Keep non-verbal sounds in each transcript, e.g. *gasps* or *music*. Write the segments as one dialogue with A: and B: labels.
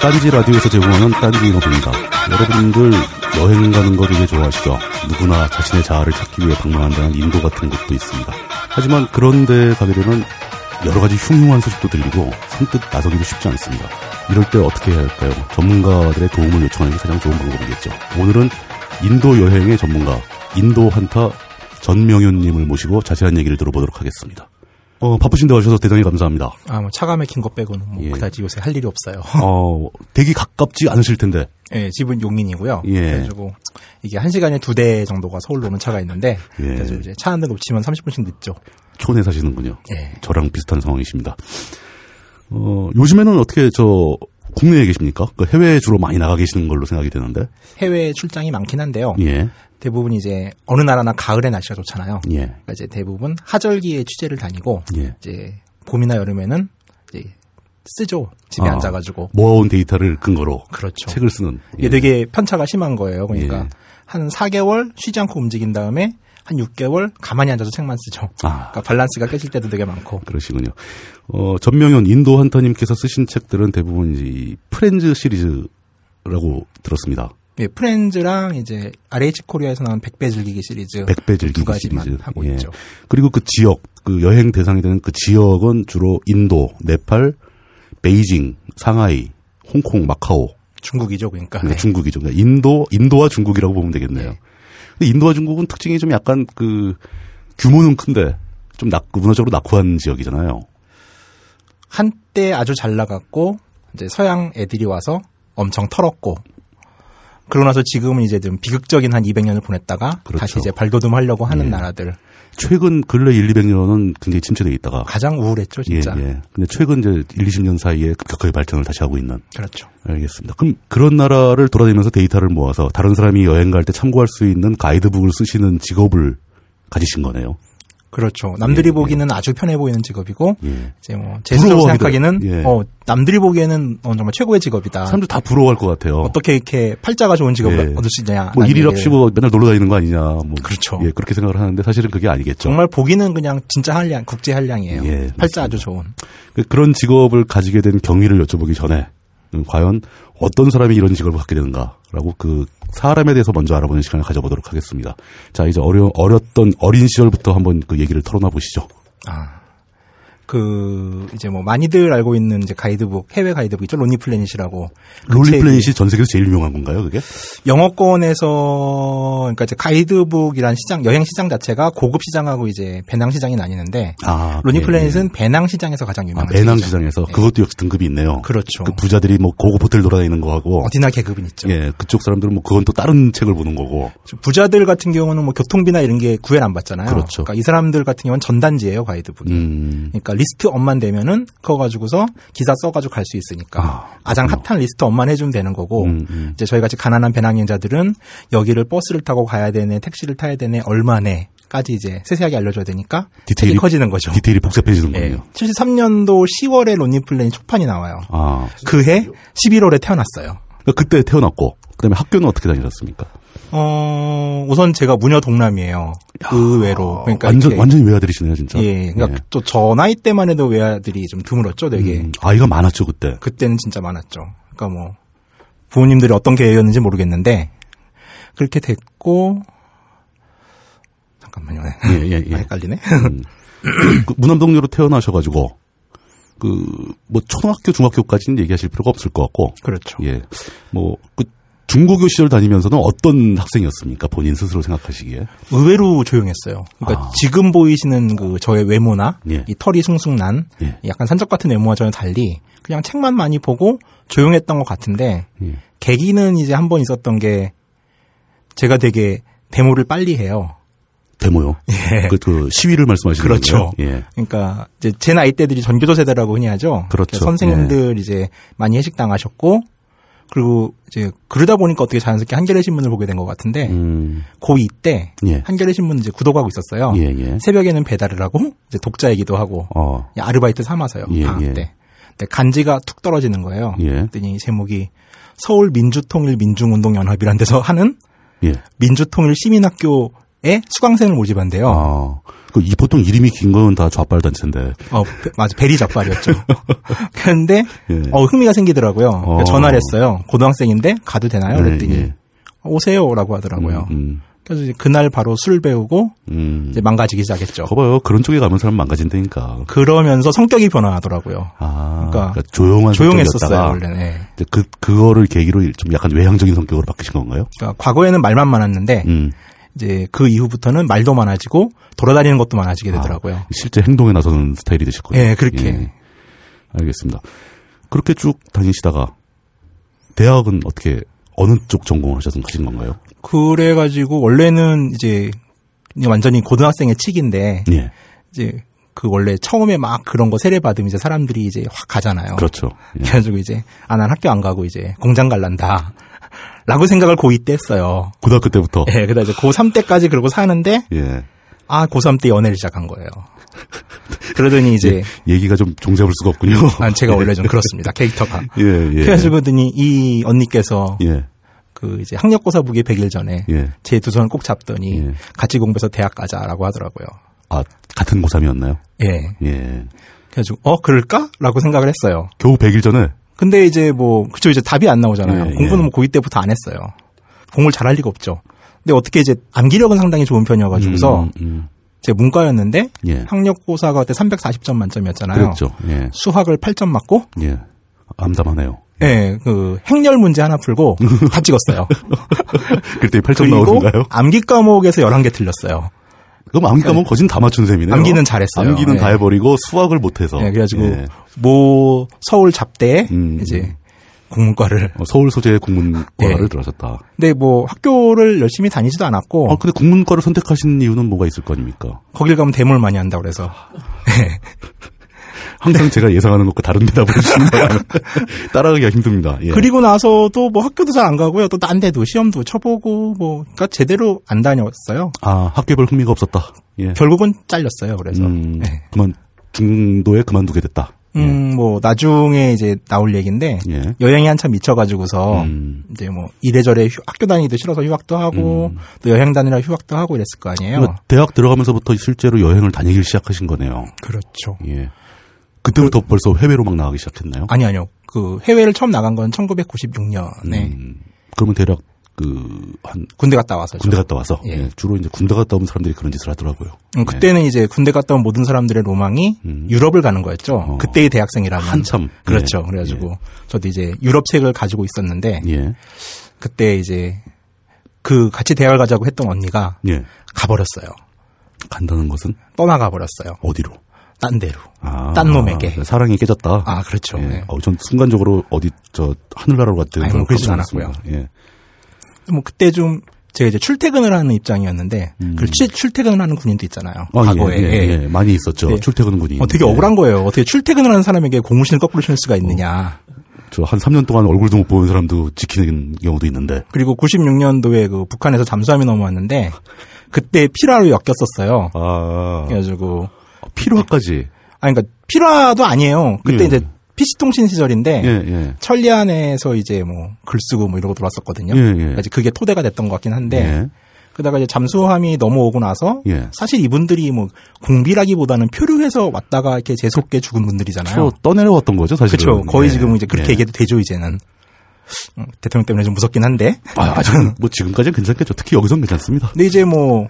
A: 딴지 라디오에서 제공하는 딴지 노동입니다. 여러분들 여행 가는 거 되게 좋아하시죠? 누구나 자신의 자아를 찾기 위해 방문한다는 인도 같은 곳도 있습니다. 하지만 그런 데 가게 되면 여러 가지 흉흉한 소식도 들리고 선뜻 나서기도 쉽지 않습니다. 이럴 때 어떻게 해야 할까요? 전문가들의 도움을 요청하는 게 가장 좋은 방법이겠죠. 오늘은 인도 여행의 전문가 인도 한타 전명윤님을 모시고 자세한 얘기를 들어보도록 하겠습니다. 어, 바쁘신데 와주셔서 대단히 감사합니다.
B: 아, 뭐 차가 막힌 것 빼고는 뭐
A: 예.
B: 그다지 요새 할 일이 없어요. *laughs*
A: 어, 되게 가깝지 않으실 텐데.
B: 예, 집은 용인이고요.
A: 예.
B: 그래가지고 이게 한 시간에 두 대 정도가 서울로 오는 차가 있는데
A: 예.
B: 그래서 이제 차 한 대 놓치면 30분씩 늦죠.
A: 촌에 사시는군요.
B: 예.
A: 저랑 비슷한 상황이십니다. 어, 요즘에는 어떻게 저 국내에 계십니까? 그 해외에 주로 많이 나가 계시는 걸로 생각이 되는데.
B: 해외 출장이 많긴 한데요.
A: 예.
B: 대부분 이제 어느 나라나 가을에 날씨가 좋잖아요.
A: 예.
B: 그러니까 이제 대부분 하절기에 취재를 다니고
A: 예.
B: 이제 봄이나 여름에는 이제 쓰죠. 집에
A: 아.
B: 앉아가지고
A: 모아온 데이터를 근거로
B: 그렇죠.
A: 책을 쓰는.
B: 이게 되게 편차가 심한 거예요. 그러니까
A: 예.
B: 한 4개월 쉬지 않고 움직인 다음에 한 6개월 가만히 앉아서 책만 쓰죠.
A: 아.
B: 그러니까 밸런스가 깨질 때도 되게 많고.
A: 그러시군요. 어, 전명현 인도 한타님께서 쓰신 책들은 대부분 이 프렌즈 시리즈라고 들었습니다.
B: 예, 프렌즈랑 이제 RH 코리아에서 나온 백배 즐기기 시리즈
A: 백배 즐기기
B: 두 가지만
A: 시리즈.
B: 하고
A: 예.
B: 있죠.
A: 그리고 그 지역, 그 여행 대상이 되는 그 지역은 주로 인도, 네팔, 베이징, 상하이, 홍콩, 마카오,
B: 중국이죠, 그러니까.
A: 그러니까
B: 예.
A: 중국이죠. 그러니까 인도, 인도와 중국이라고 보면 되겠네요. 근데 인도와 중국은 특징이 좀 약간 그 규모는 큰데 좀 낙, 문화적으로 낙후한 지역이잖아요.
B: 한때 아주 잘 나갔고 이제 서양 애들이 와서 엄청 털었고 그러고 나서 지금은 이제 좀 비극적인 한 200년을 보냈다가
A: 그렇죠.
B: 다시 이제 발돋움하려고 하는
A: 예.
B: 나라들
A: 최근 근래 1, 200년은 굉장히 침체돼 있다가
B: 가장 우울했죠,
A: 예,
B: 진짜.
A: 예. 근데 최근 이제 1, 20년 사이에 급격하게 발전을 다시 하고 있는.
B: 그렇죠.
A: 알겠습니다. 그럼 그런 나라를 돌아다니면서 데이터를 모아서 다른 사람이 여행 갈 때 참고할 수 있는 가이드북을 쓰시는 직업을 가지신 거네요.
B: 그렇죠. 남들이
A: 예,
B: 보기에는 아주 편해 보이는 직업이고
A: 예.
B: 이제 뭐 제스로
A: 부러워하기도
B: 생각하기는
A: 해요. 예.
B: 어 남들이 보기에는 어, 정말 최고의 직업이다.
A: 아, 사람들 다 부러워할 것 같아요.
B: 어떻게 이렇게 팔자가 좋은 직업을
A: 예.
B: 얻을 수 있냐?
A: 뭐 일일없이 뭐 맨날 놀러 다니는 거 아니냐. 뭐
B: 그렇죠.
A: 예, 그렇게 생각을 하는데 사실은 그게 아니겠죠.
B: 정말 보기는 그냥 진짜 한량 국제 한량이에요.
A: 예,
B: 팔자 아주 좋은.
A: 그- 그런 직업을 가지게 된 경위를 여쭤보기 전에 음, 과연 어떤 사람이 이런 직업을 갖게 되는가라고 그 사람에 대해서 먼저 알아보는 시간을 가져보도록 하겠습니다. 자 이제 어려 어렸던 어린 시절부터 한번 그 얘기를 털어놔 보시죠.
B: 아. 그 이제 뭐 많이들 알고 있는 이제 가이드북 해외 가이드북 있죠 론리 플래닛이라고 그 책이
A: 롤리플레닛이 전 세계에서 제일 유명한 건가요, 그게?
B: 영어권에서 그러니까 이제 가이드북이란 시장 여행 시장 자체가 고급 시장하고 이제 배낭 시장이 나뉘는데
A: 아,
B: 론리
A: 예,
B: 플래닛은 배낭 시장에서 가장
A: 아,
B: 유명한
A: 배낭
B: 책이죠. 예.
A: 시장에서 그것도 역시 등급이 있네요.
B: 그렇죠.
A: 그 부자들이 뭐 고급 호텔 돌아다니는 거 하고
B: 어디나 계급은 있죠.
A: 예 그쪽 사람들은 뭐 그건 또 다른 책을 보는 거고
B: 부자들 같은 경우는 뭐 교통비나 이런 게 구애를 안 받잖아요.
A: 그렇죠.
B: 러니까이 사람들 같은 경우는 전단지예요 가이드북이.
A: 음
B: 그러니까 리스트 업만 되면은 그거 가지고서 기사 써가지고 갈 수 있으니까
A: 아,
B: 아, 장 핫한 리스트 업만 해주면 되는 거고
A: 음, 음.
B: 이제 저희 같이 가난한 배낭여행자들은 여기를 버스를 타고 가야 되네 택시를 타야 되네 얼마네 까지 이제 세세하게 알려줘야 되니까
A: 디테일이-
B: 책이 커지는 거죠.
A: 디테일이 복잡해지는군요.
B: 그렇죠. 예. 73년도 10월에 론니플랜이 초판이 나와요.
A: 아
B: 그 해 11월에 태어났어요.
A: 그러니까 그때 태어났고 그다음에 학교는 어떻게 다니셨습니까?
B: 그러니까 어, 우선 제가 무녀 동남이에요. 의외로. 그러니까
A: 완전
B: 이렇게-
A: 완전히 외아들이시네요 진짜.
B: 예, 그러니까 그, 예.
A: 예.
B: 또 저 나이 때만 해도 외아들이 좀 드물었죠, 되게.
A: 음, 아이가 많았죠 그때.
B: 그때는 진짜 많았죠. 그러니까 뭐 부모님들이 어떤 계획이었는지 모르겠는데 그렇게 됐고 잠깐만요. 네.
A: 예, 예,
B: *laughs*
A: 예.
B: 아,
A: *laughs*
B: 헷갈리네.
A: 그 문암동료로 태어나셔가지고 그 뭐 초등학교 중학교까지는 얘기하실 필요가 없을 것 같고
B: 그렇죠.
A: 예. 뭐, 그 중고교 시절 다니면서는 어떤 학생이었습니까? 본인 스스로 생각하시기에.
B: 의외로 조용했어요. 그러니까
A: 아.
B: 지금 보이시는 그 저의 외모나
A: 예.
B: 이 털이 숭숭난
A: 예.
B: 약간 산적 같은 외모와 전혀 달리 그냥 책만 많이 보고 조용했던 것 같은데
A: 예.
B: 계기는 이제 한 번 있었던 게 제가 되게 데모를 빨리 해요.
A: 데모요. 그, 그 시위를 말씀하시는
B: 예. 그렇죠.
A: 거예요? 예.
B: 그러니까 이제 제 나이 때들이 전교조 세대라고 흔히 하죠.
A: 그렇죠.
B: 그러니까 선생님들 이제 많이 해식 당하셨고 그리고 이제 그러다 보니까 어떻게 자연스럽게 한겨레 신문을 보게 된 것 같은데
A: 음,
B: 고2 때
A: 예.
B: 한겨레 신문 이제 구독하고 있었어요.
A: 예, 예.
B: 새벽에는 배달을 하고 이제 독자이기도 하고
A: 어,
B: 아르바이트 삼아서요.
A: 예,
B: 방학
A: 예.
B: 때. 근데 간지가 툭 떨어지는 거예요.
A: 예.
B: 그랬더니 제목이 서울 민주통일 민중운동 연합이란 데서 하는
A: 예.
B: 민주통일 시민학교의 수강생을 모집한대요.
A: 아, 그 그 이- 보통 이름이 긴 건 다 좌빨 단체인데.
B: 어, 베- 맞아.
A: *laughs*
B: 베리 잡발이었죠. 그런데,
A: 예.
B: 어, 흥미가 생기더라고요. 그러니까
A: 어.
B: 전화를 했어요. 고등학생인데, 가도 되나요? 그랬더니, 어,
A: 예, 예.
B: 오세요. 라고 하더라고요.
A: 음,
B: 그래서 이제 그날 바로 술 배우고,
A: 음.
B: 이제 망가지기 시작했죠.
A: 거봐요. 그런 쪽에 가면 사람 망가진다니까.
B: 그러면서 성격이 변화하더라고요.
A: 아,
B: 그러니까
A: 그러니까 조용한
B: 조용했었어요,
A: 성격이었다가
B: 원래는. 예.
A: 이제 그 그거를 계기로 좀 약간 외향적인 성격으로 바뀌신 건가요?
B: 그러니까 과거에는 말만 많았는데,
A: 음.
B: 이제 그 이후부터는 말도 많아지고, 돌아다니는 것도 많아지게 되더라고요.
A: 실제 행동에 나서는 스타일이 되셨군요.
B: 예, 그렇게.
A: 알겠습니다. 그렇게 쭉 다니시다가 대학은 어떻게 어느 쪽 전공을 하셔서 가신 건가요?
B: 그래가지고, 원래는 이제, 완전히 고등학생의 칙인데,
A: 예,
B: 이제 그 원래 처음에 막 그런 거 세례 받으면 이제 사람들이 이제 확 가잖아요.
A: 그렇죠. 예.
B: 그래가지고 이제 아 난 학교 안 가고 이제 공장 갈란다. *laughs* 라고 생각을 고2 때 했어요.
A: 고등학교 때부터
B: 예, 그다 이제 고3 때까지 그러고 사는데
A: 예
B: 아 고3 때 연애를 시작한 거예요. *laughs* 그러더니
A: 예.
B: 이제
A: 얘기가 좀 종잡을 수가 없군요.
B: 아, 제가 원래 좀 그렇습니다. 캐릭터가.
A: 예, 예.
B: 그래가지고더니 이 언니께서
A: 예,
B: 그 이제 학력고사 보기 100일 전에
A: 예.
B: 제 두 손을 꼭 잡더니
A: 예.
B: 같이 공부해서 대학 가자라고 하더라고요.
A: 아 같은 고3이었나요?
B: 예.
A: 예.
B: 그래가지고 어 그럴까라고 생각을 했어요.
A: 겨우 100일 전에
B: 근데 이제 뭐 그쵸 이제 답이 안 나오잖아요.
A: 예,
B: 공부는
A: 예.
B: 뭐 고2 때부터 안 했어요. 공부를 잘할 리가 없죠. 근데 어떻게 이제 암기력은 상당히 좋은 편이어가지고서
A: 음, 음.
B: 제 문과였는데
A: 예.
B: 학력고사가 그때 340점 만점이었잖아요.
A: 그랬죠. 예,
B: 수학을 8점 맞고
A: 예.
B: *laughs*
A: 암담하네요.
B: 예, 그 행렬 문제 하나
A: *laughs*
B: 풀고 다 찍었어요.
A: 그때 8점
B: 그리고
A: 나오던가요?
B: 암기 과목에서 11개 틀렸어요.
A: 그럼 암기 가면 뭐 거진 다 맞춘 셈이네요.
B: 암기는 잘했어요.
A: 암기는
B: 예.
A: 다 해버리고 수학을 못해서.
B: 예, 그래가지고
A: 예.
B: 모 서울 잡대에
A: 음.
B: 이제 국문과를
A: 어, 서울 소재의 국문과를
B: 예.
A: 들어가셨다.
B: 근데 뭐 학교를 열심히 다니지도 않았고
A: 아, 근데 국문과를 선택하신 이유는 뭐가 있을 거 아닙니까?
B: 거길 가면 대물 많이 한다 그래서
A: 항상 제가 예상하는 것과 다른 대답을 해주시는
B: *laughs*
A: 거라 따라가기가 힘듭니다. 예.
B: 그리고 나서도 뭐 학교도 잘 안 가고요. 또 딴 데도 시험도 쳐보고 뭐 그러니까 제대로 안 다녔어요.
A: 아, 학교에 별 흥미가 없었다. 예.
B: 결국은 잘렸어요. 그래서 예.
A: 음,
B: 네.
A: 그만, 중도에 그만두게 됐다.
B: 음 뭐 나중에 이제 나올 얘기인데
A: 예.
B: 여행이 한참 미쳐가지고서
A: 음.
B: 이제 뭐 이래저래 휴- 학교 다니기도 싫어서 휴학도 하고 또 여행 다니라 휴학도 하고 이랬을 거 아니에요.
A: 그러니까 대학 들어가면서부터 실제로 여행을 다니기 시작하신 거네요.
B: 그렇죠.
A: 예. 그때부터 벌써 해외로 막 나가기 시작했나요?
B: 아니 아니요. 그 해외를 처음 나간 건 1996년에
A: 음, 그러면 대략 그, 한
B: 군대 갔다 와서
A: 군대 갔다 와서
B: 예. 어,
A: 예, 주로 이제 군대 갔다 온 사람들이 그런 짓을 하더라고요.
B: 음, 그때는 이제 군대 갔다 온 모든 사람들의 로망이 유럽을 가는 거였죠. 그때의 대학생이라면
A: 음. 어. 한참.
B: 그렇죠.
A: 예.
B: 그래가지고 저도 이제 유럽 책을 가지고 있었는데
A: 예,
B: 그때 이제 그 같이 대학을 가자고 했던 언니가
A: 예.
B: 가버렸어요.
A: 간다는 것은
B: 떠나가 버렸어요.
A: 어디로?
B: 딴 데로.
A: 아,
B: 딴 놈에게.
A: 아, 사랑이 깨졌다.
B: 아 그렇죠.
A: 예.
B: 네.
A: 어, 전 순간적으로 어디 저 하늘나라로 갔다는
B: 아니, 뭐 그러진 않았고요.
A: 예,
B: 뭐 그때 좀 제가 이제 출퇴근을 하는 입장이었는데 그 출, 출퇴근을 하는 군인도 있잖아요.
A: 아,
B: 과거에.
A: 음. 예, 예,
B: 예.
A: 예. 많이 있었죠.
B: 예.
A: 출퇴근군이.
B: 어, 되게 억울한 거예요. 어떻게 출퇴근을 하는 사람에게 고무신을 거꾸로 신을 수가 있느냐.
A: 저한 3년 동안 얼굴도 못 보는 사람도 지키는 경우도 있는데.
B: 그리고 96년도에 그 북한에서 잠수함이 넘어왔는데 그때 피라로 엮였었어요.
A: 아,
B: 예. 그래가지고
A: 필요까지.
B: 아니 그러니까 필화도 아니에요. 그때
A: 예.
B: 이제 PC통신 시절인데
A: 예, 예.
B: 천리안에서 이제 뭐 글쓰고 뭐 이러고 들어왔었거든요.
A: 예, 예.
B: 그러니까 이제 그게 토대가 됐던 것 같긴 한데
A: 예.
B: 그다가 이제 잠수함이 넘어오고 나서
A: 예.
B: 사실 이분들이 뭐 공비라기보다는 표류해서 왔다가 이렇게 재수없게 죽은 분들이잖아요.
A: 서로 떠내려왔던 거죠, 사실은.
B: 그렇죠. 거의
A: 그렇죠. 예.
B: 지금 이제 그렇게
A: 예.
B: 얘기해도 되죠 이제는. 음, 대통령 때문에 좀 무섭긴 한데.
A: 아, 아직 뭐 지금까지는 괜찮겠죠. 특히 여기선 괜찮습니다.
B: 근데 이제 뭐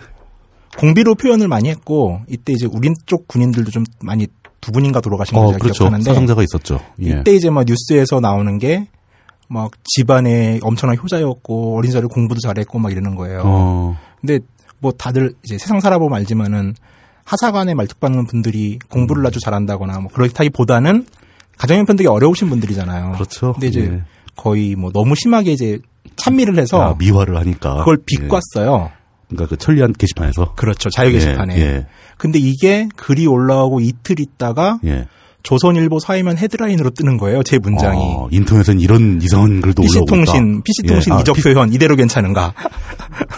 B: 공비로 표현을 많이 했고 이때 이제 우린 쪽 군인들도 좀 많이 두 분인가 돌아가신 걸
A: 어,
B: 제가
A: 그렇죠.
B: 기억하는데
A: 사상자가 있었죠. 예.
B: 이때 이제 막 뉴스에서 나오는 게 막 집안에 엄청난 효자였고 어린 시절에 공부도 잘했고 막 이러는 거예요.
A: 어,
B: 근데 뭐 다들 이제 세상 살아보면 알지만은 하사관에 말뚝박는 분들이
A: 음.
B: 공부를 아주 잘한다거나 뭐 그렇다기보다는 가정 형편 되게 어려우신 분들이잖아요.
A: 그렇죠.
B: 근데 이제
A: 예.
B: 거의 뭐 너무 심하게 이제 찬미를 해서
A: 아, 미화를 하니까
B: 그걸
A: 예.
B: 비꼬았어요.
A: 그러니까 그 천리안 게시판에서
B: 그렇죠. 자유 게시판에.
A: 예, 예.
B: 근데 이게 글이 올라오고 이틀 있다가
A: 예.
B: 조선일보 사이면 헤드라인으로 뜨는 거예요. 제 문장이.
A: 아, 인터넷엔 이런 이상한 글도 올라오고
B: PC통신,
A: 있다.
B: PC통신
A: 예, 아,
B: 이적
A: 피-
B: 표현 이대로
A: *laughs*
B: 괜찮은가?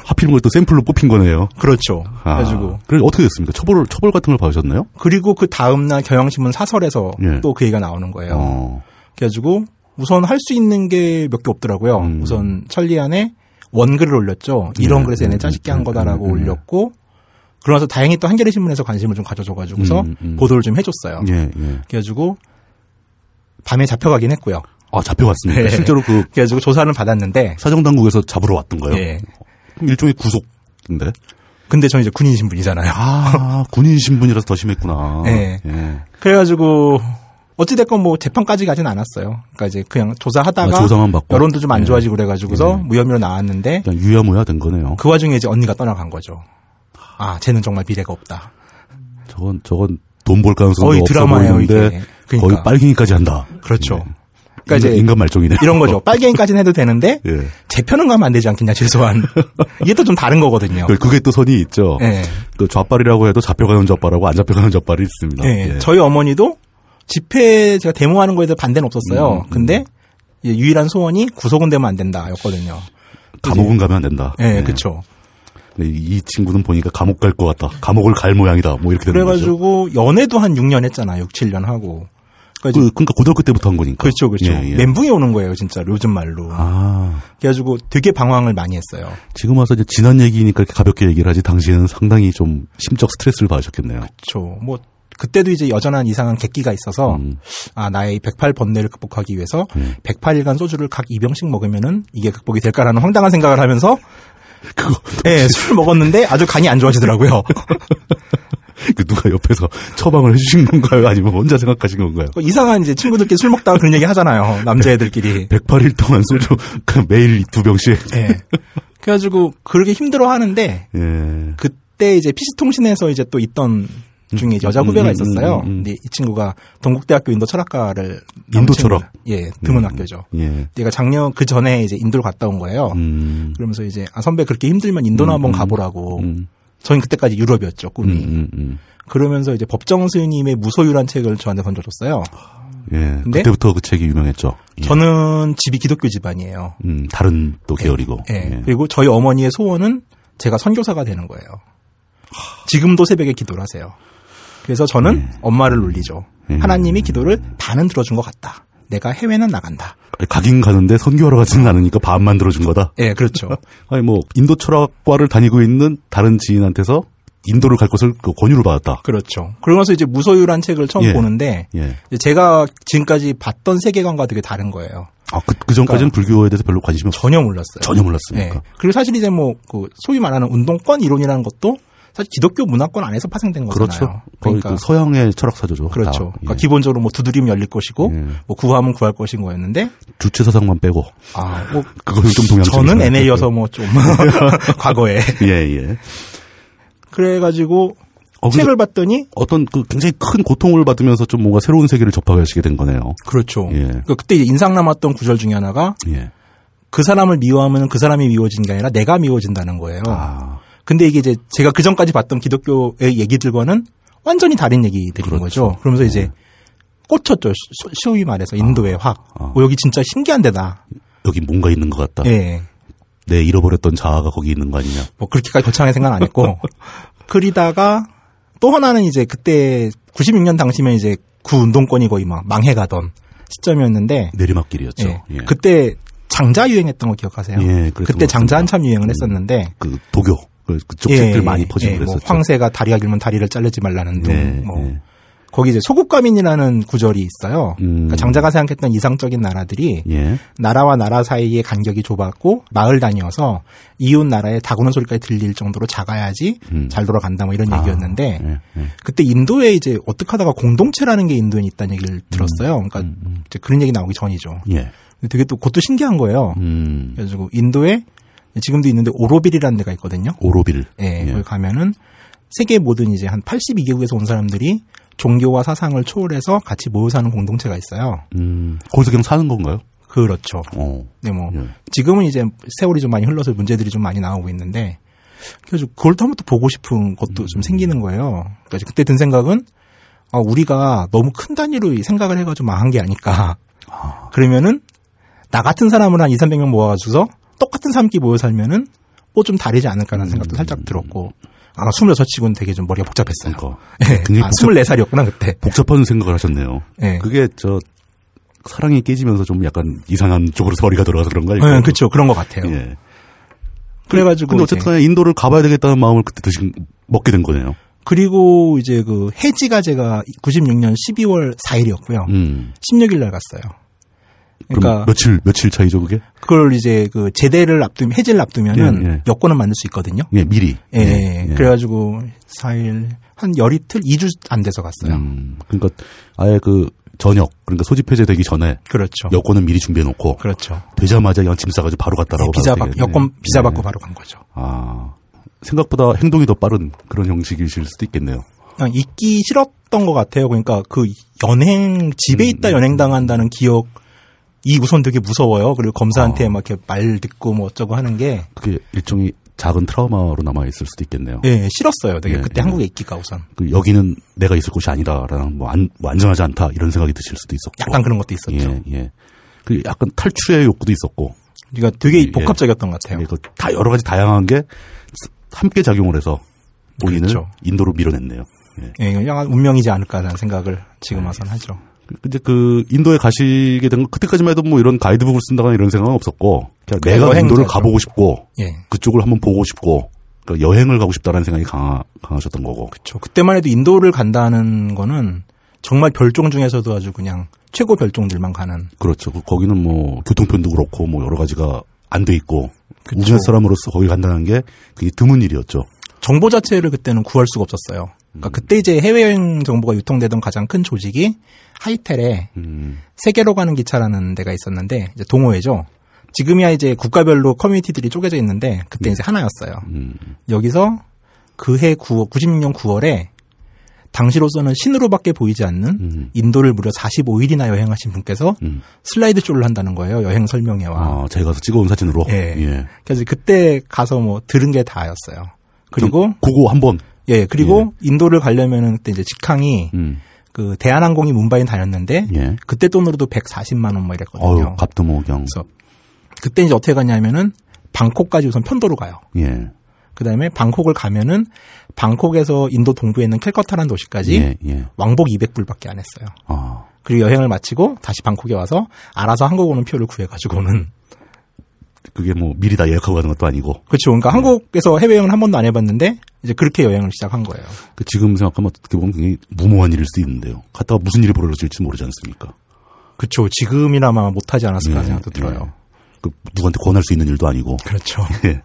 A: 하필이면 또 샘플로 뽑힌 거네요.
B: 그렇죠.
A: 아,
B: 그래가지고
A: 그래 어떻게 됐습니까? 처벌 처벌 같은 걸 받으셨나요?
B: 그리고 그 다음 날 경향신문 사설에서
A: 예.
B: 또 그 얘기가 나오는 거예요.
A: 어,
B: 그래가지고 우선 할 수 있는 게 몇 개 없더라고요.
A: 음.
B: 우선 천리안에 원글을 올렸죠. 이런
A: 예,
B: 글에서 얘네
A: 음,
B: 짜식게
A: 음,
B: 한 거다라고
A: 음, 음.
B: 올렸고 그러면서 다행히 또 한겨레 신문에서 관심을 좀 가져줘가지고서
A: 음, 음.
B: 보도를 좀 해줬어요.
A: 예, 예.
B: 그래가지고 밤에 잡혀가긴 했고요.
A: 아, 잡혀갔습니다.
B: 예.
A: 실제로 그
B: 그래가지고 조사를 받았는데
A: 사정당국에서 잡으러 왔던 어, 거예요.
B: 예.
A: 그럼 일종의 구속인데.
B: 근데 저는 이제 군인 신분이잖아요. *laughs*
A: 아, *laughs* 군인 신분이라서 더 심했구나.
B: 예.
A: 예.
B: 그래가지고 어찌됐건 뭐 재판까지 가진 않았어요. 그러니까 이제 그냥 조사하다가
A: 아, 조사만 받고. 예.
B: 여론도 좀 안 좋아지고 그래가지고서 무혐의로 나왔는데
A: 그냥 유야무야 된 거네요.
B: 그 와중에 이제 언니가 떠나간 거죠. 아, 쟤는 정말 미래가 없다.
A: 저건 저건 돈 벌 가능성도
B: 거의
A: 없어
B: 드라마예요,
A: 보이는데
B: 이게. 그러니까.
A: 거의 빨갱이까지 한다.
B: 그렇죠.
A: 예.
B: 그러니까
A: 인간,
B: 이제
A: 인간 말종이네.
B: 이런 거죠. 빨갱이까지는 해도 되는데
A: 예.
B: 제 편은 가면 안 되지 않겠냐 *laughs* 최소한. 이게 또 좀 다른 거거든요.
A: *laughs* 그- 그게 또 선이 있죠.
B: 예.
A: 그 좌빨이라고 해도 잡혀가는 좌빨하고 안 잡혀가는 좌빨이 있습니다.
B: 예,
A: 예.
B: 저희 어머니도 집회 제가 데모하는 거에 대해 반대는
A: 음,
B: 없었어요. 근데 이제 유일한 소원이 구속은 되면 안 된다였거든요.
A: 감옥은 가면 안 된다.
B: 예,
A: 예.
B: 그렇죠.
A: 근데 이, 이 친구는 보니까 감옥 갈 것 같다. 감옥을 갈 모양이다. 뭐 이렇게 되는 거죠.
B: 그래가지고 연애도 한 6년 했잖아, 6, 7년 하고. 그러니까
A: 그, 그러니까 고등학교 때부터 한 거니까.
B: 렇죠 그렇죠.
A: 예, 예.
B: 멘붕이 오는 거예요, 진짜 요즘 말로.
A: 아
B: 그래가지고 되게 방황을 많이 했어요.
A: 지금 와서 이제 지난 얘기니까 이렇게 가볍게 얘기를 하지 당시에는 상당히 좀 심적 스트레스를 받으셨겠네요. *laughs*
B: 그렇죠. 뭐 그때도 이제 여전한 이상한 객기가 있어서
A: 음.
B: 아 나의 108 번뇌를 극복하기 위해서
A: 네.
B: 108일간 소주를 각 2병씩 먹으면은 이게 극복이 될까라는 황당한 생각을 하면서
A: 그거 *laughs*
B: 예, 술을 먹었는데 아주 간이 안 좋아지더라고요. *laughs*
A: 그 누가 옆에서 처방을 해주신 건가요? 아니면 혼자 생각하신 건가요?
B: 그 이상한 이제 친구들끼리 술 먹다가 그런 얘기 하잖아요. 남자애들끼리.
A: 108일 동안 술로 그냥 매일 두 병씩.
B: 예. 그래가지고 그렇게 힘들어 하는데
A: 예.
B: 그때 이제 PC통신에서 이제 또 있던 중에 여자 후배가
A: 음, 음,
B: 있었어요.
A: 음, 음.
B: 근데 이 친구가 동국대학교 인도 철학과를
A: 인도 철학? 음.
B: 친구가- 예, 드문 학교죠.
A: 예.
B: 내가 작년 그 전에 이제 인도를 갔다 온 거예요.
A: 음.
B: 그러면서 이제 아 선배 그렇게 힘들면 인도나 한번 가보라고.
A: 음.
B: 저는 그때까지 유럽이었죠 꿈이.
A: 음, 음,
B: 그러면서 이제 법정 스님의 무소유란 책을 저한테 던져줬어요.
A: 음. 예.
B: 근데-
A: 그때부터 그 책이 유명했죠. 예.
B: 저는 집이 기독교 집안이에요.
A: 음, 다른 또 계열이고.
B: 예.
A: 예.
B: 그리고 저희 어머니의 소원은 제가 선교사가 되는 거예요. 지금도 새벽에 기도를 하세요. 그래서 저는
A: 예.
B: 엄마를 놀리죠.
A: 음.
B: 하나님이 기도를 반은 들어준 것 같다. 내가 해외는 나간다.
A: 가긴 가는데 선교하러 가지는 않으니까 반만 들어준 거다. *laughs*
B: 예, 그렇죠.
A: 아니 뭐 인도 철학과를 다니고 있는 다른 지인한테서 인도를 갈 것을 그 권유를 받았다.
B: 그렇죠. 그러면서 이제 무소유란 책을 처음
A: 예.
B: 보는데
A: 예.
B: 이제 제가 지금까지 봤던 세계관과 되게 다른 거예요.
A: 아그 그 전까지는 불교에 대해서 별로 관심이 없
B: 그러니까 전혀 몰랐어요.
A: 전혀 몰랐으니까.
B: 예. 그리고 사실 이제 뭐 그 소위 말하는 운동권 이론이라는 것도 사실 기독교 문화권 안에서 파생된 거잖아요. 그러니까
A: 그렇죠. 거의 그 서양의 철학사조죠. 다.
B: 그렇죠.
A: 예.
B: 그러니까 기본적으로 뭐 두드리면 열릴 것이고,
A: 예.
B: 뭐 구하면 구할 것인 거였는데,
A: 주체 사상만 빼고
B: 아, 뭐
A: 그거는 좀 동양.
B: 저는 NA여서 뭐 좀 *laughs* 과거에
A: 예 예.
B: 그래가지고
A: 어, 근데
B: 책을 봤더니
A: 어떤 그 굉장히 큰 고통을 받으면서 좀 뭔가 새로운 세계를 접하시게 된 거네요.
B: 그렇죠.
A: 예.
B: 그러니까 그때 이제 인상 남았던 구절 중에 하나가
A: 예.
B: 그 사람을 미워하면 그 사람이 미워진 게 아니라 내가 미워진다는 거예요.
A: 아
B: 근데 이게 이제 제가 그 전까지 봤던 기독교의 얘기들과는 완전히 다른 얘기들인
A: 그렇죠.
B: 거죠. 그러면서 이제 꽂혔죠. 소- 소위 말해서 인도의 확.
A: 예. 아.
B: 어, 여기 진짜 신기한 데다.
A: 여기 뭔가 있는 것 같다.
B: 예.
A: 내 잃어버렸던 자아가 거기 있는 거 아니냐.
B: 뭐 그렇게까지 거창하게 생각 안
A: *laughs*
B: 했고 그리다가 또 하나는 이제 그때 96년 당시면 이제 구 운동권이 거의 막 망해가던 시점이었는데
A: 내리막길이었죠.
B: 예.
A: 예.
B: 그때 장자 유행했던 거 기억하세요?
A: 예, 그랬던 것
B: 그때
A: 같습니다.
B: 장자 한참 유행을 했었는데
A: 그 도교 그- 그쪽 책들 많이 퍼지고
B: 예, 뭐
A: 그랬었죠.
B: 황새가 다리가 길면 다리를 잘르지 말라는 둥.
A: 예,
B: 뭐
A: 예.
B: 거기 이제 소국가민이라는 구절이 있어요.
A: 음.
B: 그러니까 장자가 생각했던 이상적인 나라들이
A: 예.
B: 나라와 나라 사이의 간격이 좁았고 마을 단위여서 이웃 나라의 다구는 소리까지 들릴 정도로 작아야지
A: 음.
B: 잘 돌아간다 뭐 이런 얘기였는데
A: 예, 예.
B: 그때 인도에 이제 어떻게 하다가 공동체라는 게 인도에 있다는
A: 음.
B: 얘기를 들었어요. 그러니까 이제 그런 얘기 나오기 전이죠.
A: 예.
B: 근데 되게 또 그것도 신기한 거예요.
A: 음.
B: 그래가지고 인도에 지금도 있는데 오로빌이라는 데가 있거든요.
A: 오로빌.
B: 예, 거기 가면은 세계 모든 이제 한 82개국에서 온 사람들이 종교와 사상을 초월해서 같이 모여 사는 공동체가 있어요.
A: 음. 거기서 그냥 사는 건가요?
B: 그렇죠.
A: 어.
B: 네, 뭐
A: 예.
B: 지금은 이제 세월이 좀 많이 흘러서 문제들이 좀 많이 나오고 있는데 그래서 그걸 또 한번 또 보고 싶은 것도
A: 음.
B: 좀 생기는 거예요. 그러니까 이제 그때 든 생각은 아, 우리가 너무 큰 단위로 이 생각을 해가지고 망한 게 아닐까. 그러면은 나 같은 사람을 한 2, 300명 모아가지고서 똑같은 사람끼리 모여 살면은 뭐 좀 다르지 않을까라는
A: 음.
B: 생각도 살짝 들었고 아마 26치고는 되게 좀 머리가 복잡했어요.
A: 그러니까.
B: 예.
A: 굉장히
B: 아,
A: 복잡-
B: 24살이었구나 그때.
A: 복잡한 생각을 하셨네요.
B: 예.
A: 그게 저 사랑이 깨지면서 좀 약간 이상한 쪽으로 머리가 돌아가서 그런 거 아닐까요?
B: 예, 그렇죠. 그런 것 같아요.
A: 예.
B: 그래가지고
A: 근데
B: 이제-
A: 어쨌든 간에 인도를 가봐야 되겠다는 마음을 그때 드신 먹게 된 거네요.
B: 그리고 이제 그 해지가 제가 96년 12월 4일이었고요.
A: 음.
B: 16일 날 갔어요.
A: 그럼
B: 그러니까
A: 며칠 며칠 차이죠 그게?
B: 그걸 이제 그 제대를 앞두면 해지를 앞두면은
A: 예, 예.
B: 여권은 만들 수 있거든요.
A: 예, 미리.
B: 예. 그래가지고 4일 한 열이틀 2주 안 돼서 갔어요.
A: 음, 그러니까 아예 그 저녁 그러니까 소집 해제되기 전에
B: 그렇죠.
A: 어. 여권은 미리 준비해 놓고
B: 그렇죠.
A: 되자마자 그냥 짐 싸가지고 바로 갔다라고
B: 비자
A: 봐도
B: 받
A: 되겠네.
B: 여권 비자
A: 예.
B: 받고 바로 간 거죠.
A: 아 생각보다 행동이 더 빠른 그런 형식이실 수도 있겠네요.
B: 그냥 있기 싫었던 것 같아요. 그러니까 그 연행
A: 음,
B: 집에 있다 연행 당한다는 기억 이 우선 되게 무서워요. 그리고
A: 아.
B: 검사한테 막 이렇게 말 듣고 뭐 어쩌고 하는 게
A: 그게 일종의 작은 트라우마로 남아 있을 수도 있겠네요.
B: 예, 싫었어요. 되게
A: 예,
B: 그때
A: 예.
B: 한국에 있기가 우선
A: 그 여기는 내가 있을 곳이 아니다라는 뭐, 안, 뭐 안전하지 않다 이런 생각이 드실 수도 있었고.
B: 약간 그렇죠. 그런 것도 있었죠.
A: 예, 예. 그 약간 탈출의 욕구도 있었고.
B: 그러니까 되게
A: 예.
B: 복합적이었던 것 같아요.
A: 예, 그다 여러 가지 다양한 게 함께 작용을 해서 본인을
B: 그렇죠.
A: 인도로 밀어냈네요. 예.
B: 예, 이건 약간 운명이지 않을까라는 생각을
A: 아,
B: 지금 와서는 하죠.
A: 근데 그 인도에 가시게 된 거 그때까지만 해도 뭐 이런 가이드북을 쓴다거나 이런 생각은 없었고 그냥
B: 그냥
A: 내가 인도를
B: 여행자죠.
A: 가보고 싶고
B: 예.
A: 그쪽을 한번 보고 싶고 그러니까 여행을 가고 싶다는 생각이 강하, 강하셨던 거고.
B: 저 그때만 해도 인도를 간다는 거는 정말 별종 중에서도 아주 그냥 최고 별종들만 가는
A: 그렇죠. 그- 거기는 뭐 교통편도 그렇고 뭐 여러 가지가 안 돼 있고 우리나라 사람으로서 거기 간다는 게 그게 드문 일이었죠.
B: 정보 자체를 그때는 구할 수가 없었어요. 그러니까
A: 음.
B: 그때 이제 해외여행 정보가 유통되던 가장 큰 조직이 하이텔에
A: 음,
B: 세계로 가는 기차라는 데가 있었는데 이제 동호회죠. 지금이야 이제 국가별로 커뮤니티들이 쪼개져 있는데 그때 이제 하나였어요.
A: 네. 음,
B: 여기서 그해 9월 96년 9월에 당시로서는 신으로밖에 보이지 않는
A: 음.
B: 인도를 무려 45일이나 여행하신 분께서
A: 음.
B: 슬라이드 쇼를 한다는 거예요. 여행 설명회와.
A: 아, 제가 가서 찍어온 사진으로.
B: 예.
A: 예.
B: 그래서 그때 가서 뭐 들은 게 다였어요. 그리고
A: 그거 한번.
B: 예, 그리고 인도를 가려면은 그때 이제 직항이
A: 음.
B: 그 대한항공이 문바이에 다녔는데
A: 예.
B: 그때 돈으로도 140만 원 뭐 이랬거든요.
A: 어유 갑도모경.
B: 그래서 그때 이제 어떻게 가냐면은 방콕까지 우선 편도로 가요.
A: 예.
B: 그 다음에 방콕을 가면은 방콕에서 인도 동부에 있는 캘커타라는 도시까지
A: 예. 예.
B: 왕복 200불밖에 안 했어요.
A: 아.
B: 그리고 여행을 마치고 다시 방콕에 와서 알아서 한국 오는 표를 구해가지고는
A: 그게 뭐 미리 다 예약하고 가는 것도 아니고.
B: 그렇죠. 그러니까 한국에서 해외여행을 한 번도 안 해봤는데 이제 그렇게 여행을 시작한 거예요.
A: 그 지금 생각하면 어떻게 보면 굉장히 무모한 일일 수도 있는데요. 갔다가 무슨 일이 벌어질지 모르지 않습니까?
B: 그렇죠. 지금이라마 못하지 않았을까
A: 예,
B: 생각도
A: 예.
B: 들어요.
A: 그 누구한테 권할 수 있는 일도 아니고.
B: 그렇죠.
A: *laughs* 예.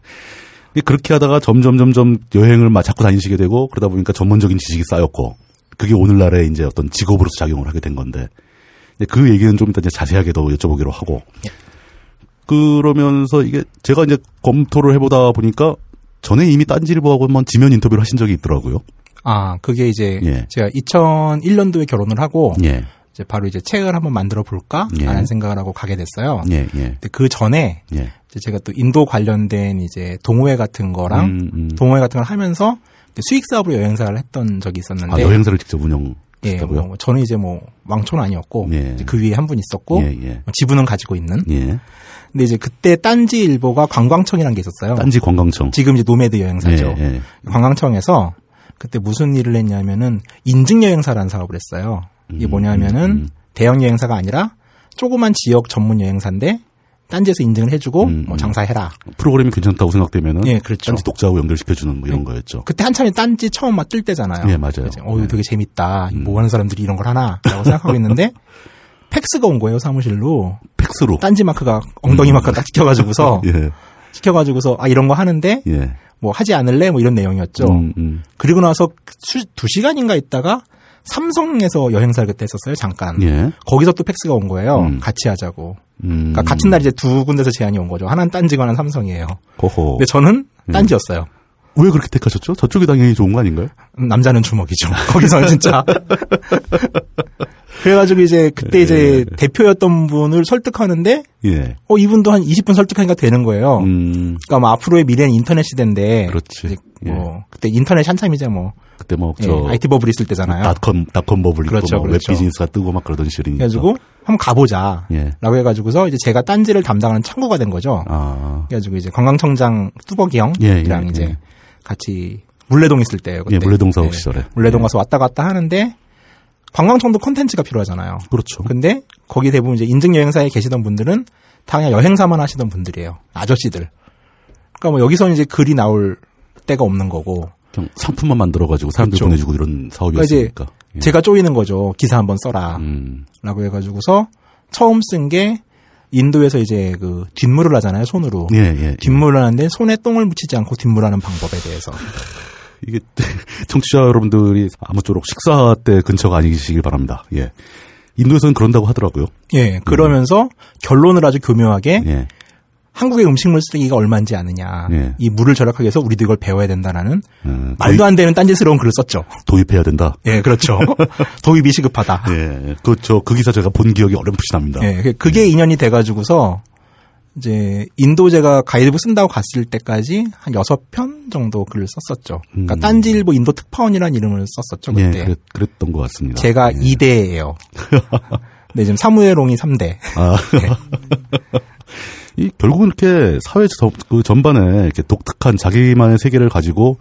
A: 근데 그렇게 하다가 점점 점점 여행을 막 자꾸 다니시게 되고 그러다 보니까 전문적인 지식이 쌓였고 그게 오늘날의 이제 어떤 직업으로서 작용을 하게 된 건데 근데 그 얘기는 좀 이따 이제 자세하게 더 여쭤보기로 하고
B: 예.
A: 그러면서 이게 제가 이제 검토를 해보다 보니까 전에 이미 딴지일보하고 한번 지면 인터뷰를 하신 적이 있더라고요.
B: 아, 그게 이제
A: 예.
B: 제가 2001년도에 결혼을 하고
A: 예,
B: 이제 바로 이제 책을 한번 만들어 볼까
A: 예.
B: 라는 생각을 하고 가게 됐어요.
A: 예, 예,
B: 근데 그 전에
A: 예.
B: 이제 제가 또 인도 관련된 이제 동호회 같은 거랑
A: 음, 음.
B: 동호회 같은 걸 하면서 이제 수익 사업으로 여행사를 했던 적이 있었는데
A: 아, 여행사를 직접
B: 네. 예,
A: 운영하셨다고요?
B: 뭐 저는 이제 뭐 왕초는 아니었고
A: 예.
B: 이제 그 위에 한 분 있었고 뭐
A: 예, 예.
B: 지분은 가지고 있는
A: 예.
B: 근데 이제 그때 딴지 일보가 관광청이라는 게 있었어요.
A: 딴지 관광청.
B: 지금 이제 노매드 여행사죠.
A: 예, 예.
B: 관광청에서 그때 무슨 일을 했냐면은 인증 여행사라는 사업을 했어요. 이게
A: 음,
B: 뭐냐면은
A: 음.
B: 대형 여행사가 아니라 조그만 지역 전문 여행사인데 딴지에서 인증을 해주고
A: 음,
B: 뭐
A: 음.
B: 장사해라.
A: 프로그램이 괜찮다고 생각되면은
B: 예, 그렇죠. 네.
A: 딴지 독자하고 연결시켜주는 뭐 이런 거였죠.
B: 그때 한참에 딴지 처음 막 뜰 때잖아요.
A: 예, 맞아요. 음.
B: 그래서 어, 이거 되게 재밌다. 이거 뭐 하는 사람들이 이런 걸 하나라고
A: *laughs*
B: 생각하고 있는데 팩스가 온 거예요 사무실로.
A: 팩스로.
B: 딴지 어. 마크가 엉덩이 마크 딱 시켜가지고서
A: 뭐. 음. *laughs* 예,
B: 시켜가지고서 아 이런 거 하는데
A: 예.
B: 뭐 하지 않을래 뭐 이런 내용이었죠.
A: 음, 음.
B: 그리고 나서 수- 두 시간인가 있다가 삼성에서 여행사를 그때 했었어요 잠깐.
A: 예.
B: 거기서 또 팩스가 온 거예요.
A: 음.
B: 같이 하자고.
A: 음.
B: 음. 그러니까 같은 날 이제 두 군데서 제안이 온 거죠. 하나는 딴지고 하나는 삼성이에요.
A: 호호.
B: 근데 저는
A: 음.
B: 딴지였어요.
A: 왜 그렇게 택하셨죠? 저쪽이 당연히 좋은 거 아닌가요?
B: 음, 남자는 주먹이죠. *laughs* 거기서는 진짜. 그래가지고 이제 그때 이제 대표였던 분을 설득하는데
A: 예.
B: 어 이분도 한 20분 설득하니까 되는 거예요.
A: 음.
B: 그러니까 뭐 앞으로의 미래는 인터넷 시대인데
A: 그렇지. 예.
B: 이제 뭐 그때 인터넷 한참이자 뭐
A: 그때 막
B: 예,
A: 저
B: IT 버블 있을 때잖아요.
A: 닷컴 닷컴 버블 있고
B: 그렇죠,
A: 막
B: 그렇죠.
A: 웹 비즈니스가 뜨고 막 그러던 시절이니까.
B: 그래가지고 한번 가보자라고
A: 예.
B: 해가지고서 이제 제가 딴지를 담당하는 창구가 된 거죠.
A: 아.
B: 그래가지고 이제 관광청장 뚜벅이 형이랑
A: 예, 예,
B: 이제
A: 예.
B: 같이 물레동 있을 때예요. 그때. 네.
A: 예, 물레동 사업 시절에.
B: 물레동
A: 예.
B: 가서 왔다 갔다 하는데 관광청도 콘텐츠가 필요하잖아요.
A: 그렇죠.
B: 근데 거기 대부분 이제 인증 여행사에 계시던 분들은 다 그냥 여행사만 하시던 분들이에요. 아저씨들. 그러니까 뭐 여기서는 이제 글이 나올 때가 없는 거고
A: 그냥 상품만 만들어가지고 사람들
B: 그렇죠. 그쵸.
A: 보내주고 이런 사업이었으니까. 예.
B: 그러니까 제가 쪼이는 거죠. 기사 한번 써라.
A: 음,
B: 라고 해가지고서 처음 쓴 게 인도에서 이제 그 뒷물을 하잖아요. 손으로.
A: 예, 예.
B: 뒷물을 하는데 손에 똥을 묻히지 않고 뒷물하는
A: *laughs*
B: 방법에 대해서.
A: 이게 *laughs* 청취자 여러분들이 아무쪼록 식사 때 근처가 아니시길 바랍니다. 예. 인도에서는 그런다고 하더라고요.
B: 예, 그러면서 결론을 아주 교묘하게
A: 음. 예.
B: 한국의 음식물 쓰레기가 얼마인지 아느냐.
A: 예.
B: 이 물을 절약하기 위해서 우리도 이걸 배워야 된다라는
A: 음,
B: 말도 안 되는 딴짓스러운 글을 썼죠.
A: 도입, 해야 된다.
B: 예,
A: *laughs*
B: 그렇죠. *laughs* 도입이 시급하다.
A: 예. 그, 저, 그 기사 제가 본 기억이 어렴풋이 납니다.
B: 아. 예, 그-
A: 음.
B: 그게 인연이 돼가지고서 이제 인도 제가 가이드북 쓴다고 갔을 때까지 한 여섯 편 정도 글을 썼었죠. 그러니까
A: 음.
B: 딴지일보 인도 특파원이라는 이름을 썼었죠
A: 예,
B: 그때.
A: 그랬, 그랬던 것 같습니다.
B: 제가
A: 예. *laughs*
B: 2대예요. 근데 지금 사무엘롱이 3대.
A: 아. 이 결국은 이렇게 사회 저- 그 전반에 이렇게 독특한 자기만의 세계를 가지고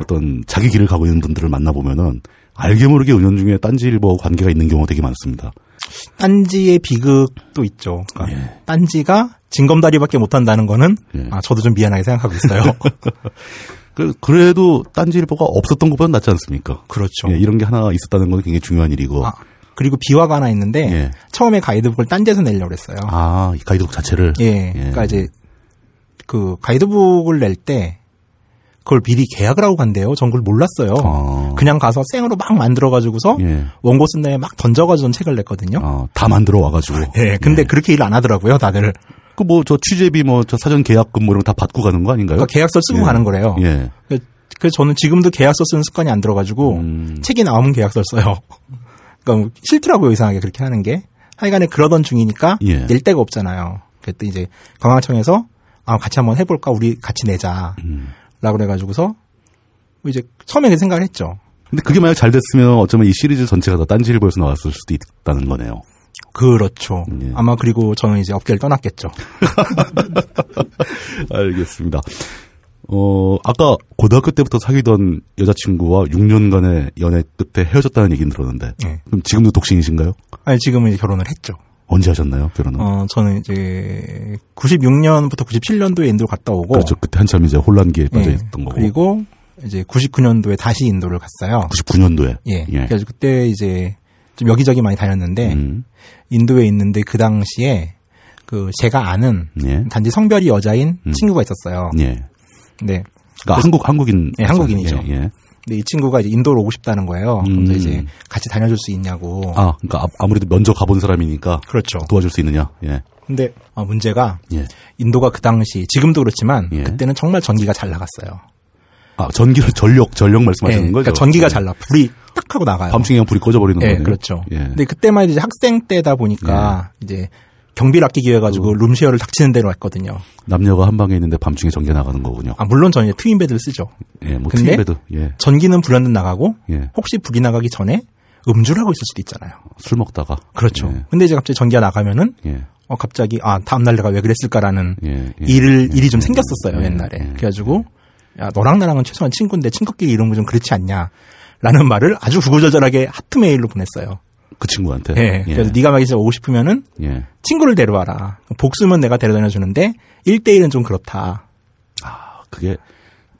A: 어떤 자기 길을 가고 있는 분들을 만나보면은 알게 모르게 은연 중에 딴지일보와 관계가 있는 경우가 되게 많습니다.
B: 딴지의 비극도 있죠. 그러니까 딴지가 징검다리밖에 못한다는 거는
A: 예.
B: 아, 저도 좀 미안하게 생각하고
A: *laughs*
B: 있어요.
A: 그, 그래도 딴지일보가 없었던 것보다 낫지 않습니까?
B: 그렇죠.
A: 예, 이런 게 하나 있었다는 건 굉장히 중요한 일이고.
B: 아, 그리고 비화가 하나 있는데
A: 예.
B: 처음에 가이드북을 딴지에서 내려고 그랬어요.
A: 아, 이 가이드북 자체를.
B: 예. 그러니까 이제 그 가이드북을 낼 때 그걸 미리 계약을 하고 간대요. 전 그걸 몰랐어요.
A: 아.
B: 그냥 가서 생으로 막 만들어 가지고서
A: 예.
B: 원고 쓴 다음에 막 던져 가지고 책을 냈거든요.
A: 아, 다 만들어 와가지고.
B: 예. 근데 그렇게 일 안 하더라고요, 다들.
A: 그 뭐 저 취재비 뭐 저 사전 계약금 뭐 이런 거 다 받고 가는 거 아닌가요?
B: 그러니까 계약서 쓰고
A: 예.
B: 가는 거래요.
A: 예.
B: 그- 그래서 저는 지금도 계약서 쓰는 습관이 안 들어가지고
A: 음.
B: 책이 나오면 계약서를 써요. *laughs* 그러니까 싫더라고요 이상하게 그렇게 하는 게. 하여간에 그러던 중이니까
A: 예.
B: 낼 데가 없잖아요. 그랬더니 이제 관광청에서 아 같이 한번 해볼까 우리 같이 내자라고
A: 음.
B: 그래가지고서 이제 처음에 그 생각을 했죠.
A: 근데 그게 만약 잘 됐으면 어쩌면 이 시리즈 전체가 다 딴지일보에서 나왔을 수도 있다는
B: *laughs*
A: 거네요.
B: 그렇죠.
A: 예.
B: 아마 그리고 저는 이제 업계를 떠났겠죠.
A: 알겠습니다. 어, 아까 고등학교 때부터 사귀던 여자친구와 6년간의 연애 끝에 헤어졌다는 얘기는 들었는데,
B: 예.
A: 그럼 지금도 독신이신가요?
B: 아니 지금은 이제 결혼을 했죠.
A: 언제 하셨나요, 결혼은?
B: 어 저는 이제 96년부터 97년도에 인도를 갔다 오고
A: 그렇죠. 그때 한참 이제 혼란기에
B: 뭐. 예.
A: 빠져있던 거고.
B: 그리고 이제 99년도에 다시 인도를 갔어요.
A: 99년도에.
B: 예. 그래서 예. 그때 이제 좀 여기저기 많이 다녔는데
A: 음,
B: 인도에 있는데 그 당시에 그 제가 아는
A: 예.
B: 단지 성별이 여자인
A: 음.
B: 친구가 있었어요.
A: 예.
B: 근데,
A: 그러니까 한국, 한국인.
B: 예, 한국인이죠.
A: 예, 예.
B: 근데 이 친구가 이제 인도로 오고 싶다는 거예요.
A: 음.
B: 그래서 이제 같이 다녀줄 수 있냐고.
A: 아, 그러니까 아- 아무래도 먼저 가본 사람이니까
B: 그렇죠.
A: 도와줄 수 있느냐. 예.
B: 근데 어, 문제가
A: 예.
B: 인도가 그 당시 지금도 그렇지만
A: 예.
B: 그때는 정말 전기가 잘 나갔어요.
A: 아, 전기를 전력 전력 말씀하시는
B: 예,
A: 거죠?
B: 그러니까 전기가 잘 나. 불이 딱 하고 나가요.
A: 밤중에 그냥 불이 꺼져 버리는
B: 예,
A: 거네요.
B: 그렇죠.
A: 예.
B: 근데 그때만 해도 이제 학생 때다 보니까 이제 경비를 아끼기 위해 가지고
A: 음.
B: 룸쉐어를 닥치는 대로 했거든요.
A: 남녀가 한 방에 있는데 밤중에 전기가 나가는 거군요.
B: 아, 물론 저는 이제 트윈 베드를 쓰죠.
A: 예, 뭐
B: 근데-
A: 트윈베드. 예.
B: 전기는 불현듯 나가고
A: 예.
B: 혹시 불이 나가기 전에 음주를 하고 있을 수도 있잖아요. 그렇죠.
A: 술 먹다가. 예.
B: 근데 이제 갑자기 전기가 나가면은
A: 예.
B: 어 갑자기 아 다음 날 내가 왜 그랬을까라는
A: 예. 예.
B: 일을
A: 예,
B: 일이 좀
A: 예,
B: 생겼었어요
A: 예,
B: 옛날에.
A: 예,
B: 그래가지고 야 너랑 나랑은 최소한 친구인데 친구끼리 이런 거 좀 그렇지 않냐라는 말을 아주 구구절절하게 하트 메일로 보냈어요.
A: 그 친구한테.
B: 예. 그래서 네가 만약에 진짜 오고 싶으면은
A: 예.
B: 친구를 데려와라. 복수면 내가 데려다녀 주는데 1대1은 좀 그렇다.
A: 아, 그게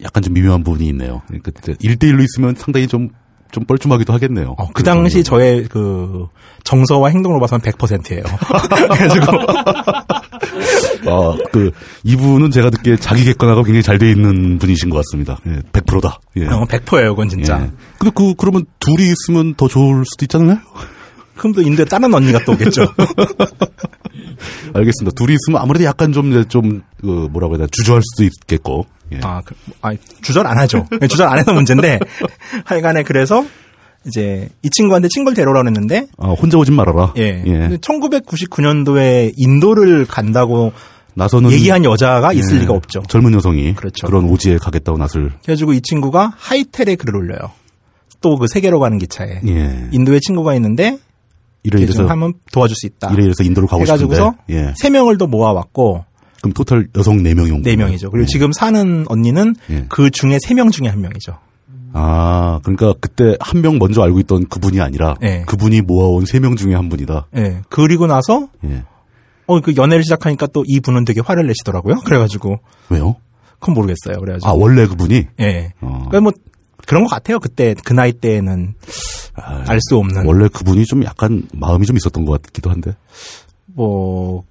A: 약간 좀 미묘한 부분이 있네요. 그러니까 진짜 1대1로 있으면 상당히 좀, 좀 뻘쭘하기도 하겠네요.
B: 어, 그 당시 저의 그 정서와 행동으로 봐서는
A: *laughs*
B: 100%예요.
A: 아, 그, 이분은 제가 듣기에 자기 객관화가 굉장히 잘 돼 있는 분이신 것 같습니다. 예, 100%다. 예.
B: 어, 100%예요, 그건 진짜.
A: 예. 근데 그, 그러면 둘이 있으면 더 좋을 수도 있잖아요? *laughs*
B: 그럼 또 인도에 다른 언니가 또 오겠죠.
A: 알겠습니다. 둘이 있으면 아무래도 약간 좀, 이제 좀, 그, 뭐라고 해야 되나, 주저할 수도 있겠고. 예.
B: 아, 그, 아 주절 안 하죠. 네, 주절 안 해서 문제인데 *laughs* 하여간에 그래서 이제 이 친구한테 친구를 데려오라고 했는데
A: 아, 혼자 오진 말아라.
B: 예. 1999년도에 인도를 간다고
A: 나서는
B: 얘기한 여자가 있을
A: 음. 예,
B: 리가 없죠.
A: 젊은 여성이
B: 그렇죠.
A: 런 오지에 가겠다고 낯을
B: 그래가지고 이 친구가 하이텔에 글을 올려요. 또 그 세계로 가는 기차에
A: 예.
B: 인도에 친구가 있는데
A: 이래
B: 이렇게
A: 이래서
B: 좀 하면 도와줄 수 있다.
A: 이래 이래서 인도로 가고 싶은데.
B: 해가지고서
A: 예.
B: 세 명을 더 모아왔고
A: 그럼 토탈 여성 네 명이 온
B: 네
A: 거예요?
B: 명이죠. 그리고
A: 예.
B: 지금 사는 언니는
A: 예.
B: 그 중에 세 명 중에 한 명이죠.
A: 아, 그러니까 그때 한 명 먼저 알고 있던 그분이 아니라
B: 예.
A: 그분이 모아온 세 명 중에 한 분이다.
B: 예. 그리고 나서
A: 예.
B: 어 그 연애를 시작하니까 또 이 분은 되게 화를 내시더라고요. *laughs* 그래가지고
A: 왜요?
B: 그건 모르겠어요. 그래가지고
A: 아, 원래 그분이
B: 예.
A: 어.
B: 그러니까 뭐 그런 것 같아요. 그때 그 나이 때에는
A: 아,
B: 알 수 없는
A: 원래 그분이 좀 약간 마음이 좀 있었던 것 같기도 한데.
B: 뭐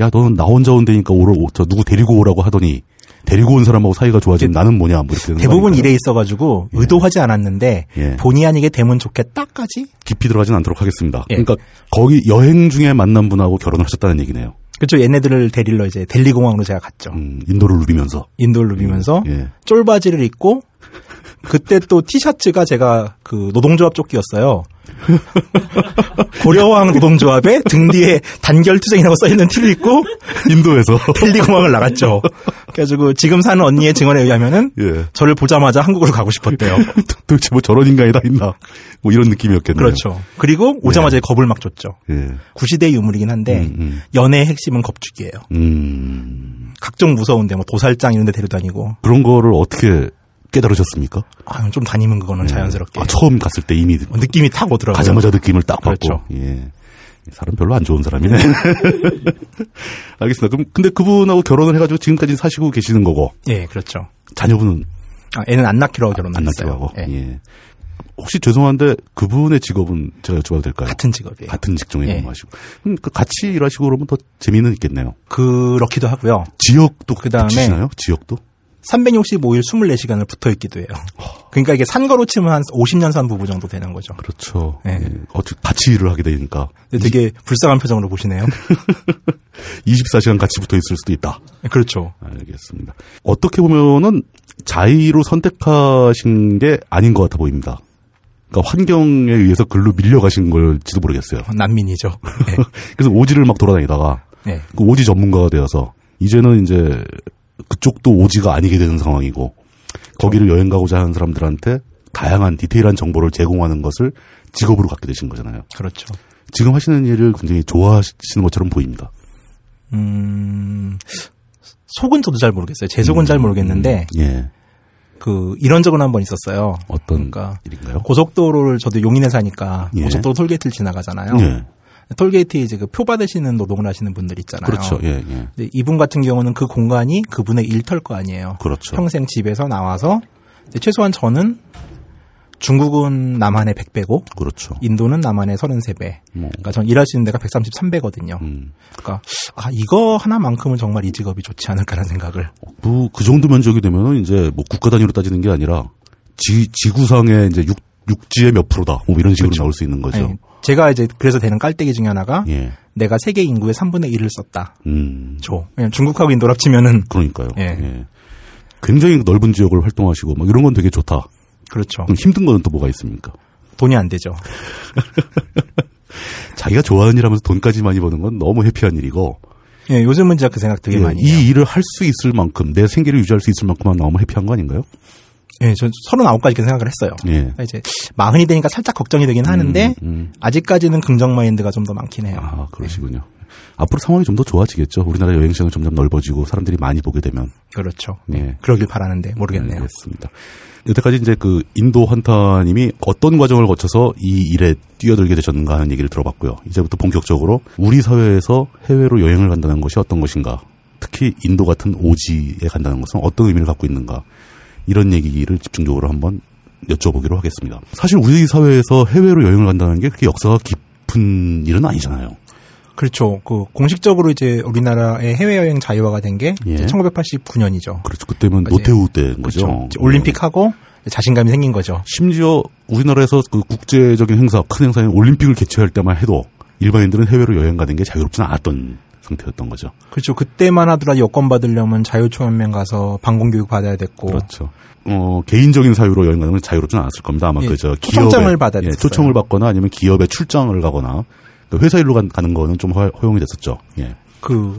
A: 야, 너는 나 혼자 온다니까 오러 오- 저 누구 데리고 오라고 하더니 데리고 온 사람하고 사이가 좋아지면 나는 뭐냐 뭐 이렇게 되는 거
B: 네. 대부분
A: 아닐까요?
B: 일에 있어가지고 의도하지 않았는데
A: 예.
B: 본의 아니게 되면 좋겠다까지
A: 깊이 들어가진 않도록 하겠습니다.
B: 예.
A: 그러니까 거기 여행 중에 만난 분하고 결혼을 하셨다는 얘기네요.
B: 그렇죠. 얘네들을 데리러 이제 델리 공항으로 제가 갔죠.
A: 음, 인도를 누비면서. *laughs*
B: 인도를 누비면서
A: 예.
B: 쫄바지를 입고 그때 또 티셔츠가 제가 그
A: *laughs*
B: 노동조합 조끼였어요. 고려왕 노동조합에 등 뒤에 단결투쟁이라고 써있는 티를 입고
A: 인도에서. *laughs*
B: 델리 공항을 나갔죠. 그래가지고 지금 사는 언니의 증언에 의하면은
A: 예.
B: 저를 보자마자 한국으로 가고 싶었대요.
A: 도대체 뭐 저런 인간이 다 있나. 뭐 이런 느낌이었겠네요.
B: 그렇죠. 그리고 오자마자 겁을 막 줬죠.
A: 예.
B: 구시대의 유물이긴 한데
A: 음.
B: 연애의 핵심은 겁주기예요.
A: 음,
B: 각종 무서운데 뭐 도살장 이런 데 데려다니고
A: 그런 거를 어떻게 깨달으셨습니까?
B: 아, 좀 다니면 그거는 자연스럽게
A: 아, 처음 갔을 때 이미
B: 어, 느낌이 탁 오더라고요.
A: 가자마자 느낌을 딱 받고.
B: 그렇죠.
A: 예. 사람 별로 안 좋은 사람이네. *laughs* 알겠습니다. 그럼 근데 그분하고 결혼을 해가지고 지금까지 사시고 계시는 거고
B: 예, 그렇죠.
A: 자녀분은
B: 아, 애는 안 낳기로 하고
A: 안
B: 결혼했어요.
A: 낳기로 하고.
B: 예.
A: 예. 혹시 죄송한데 그분의 직업은 제가 여쭤봐도 될까요?
B: 같은 직업이에요.
A: 같은 직종에
B: 예.
A: 근무하시고 그럼 그 같이 일하시고 그러면 더 재미는 있겠네요.
B: 그렇기도 하고요.
A: 지역도
B: 그다음에
A: 붙이시나요? 지역도?
B: 365일 24시간을 붙어 있기도 해요. 그러니까 이게 산거로 치면 한 50년 산 부부 정도 되는 거죠.
A: 그렇죠.
B: 예. 네.
A: 예. 어찌 같이 일을 하게 되니까
B: 근데 되게 불쌍한 표정으로 *laughs* 보시네요.
A: 24시간 같이 붙어 있을 수도 있다.
B: 그렇죠.
A: 알겠습니다. 어떻게 보면은 자의로 선택하신 게 아닌 것 같아 보입니다. 그러니까 환경에 의해서 글로 밀려가신 걸지도 모르겠어요.
B: *laughs* 난민이죠.
A: *laughs* 그래서 오지를 막 돌아다니다가
B: 예. 예.
A: 그 오지 전문가가 되어서 이제는 이제 그쪽도 오지가 아니게 되는 상황이고 거기를 여행 가고자 하는 사람들한테 다양한 디테일한 정보를 제공하는 것을 직업으로 갖게 되신 거잖아요.
B: 그렇죠.
A: 지금 하시는 일을 굉장히 좋아하시는 것처럼 보입니다.
B: 음, 속은 저도 잘 모르겠어요. 제 속은 잘 모르겠는데,
A: 음. 예,
B: 그, 이런 적은 한 번 있었어요.
A: 어떤
B: 그러니까
A: 일인가요?
B: 고속도로를 저도 용인에 사니까
A: 예.
B: 고속도로 톨게이트를 지나가잖아요.
A: 예,
B: 톨게이트에 이제 그 표 받으시는 노동을 하시는 분들 있잖아요.
A: 그렇죠. 예, 예,
B: 근데 이분 같은 경우는 그 공간이 그분의 일터일 거 아니에요.
A: 그렇죠.
B: 평생 집에서 나와서 이제 최소한 저는 중국은 남한의 100배고
A: 그렇죠.
B: 인도는 남한의 33배.
A: 뭐.
B: 그러니까 전 일하시는 데가 133배거든요.
A: 음.
B: 그러니까 아 이거 하나만큼은 정말 이 직업이 좋지 않을까라는 생각을
A: 그, 그 정도 면적이 되면은 이제 뭐 국가 단위로 따지는 게 아니라 지, 지구상의 이제 육, 육지의 몇 프로다. 뭐 이런 식으로 나올 수 있는 거죠.
B: 예. 제가 이제 그래서 되는 깔때기 중에 하나가
A: 예.
B: 내가 세계 인구의 3분의 1을 썼다.
A: 음.
B: 죠. 왜냐면 중국하고 인도 합치면은
A: 그러니까요.
B: 예.
A: 예. 굉장히 넓은 지역을 활동하시고 막 이런 건 되게 좋다.
B: 그렇죠.
A: 그럼 힘든 거는 또 뭐가 있습니까?
B: 돈이 안 되죠.
A: 자기가 좋아하는 일 하면서 돈까지 많이 버는 건 너무 해피한 일이고
B: 예, 요즘은 진짜 그 생각 되게
A: 예,
B: 많이 해요.
A: 이 일을 할 수 있을 만큼 내 생계를 유지할 수 있을 만큼만 너무 해피한 거 아닌가요?
B: 예, 전 39까지 그 생각을 했어요.
A: 예.
B: 이제 마흔이 되니까 살짝 걱정이 되긴 하는데
A: 음.
B: 아직까지는 긍정 마인드가 좀 더 많긴 해요.
A: 아 그러시군요. 앞으로 상황이 좀 더 좋아지겠죠. 우리나라 여행 시장이 점점 넓어지고 사람들이 많이 보게 되면
B: 그렇죠.
A: 예.
B: 그러길 바라는데 모르겠네요.
A: 알겠습니다. 여태까지 이제 그 인도 환타님이 어떤 과정을 거쳐서 이 일에 뛰어들게 되셨는가 하는 얘기를 들어봤고요. 이제부터 본격적으로 우리 사회에서 해외로 여행을 간다는 것이 어떤 것인가, 특히 인도 같은 오지에 간다는 것은 어떤 의미를 갖고 있는가 이런 얘기를 집중적으로 한번 여쭤보기로 하겠습니다. 사실 우리 사회에서 해외로 여행을 간다는 게 그렇게 역사가 깊은 일은 아니잖아요.
B: 그렇죠. 그 공식적으로 이제 우리나라의 해외 여행 자유화가 된 게
A: 예.
B: 1989년이죠.
A: 그렇죠. 그때면 노태우 때인 거죠.
B: 아, 그렇죠. 이제 올림픽하고 자신감이 생긴 거죠.
A: 심지어 우리나라에서 그 국제적인 행사, 큰 행사인 올림픽을 개최할 때만 해도 일반인들은 해외로 여행 가는 게 자유롭지는 않았던 상태였던 거죠.
B: 그렇죠. 그때만 하더라 여권 받으려면 자유총연맹 가서 방공교육 받아야 됐고
A: 그렇죠. 어, 개인적인 사유로 여행 가는 건 자유롭지는 않았을 겁니다. 아마
B: 예,
A: 그저
B: 초청장을 받아야 됐어요.
A: 초청을 받거나 아니면 기업에 출장을 가거나 그 회사 일로 간- 가는 거는 좀 허- 허용이 됐었죠. 예.
B: 그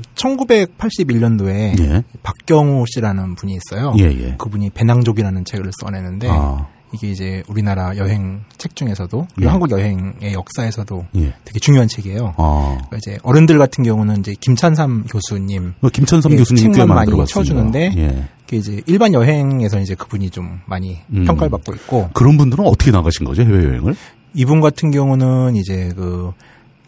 B: 1981년도에
A: 예.
B: 박경호 씨라는 분이 있어요.
A: 예, 예.
B: 그분이 배낭족이라는 책을 써내는데
A: 아,
B: 이게 이제 우리나라 여행 책 중에서도 그리고
A: 예.
B: 한국 여행의 역사에서도
A: 예.
B: 되게 중요한 책이에요.
A: 아.
B: 그러니까 이제 어른들 같은 경우는 이제 김찬삼 교수님
A: 뭐 김천삼
B: 예,
A: 교수님 꽤
B: 책만
A: 많이
B: 많이
A: 들어봤습니다.
B: 쳐주는데
A: 예.
B: 이게 이제 일반 여행에서 이제 그분이 좀 많이
A: 음.
B: 평가를 받고 있고
A: 그런 분들은 어떻게 나가신 거죠? 해외 여행을?
B: 이분 같은 경우는 이제 그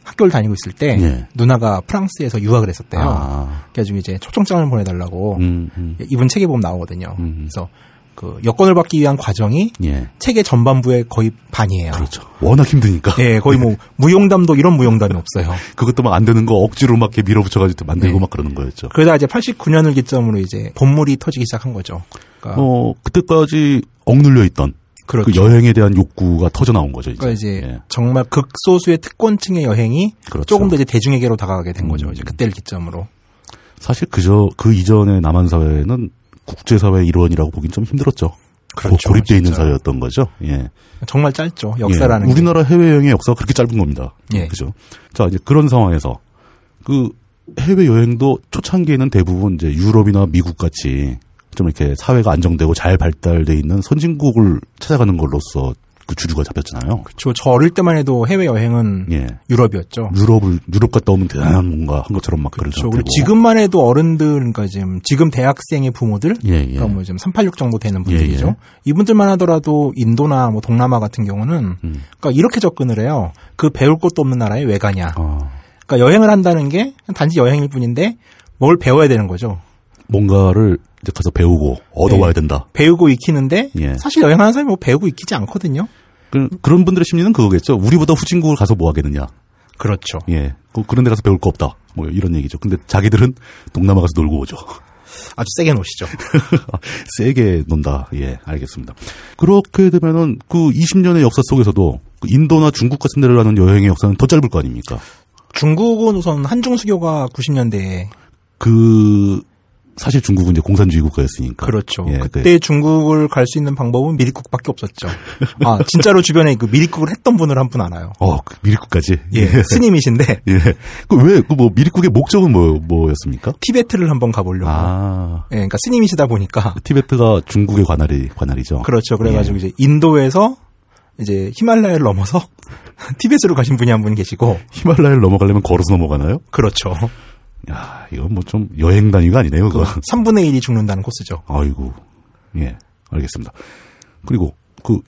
B: 학교를 다니고 있을 때
A: 예.
B: 누나가 프랑스에서 유학을 했었대요.
A: 아.
B: 그래가지고 이제 초청장을 보내달라고
A: 음, 음.
B: 이분 책에 보면 나오거든요.
A: 음.
B: 그래서 그 여권을 받기 위한 과정이
A: 예.
B: 책의 전반부의 거의 반이에요.
A: 그렇죠. 네. 워낙 힘드니까.
B: 예, 거의 뭐 무용담도 이런 무용담이 없어요.
A: 그것도 막 안 되는 거 억지로 막 이렇게 밀어붙여가지고 만들고
B: 네.
A: 막 그러는 거였죠.
B: 그러다 이제 89년을 기점으로 이제 본물이 터지기 시작한 거죠. 그러니까,
A: 어, 그때까지 억눌려 있던
B: 그렇죠.
A: 그 여행에 대한 욕구가 터져 나온 거죠, 이제.
B: 그러니까 이제
A: 예.
B: 정말 극소수의 특권층의 여행이
A: 그렇죠.
B: 조금 더 이제 대중에게로 다가가게 된 거죠.
A: 음.
B: 이제 그때를 기점으로.
A: 사실 그저 그 이전의 남한 사회는 국제 사회의 일원이라고 보긴 좀 힘들었죠.
B: 그렇죠,
A: 고립돼 있는
B: 진짜.
A: 사회였던 거죠. 예.
B: 정말 짧죠. 역사라는
A: 예.
B: 게.
A: 우리나라 해외 여행의 역사가 그렇게 짧은 겁니다.
B: 예.
A: 그죠? 자, 이제 그런 상황에서 그 해외 여행도 초창기에는 대부분 이제 유럽이나 미국 같이 좀 이렇게 사회가 안정되고 잘 발달돼 있는 선진국을 찾아가는 걸로써 그 주류가 잡혔잖아요.
B: 저, 저 어릴 때만 해도 해외 여행은
A: 예.
B: 유럽이었죠.
A: 유럽을 유럽 갔다 오면 대단한 뭔가 한 것처럼 막 그런
B: 그렇죠. 그리고 지금만 해도 어른들, 그러니까 지금, 지금 대학생의 부모들,
A: 예, 예.
B: 그러니까 뭐 지금 386 정도 되는 분들이죠.
A: 예, 예.
B: 이분들만 하더라도 인도나 뭐 동남아 같은 경우는,
A: 음.
B: 그러니까 이렇게 접근을 해요. 그 배울 것도 없는 나라에 왜 가냐.
A: 아,
B: 그러니까 여행을 한다는 게 단지 여행일 뿐인데 뭘 배워야 되는 거죠.
A: 뭔가를 이제 가서 배우고
B: 예.
A: 얻어와야 된다.
B: 배우고 익히는데
A: 예.
B: 사실 여행하는 사람이 뭐 배우고 익히지 않거든요.
A: 그, 그런 분들의 심리는 그거겠죠. 우리보다 후진국을 가서 뭐 하겠느냐.
B: 그렇죠.
A: 예. 그, 그런 데 가서 배울 거 없다. 뭐 이런 얘기죠. 근데 자기들은 동남아 가서 놀고 오죠. *laughs*
B: 아주 세게 노시죠.
A: 세게 논다. 예, 알겠습니다. 그렇게 되면은 그 20년의 역사 속에서도 그 인도나 중국 같은 데를 가는 여행의 역사는 더 짧을 거 아닙니까?
B: 중국은 우선 한중 수교가 90년대에
A: 그 사실 중국은 이제 공산주의 국가였으니까.
B: 그렇죠.
A: 예,
B: 그때 중국을 갈 수 있는 방법은 미리국밖에
A: *laughs*
B: 없었죠. 아 진짜로 주변에 그 미리국을 했던 분을 한 분 알아요.
A: 어, 그 미리국까지.
B: 예, 스님이신데
A: *laughs* 예. 그 왜, 그 뭐, 미리국의 목적은 뭐, 뭐였습니까?
B: 티베트를 한번 가보려고.
A: 아.
B: 예, 그러니까 스님이시다 보니까
A: *laughs* 티베트가 중국의 관할이, 관할이죠.
B: 그렇죠.
A: 예.
B: 그래가지고 이제 인도에서 이제 히말라야를 넘어서 *laughs* 티베트로 가신 분이 한 분 계시고
A: 히말라야를 넘어가려면 걸어서 넘어가나요?
B: 그렇죠.
A: 야, 이건 뭐 좀 여행 단위가 아니네요, 그거.
B: 그렇죠. 3분의 1이 죽는다는 코스죠.
A: *laughs* 아이고. 예. 알겠습니다. 그리고 그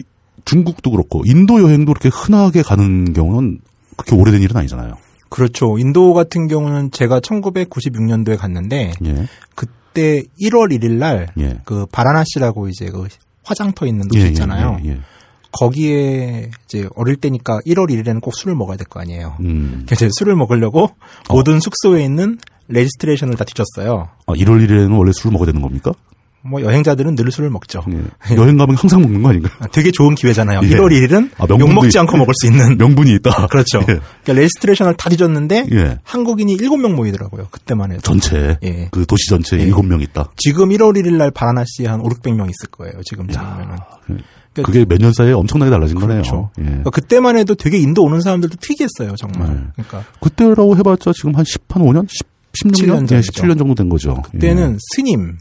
A: 중국도 그렇고 인도 여행도 그렇게 흔하게 가는 경우는 그렇게 오래된 일은 아니잖아요.
B: 그렇죠. 인도 같은 경우는 제가 1996년도에 갔는데
A: 예.
B: 그때 1월 1일 날 그
A: 예.
B: 바라나시라고 이제 그 화장터 있는
A: 예,
B: 도시
A: 예,
B: 있잖아요.
A: 예, 예.
B: 거기에 이제 어릴 때니까 1월 1일에는 꼭 술을 먹어야 될 거 아니에요.
A: 음. 어.
B: 그래서 이제 술을 먹으려고 모든 숙소에 있는 레지스트레이션을 다 뒤졌어요.
A: 아, 1월 1일에는 원래 술을 먹어야 되는 겁니까?
B: 뭐 여행자들은 늘 술을 먹죠.
A: 예. *laughs* 여행 가면 항상 먹는 거 아닌가요? *laughs*
B: 아, 되게 좋은 기회잖아요.
A: 예.
B: 1월 1일은
A: 아, 명분도
B: 욕 먹지
A: 있-
B: 않고 먹을 수
A: *laughs*
B: 있는
A: 명분이 있다.
B: 그렇죠.
A: 예.
B: 그러니까 레지스트레이션을 다 뒤졌는데
A: 예.
B: 한국인이 7명 모이더라고요. 그때만 해도.
A: 전체
B: 예.
A: 그 도시 전체에
B: 예.
A: 일곱 명 있다.
B: 지금 1월 1일 날 바라나시에 한 5, 600명 있을 거예요. 지금 보면은. 그러니까-
A: 그게 몇 년 사이에 엄청나게 달라진
B: 그렇죠.
A: 거네요. 예.
B: 그때만 해도 되게 인도 오는 사람들도 특이했어요, 정말.
A: 네.
B: 그러니까
A: 그때라고 해봤자 지금 한 10, 한 5년? 10, 16년?
B: 17년 전이죠.
A: 예, 17년 정도 된 거죠.
B: 그때는 스님,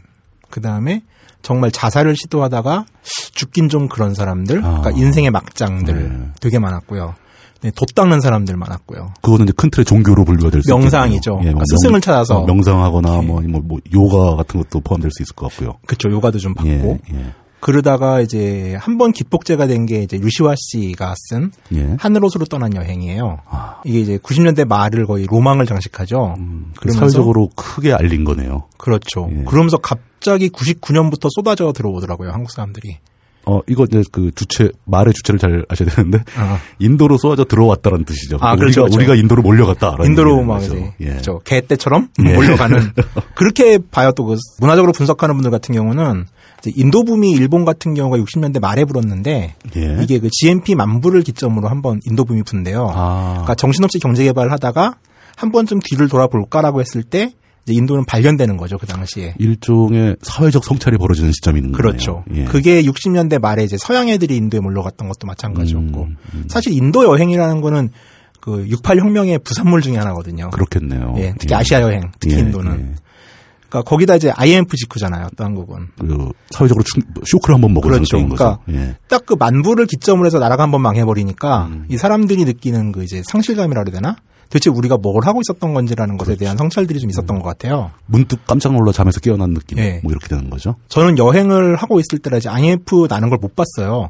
B: 그 다음에 정말 자살을 시도하다가 죽긴 좀 그런 사람들,
A: 아.
B: 그러니까 인생의 막장들
A: 네.
B: 되게 많았고요. 네, 돛 닦는 사람들 많았고요.
A: 그거는 이제 큰 틀의 종교로 분류가 될 수 있겠네요.
B: 명상이죠.
A: 예, 뭐
B: 그러니까 스승을
A: 명-
B: 찾아서. 네.
A: 어, 명상하거나 뭐, 뭐, 뭐 요가 같은 것도 포함될 수 있을 것 같고요.
B: 그쵸, 요가도 좀 받고.
A: 예, 예,
B: 그러다가 이제 한 번 기폭제가 된 게 이제 유시화 씨가 쓴
A: 예.
B: 하늘옷으로 떠난 여행이에요.
A: 아.
B: 이게 이제 90년대 말을 거의 로망을 장식하죠. 그러면서
A: 음, 사회적으로 크게 알린 거네요.
B: 그렇죠.
A: 예.
B: 그러면서 갑자기 99년부터 쏟아져 들어오더라고요. 한국 사람들이.
A: 어, 이거 이제 그 주체, 말의 주체를 잘 아셔야 되는데,
B: 아.
A: 인도로 쏘아져 들어왔다는 뜻이죠.
B: 아,
A: 우리가,
B: 그렇죠, 그렇죠.
A: 우리가 인도로 몰려갔다.
B: 인도로 막 이제
A: 예.
B: 그개 때처럼
A: *laughs*
B: 몰려가는 그렇게 봐요. 또 그 문화적으로 분석하는 분들 같은 경우는 이제 인도 붐이 일본 같은 경우가 60년대 말에 불었는데
A: 예.
B: 이게 그 GNP 만부를 기점으로 한번 인도 붐이 분대요.
A: 아,
B: 그러니까 정신없이 경제 개발을 하다가 한 번쯤 뒤를 돌아볼까라고 했을 때 이제 인도는 발견되는 거죠 그
A: 예.
B: 당시에.
A: 일종의 사회적 성찰이 벌어지는 시점이 있는 거네요.
B: 그렇죠.
A: 예.
B: 그게 60년대 말에 이제 서양 애들이 인도에 몰려갔던 것도 마찬가지였고
A: 음,
B: 사실 인도 여행이라는 거는 그 68 혁명의 부산물 중에 하나거든요.
A: 그렇겠네요.
B: 예, 특히 아시아 여행, 특히
A: 예,
B: 인도는.
A: 예.
B: 그러니까 거기다 이제 IMF 직후잖아요, 또 한국은.
A: 그 사회적으로 충- 쇼크를 한번 먹은
B: 그렇죠.
A: 상태인 거죠.
B: 그러니까
A: 예.
B: 딱 그 만부를 기점으로 해서 나라가 한번 망해버리니까 이 사람들이 느끼는 그 이제 상실감이라 그래야 되나? 도대체 우리가 뭘 하고 있었던 건지라는 것에 대한 성찰들이 좀 있었던 것 같아요.
A: 문득 깜짝 놀라 잠에서 깨어난 느낌,
B: 예.
A: 뭐 이렇게 되는 거죠.
B: 저는 여행을 하고 있을 때라 이제 IMF 나는 걸 못 봤어요.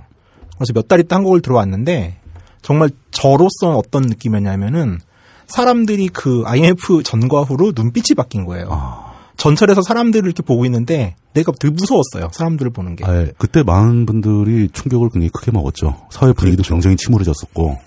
B: 그래서 몇 달 있다 한국을 들어왔는데 정말 저로서는 어떤 느낌이었냐면은 사람들이 그 IMF 전과 후로 눈빛이 바뀐 거예요.
A: 아.
B: 전철에서 사람들을 이렇게 보고 있는데 내가 되게 무서웠어요. 사람들을 보는 게.
A: 아예 그때 많은 분들이 충격을 굉장히 크게 먹었죠. 사회 분위기도
B: 그렇죠.
A: 굉장히 침울해졌었고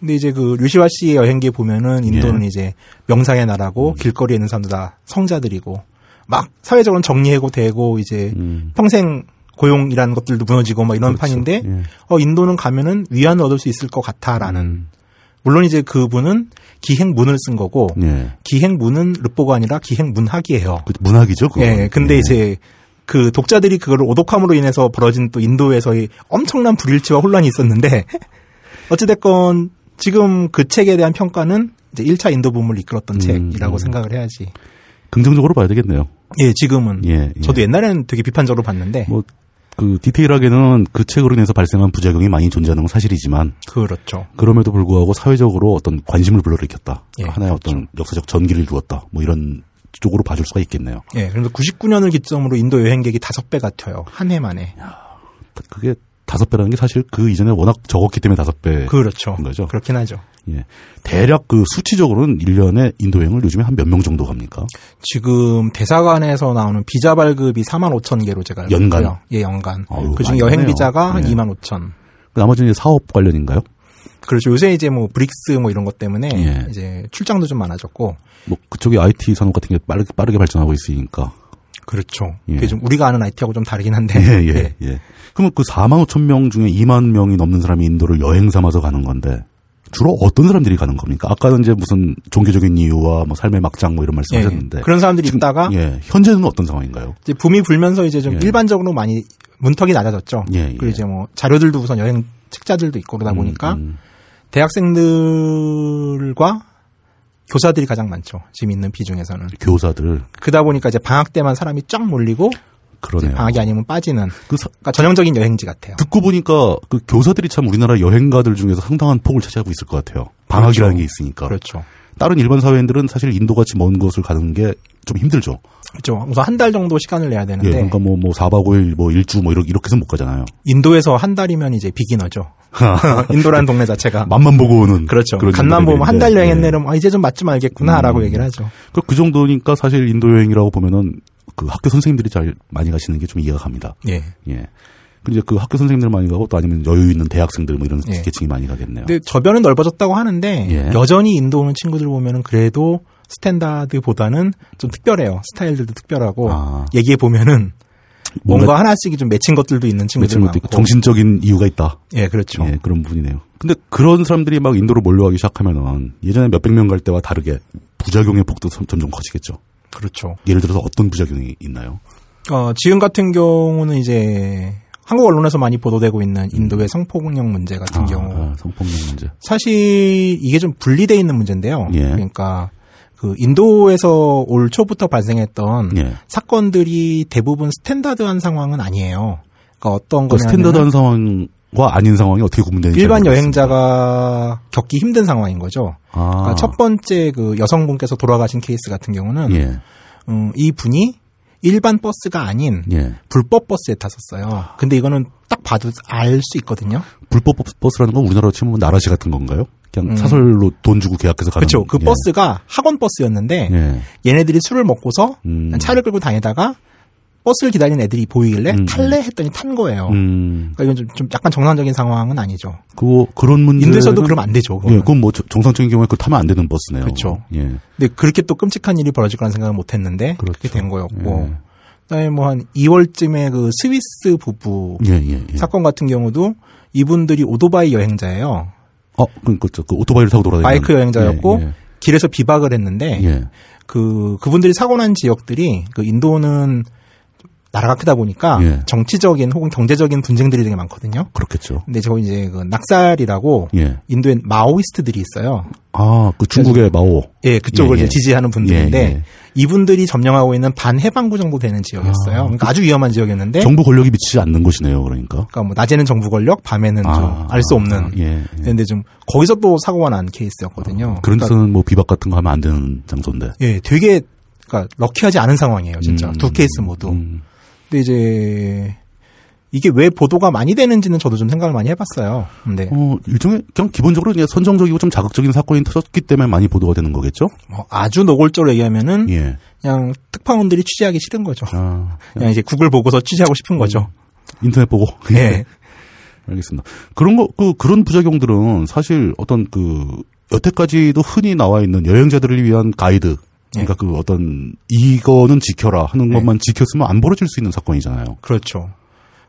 B: 근데 이제 그 류시화 씨의 여행기에 보면은 인도는
A: 예. 음.
B: 이제 명상의 나라고 길거리에 있는 사람들 다 성자들이고 막 사회적으로는 정리해고 되고 이제
A: 음.
B: 평생 고용이라는 것들도 무너지고 막 이런
A: 그렇죠.
B: 판인데
A: 예.
B: 어 인도는 가면은 위안을 얻을 수 있을 것 같아라는
A: 음.
B: 물론 이제 그분은 기행문을 쓴 거고
A: 예.
B: 기행문은 르뽀가 아니라 기행문학이에요.
A: 그 문학이죠, 그거.
B: 예, 근데 이제 그 독자들이 그걸 오독함으로 인해서 벌어진 또 인도에서의 엄청난 불일치와 혼란이 있었는데 *laughs* 어찌됐건 지금 그 책에 대한 평가는 이제 1차 인도 붐을 이끌었던
A: 음,
B: 책이라고
A: 음.
B: 생각을 해야지.
A: 긍정적으로 봐야 되겠네요.
B: 예, 지금은
A: 예, 예.
B: 저도 옛날에는 되게 비판적으로 봤는데
A: 뭐 그 디테일하게는 그 책으로 인해서 발생한 부작용이 많이 존재하는 건 사실이지만
B: 그렇죠.
A: 그럼에도 불구하고 사회적으로 어떤 관심을 불러일으켰다.
B: 예,
A: 하나의 어떤 역사적 전기를 이루었다. 뭐 이런 쪽으로 봐줄 수가 있겠네요.
B: 예, 그래서 99년을 기점으로 인도 여행객이 다섯 배 같아요. 한 해 만에.
A: 그게 다섯 배라는 게 사실 그 이전에 워낙 적었기 때문에 다섯 배.
B: 그렇죠.
A: 그런 거죠?
B: 그렇긴 하죠.
A: 예. 대략 그 수치적으로는 일년에 인도 여행을 요즘에 한 몇 명 정도 갑니까?
B: 지금 대사관에서 나오는 비자 발급이 4만 5천 개로 제가 알고
A: 연간?
B: 있고요. 예, 연간.
A: 어우,
B: 그중에
A: 많이
B: 여행
A: 하네요.
B: 비자가 한
A: 예.
B: 2만 5천.
A: 그 나머지는 이제 사업 관련인가요?
B: 그렇죠. 요새 이제 뭐 브릭스 뭐 이런 것 때문에
A: 예.
B: 이제 출장도 좀 많아졌고
A: 뭐 그쪽이 IT 산업 같은 게 빠르게, 빠르게 발전하고 있으니까.
B: 그렇죠.
A: 예.
B: 그게 좀 우리가 아는 IT하고 좀 다르긴 한데.
A: 예, 예,
B: 예.
A: 예. 그러면 그 4만 5천 명 중에 2만 명이 넘는 사람이 인도를 여행 삼아서 가는 건데 주로 어떤 사람들이 가는 겁니까? 아까는 이제 무슨 종교적인 이유와 뭐 삶의 막장 뭐 이런 말씀
B: 예.
A: 하셨는데.
B: 그런 사람들이 있다가
A: 예. 현재는 어떤 상황인가요?
B: 이제 붐이 불면서 이제 좀
A: 예.
B: 일반적으로 많이 문턱이 낮아졌죠.
A: 예, 예.
B: 그리고 이제 뭐 자료들도 우선 여행 책자들도 있고 그러다 보니까
A: 음,
B: 대학생들과 교사들이 가장 많죠. 지금 있는 비중에서는.
A: 교사들
B: 그러다 보니까 이제 방학 때만 사람이 쫙 몰리고 이제
A: 그러네요.
B: 방학이 아니면 빠지는
A: 그 사-
B: 그러니까 전형적인 여행지 같아요.
A: 듣고 보니까 그 교사들이 참 우리나라 여행가들 중에서 상당한 폭을 차지하고 있을 것 같아요. 방학이라는
B: 그렇죠.
A: 게 있으니까.
B: 그렇죠.
A: 다른 일반 사회인들은 사실 인도같이 먼 곳을 가는 게 좀 힘들죠.
B: 그렇죠. 우선 한 달 정도 시간을 내야
A: 예,
B: 되는데
A: 그러니까 뭐, 뭐, 4박 5일, 뭐, 일주, 뭐, 이렇게, 이렇게 해서 못
B: *laughs*
A: 가잖아요.
B: 인도에서 한 달이면 이제 비기너죠. *laughs* 인도라는 동네 자체가
A: 맛만 보고 오는.
B: 그렇죠.
A: 그런
B: 간만
A: 인물들이
B: 보면 한 달
A: 있는데, 예.
B: 여행했네는 아, 이제 음. 좀 맛 좀 알겠구나라고 얘기를 하죠.
A: 그, 그 정도니까 사실 인도 여행이라고 보면은 그 학교 선생님들이 잘 많이 가시는 게 좀 이해가 갑니다.
B: 예.
A: 예. 근데 이제 그 학교 선생님들 많이 가고 또 아니면 여유 있는 대학생들 뭐 이런
B: 예.
A: 계층이 많이 가겠네요.
B: 근데 저변은 넓어졌다고 하는데
A: 예.
B: 여전히 인도 오는 친구들 보면은 그래도 스탠다드보다는 좀 특별해요. 스타일들도 특별하고
A: 아.
B: 얘기해 보면은
A: 뭔가
B: 뭔가 하나씩 좀 맺힌 것들도 있는
A: 며칠
B: 친구들 많고.
A: 못고 정신적인 이유가 있다.
B: 예, 그렇죠.
A: 예, 그런 부분이네요. 근데 그런 사람들이 막 인도로 몰려가기 시작하면은 예전에 몇백 명 갈 때와 다르게 부작용의 폭도 점- 점점 커지겠죠.
B: 그렇죠.
A: 예를 들어서 어떤 부작용이 있나요?
B: 어, 지금 같은 경우는 이제 한국 언론에서 많이 보도되고 있는 인도의 성폭력 문제 같은 경우
A: 아, 성폭력 문제.
B: 사실 이게 좀 분리돼 있는 문제인데요.
A: 예.
B: 그러니까 그 인도에서 올 초부터 발생했던
A: 예.
B: 사건들이 대부분 스탠다드한 상황은 아니에요. 그러니까 어떤
A: 그
B: 거냐면
A: 스탠다드한 상황과 아닌 상황이 어떻게 구분되는지
B: 일반
A: 잘 모르겠습니다.
B: 여행자가 겪기 힘든 상황인 거죠. 그러니까
A: 아,
B: 첫 번째 그 여성분께서 돌아가신 케이스 같은 경우는
A: 예,
B: 음, 이 분이 일반 버스가 아닌
A: 예.
B: 불법 버스에 탔었어요. 근데 이거는 딱 봐도 알 수 있거든요.
A: 불법 버스라는 건 우리나라로 치면 나라시 같은 건가요? 그냥 사설로 돈 주고 계약해서 가는.
B: 음. 그렇죠. 그
A: 예.
B: 버스가 학원 버스였는데
A: 예.
B: 얘네들이 술을 먹고서
A: 음.
B: 차를 끌고 다니다가 버스를 기다리는 애들이 보이길래
A: 음.
B: 탈래 했더니 탄 거예요.
A: 음.
B: 그러니까 이건 좀, 좀 약간 정상적인 상황은 아니죠.
A: 그거 그런 문제.
B: 인도에서도 그러면 안 되죠.
A: 음. 예,
B: 그거는.
A: 그건 뭐 저- 정상적인 경우에 그걸 타면 안 되는 버스네요.
B: 그렇죠.
A: 예.
B: 근데 그렇게 또 끔찍한 일이 벌어질 거라는 생각은 못 했는데 그렇게된 거였고.
A: 예.
B: 그다음에 뭐 한 2월쯤에 그 스위스 부부
A: 예, 예, 예.
B: 사건 같은 경우도 이분들이 오토바이 여행자예요.
A: 어, 그, 그, 저, 그 오토바이를 타고 돌아다니는.
B: 바이크 여행자였고 네.
A: 예,
B: 길에서 비박을 했는데
A: 예. 예.
B: 그 그분들이 사고 난 지역들이 그 인도는 나라가 크다 보니까
A: 예.
B: 정치적인 혹은 경제적인 분쟁들이 되게 많거든요.
A: 그렇겠죠.
B: 근데 저 이제 그 낙살이라고
A: 예.
B: 인도엔 마오이스트들이 있어요.
A: 아, 그 중국의 마오.
B: 예, 그쪽을
A: 예, 예.
B: 이제 지지하는 분들인데
A: 예, 예.
B: 이분들이 점령하고 있는 반해방구 정도 되는 지역이었어요. 그러니까 아주 위험한 지역이었는데
A: 정부 권력이 미치지 않는 곳이네요, 그러니까.
B: 그러니까 뭐 낮에는 정부 권력, 밤에는
A: 아,
B: 그렇죠. 알 수 없는.
A: 아, 예, 예.
B: 근데 좀 거기서 또 사고가 난 케이스였거든요.
A: 그런
B: 그러니까
A: 데서는 뭐 비박 같은 거 하면 안 되는 장소인데.
B: 예, 되게 그러니까 럭키하지 않은 상황이에요, 진짜
A: 음,
B: 두 케이스 모두.
A: 음.
B: 근데 이제 이게 왜 보도가 많이 되는지는 저도 좀 생각을 많이 해봤어요. 근데
A: 어, 일종의 그냥 기본적으로 그냥 선정적이고 좀 자극적인 사건이 터졌기 때문에 많이 보도가 되는 거겠죠?
B: 뭐 아주 노골적으로 얘기하면은
A: 예.
B: 그냥 특파원들이 취재하기 싫은 거죠.
A: 아, 음.
B: 그냥 이제 구글 보고서 취재하고 싶은 거죠.
A: 인터넷 보고. *laughs*
B: 예.
A: 알겠습니다. 그런 거, 그, 그런 부작용들은 사실 어떤 그, 여태까지도 흔히 나와 있는 여행자들을 위한 가이드. 그러니까
B: 예.
A: 그 어떤, 이거는 지켜라 하는 것만 지켰으면 안 벌어질 수 있는 사건이잖아요.
B: 그렇죠.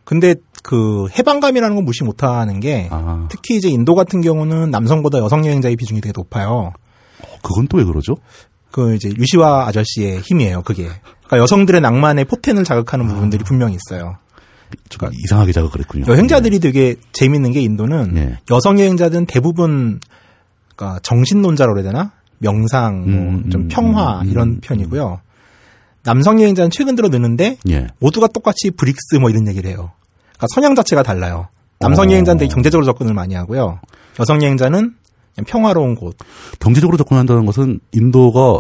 B: 근데 그 해방감이라는 건 무시 못 하는 게
A: 아,
B: 특히 이제 인도 같은 경우는 남성보다 여성 여행자의 비중이 되게 높아요.
A: 그건 또 왜 그러죠?
B: 그 이제 유시화 아저씨의 힘이에요, 그게. 그러니까 여성들의 낭만의 포텐을 자극하는
A: 아.
B: 부분들이 분명히 있어요.
A: 좀 이상하게 자가 그랬군요.
B: 그러니까 여행자들이 되게 재밌는 게 인도는
A: 네.
B: 여성 여행자들은 대부분 그러니까 정신론자라고 해야 되나? 명상, 뭐
A: 음,
B: 좀
A: 음,
B: 평화
A: 음,
B: 이런
A: 음,
B: 편이고요. 남성 여행자는 최근 들어 느는데
A: 예. 예.
B: 모두가 똑같이 브릭스 뭐 이런 얘기를 해요. 그러니까 성향 자체가 달라요. 남성
A: 어.
B: 여행자는 되게 경제적으로 접근을 많이 하고요. 여성 여행자는 그냥 평화로운 곳.
A: 경제적으로 접근한다는 것은 인도가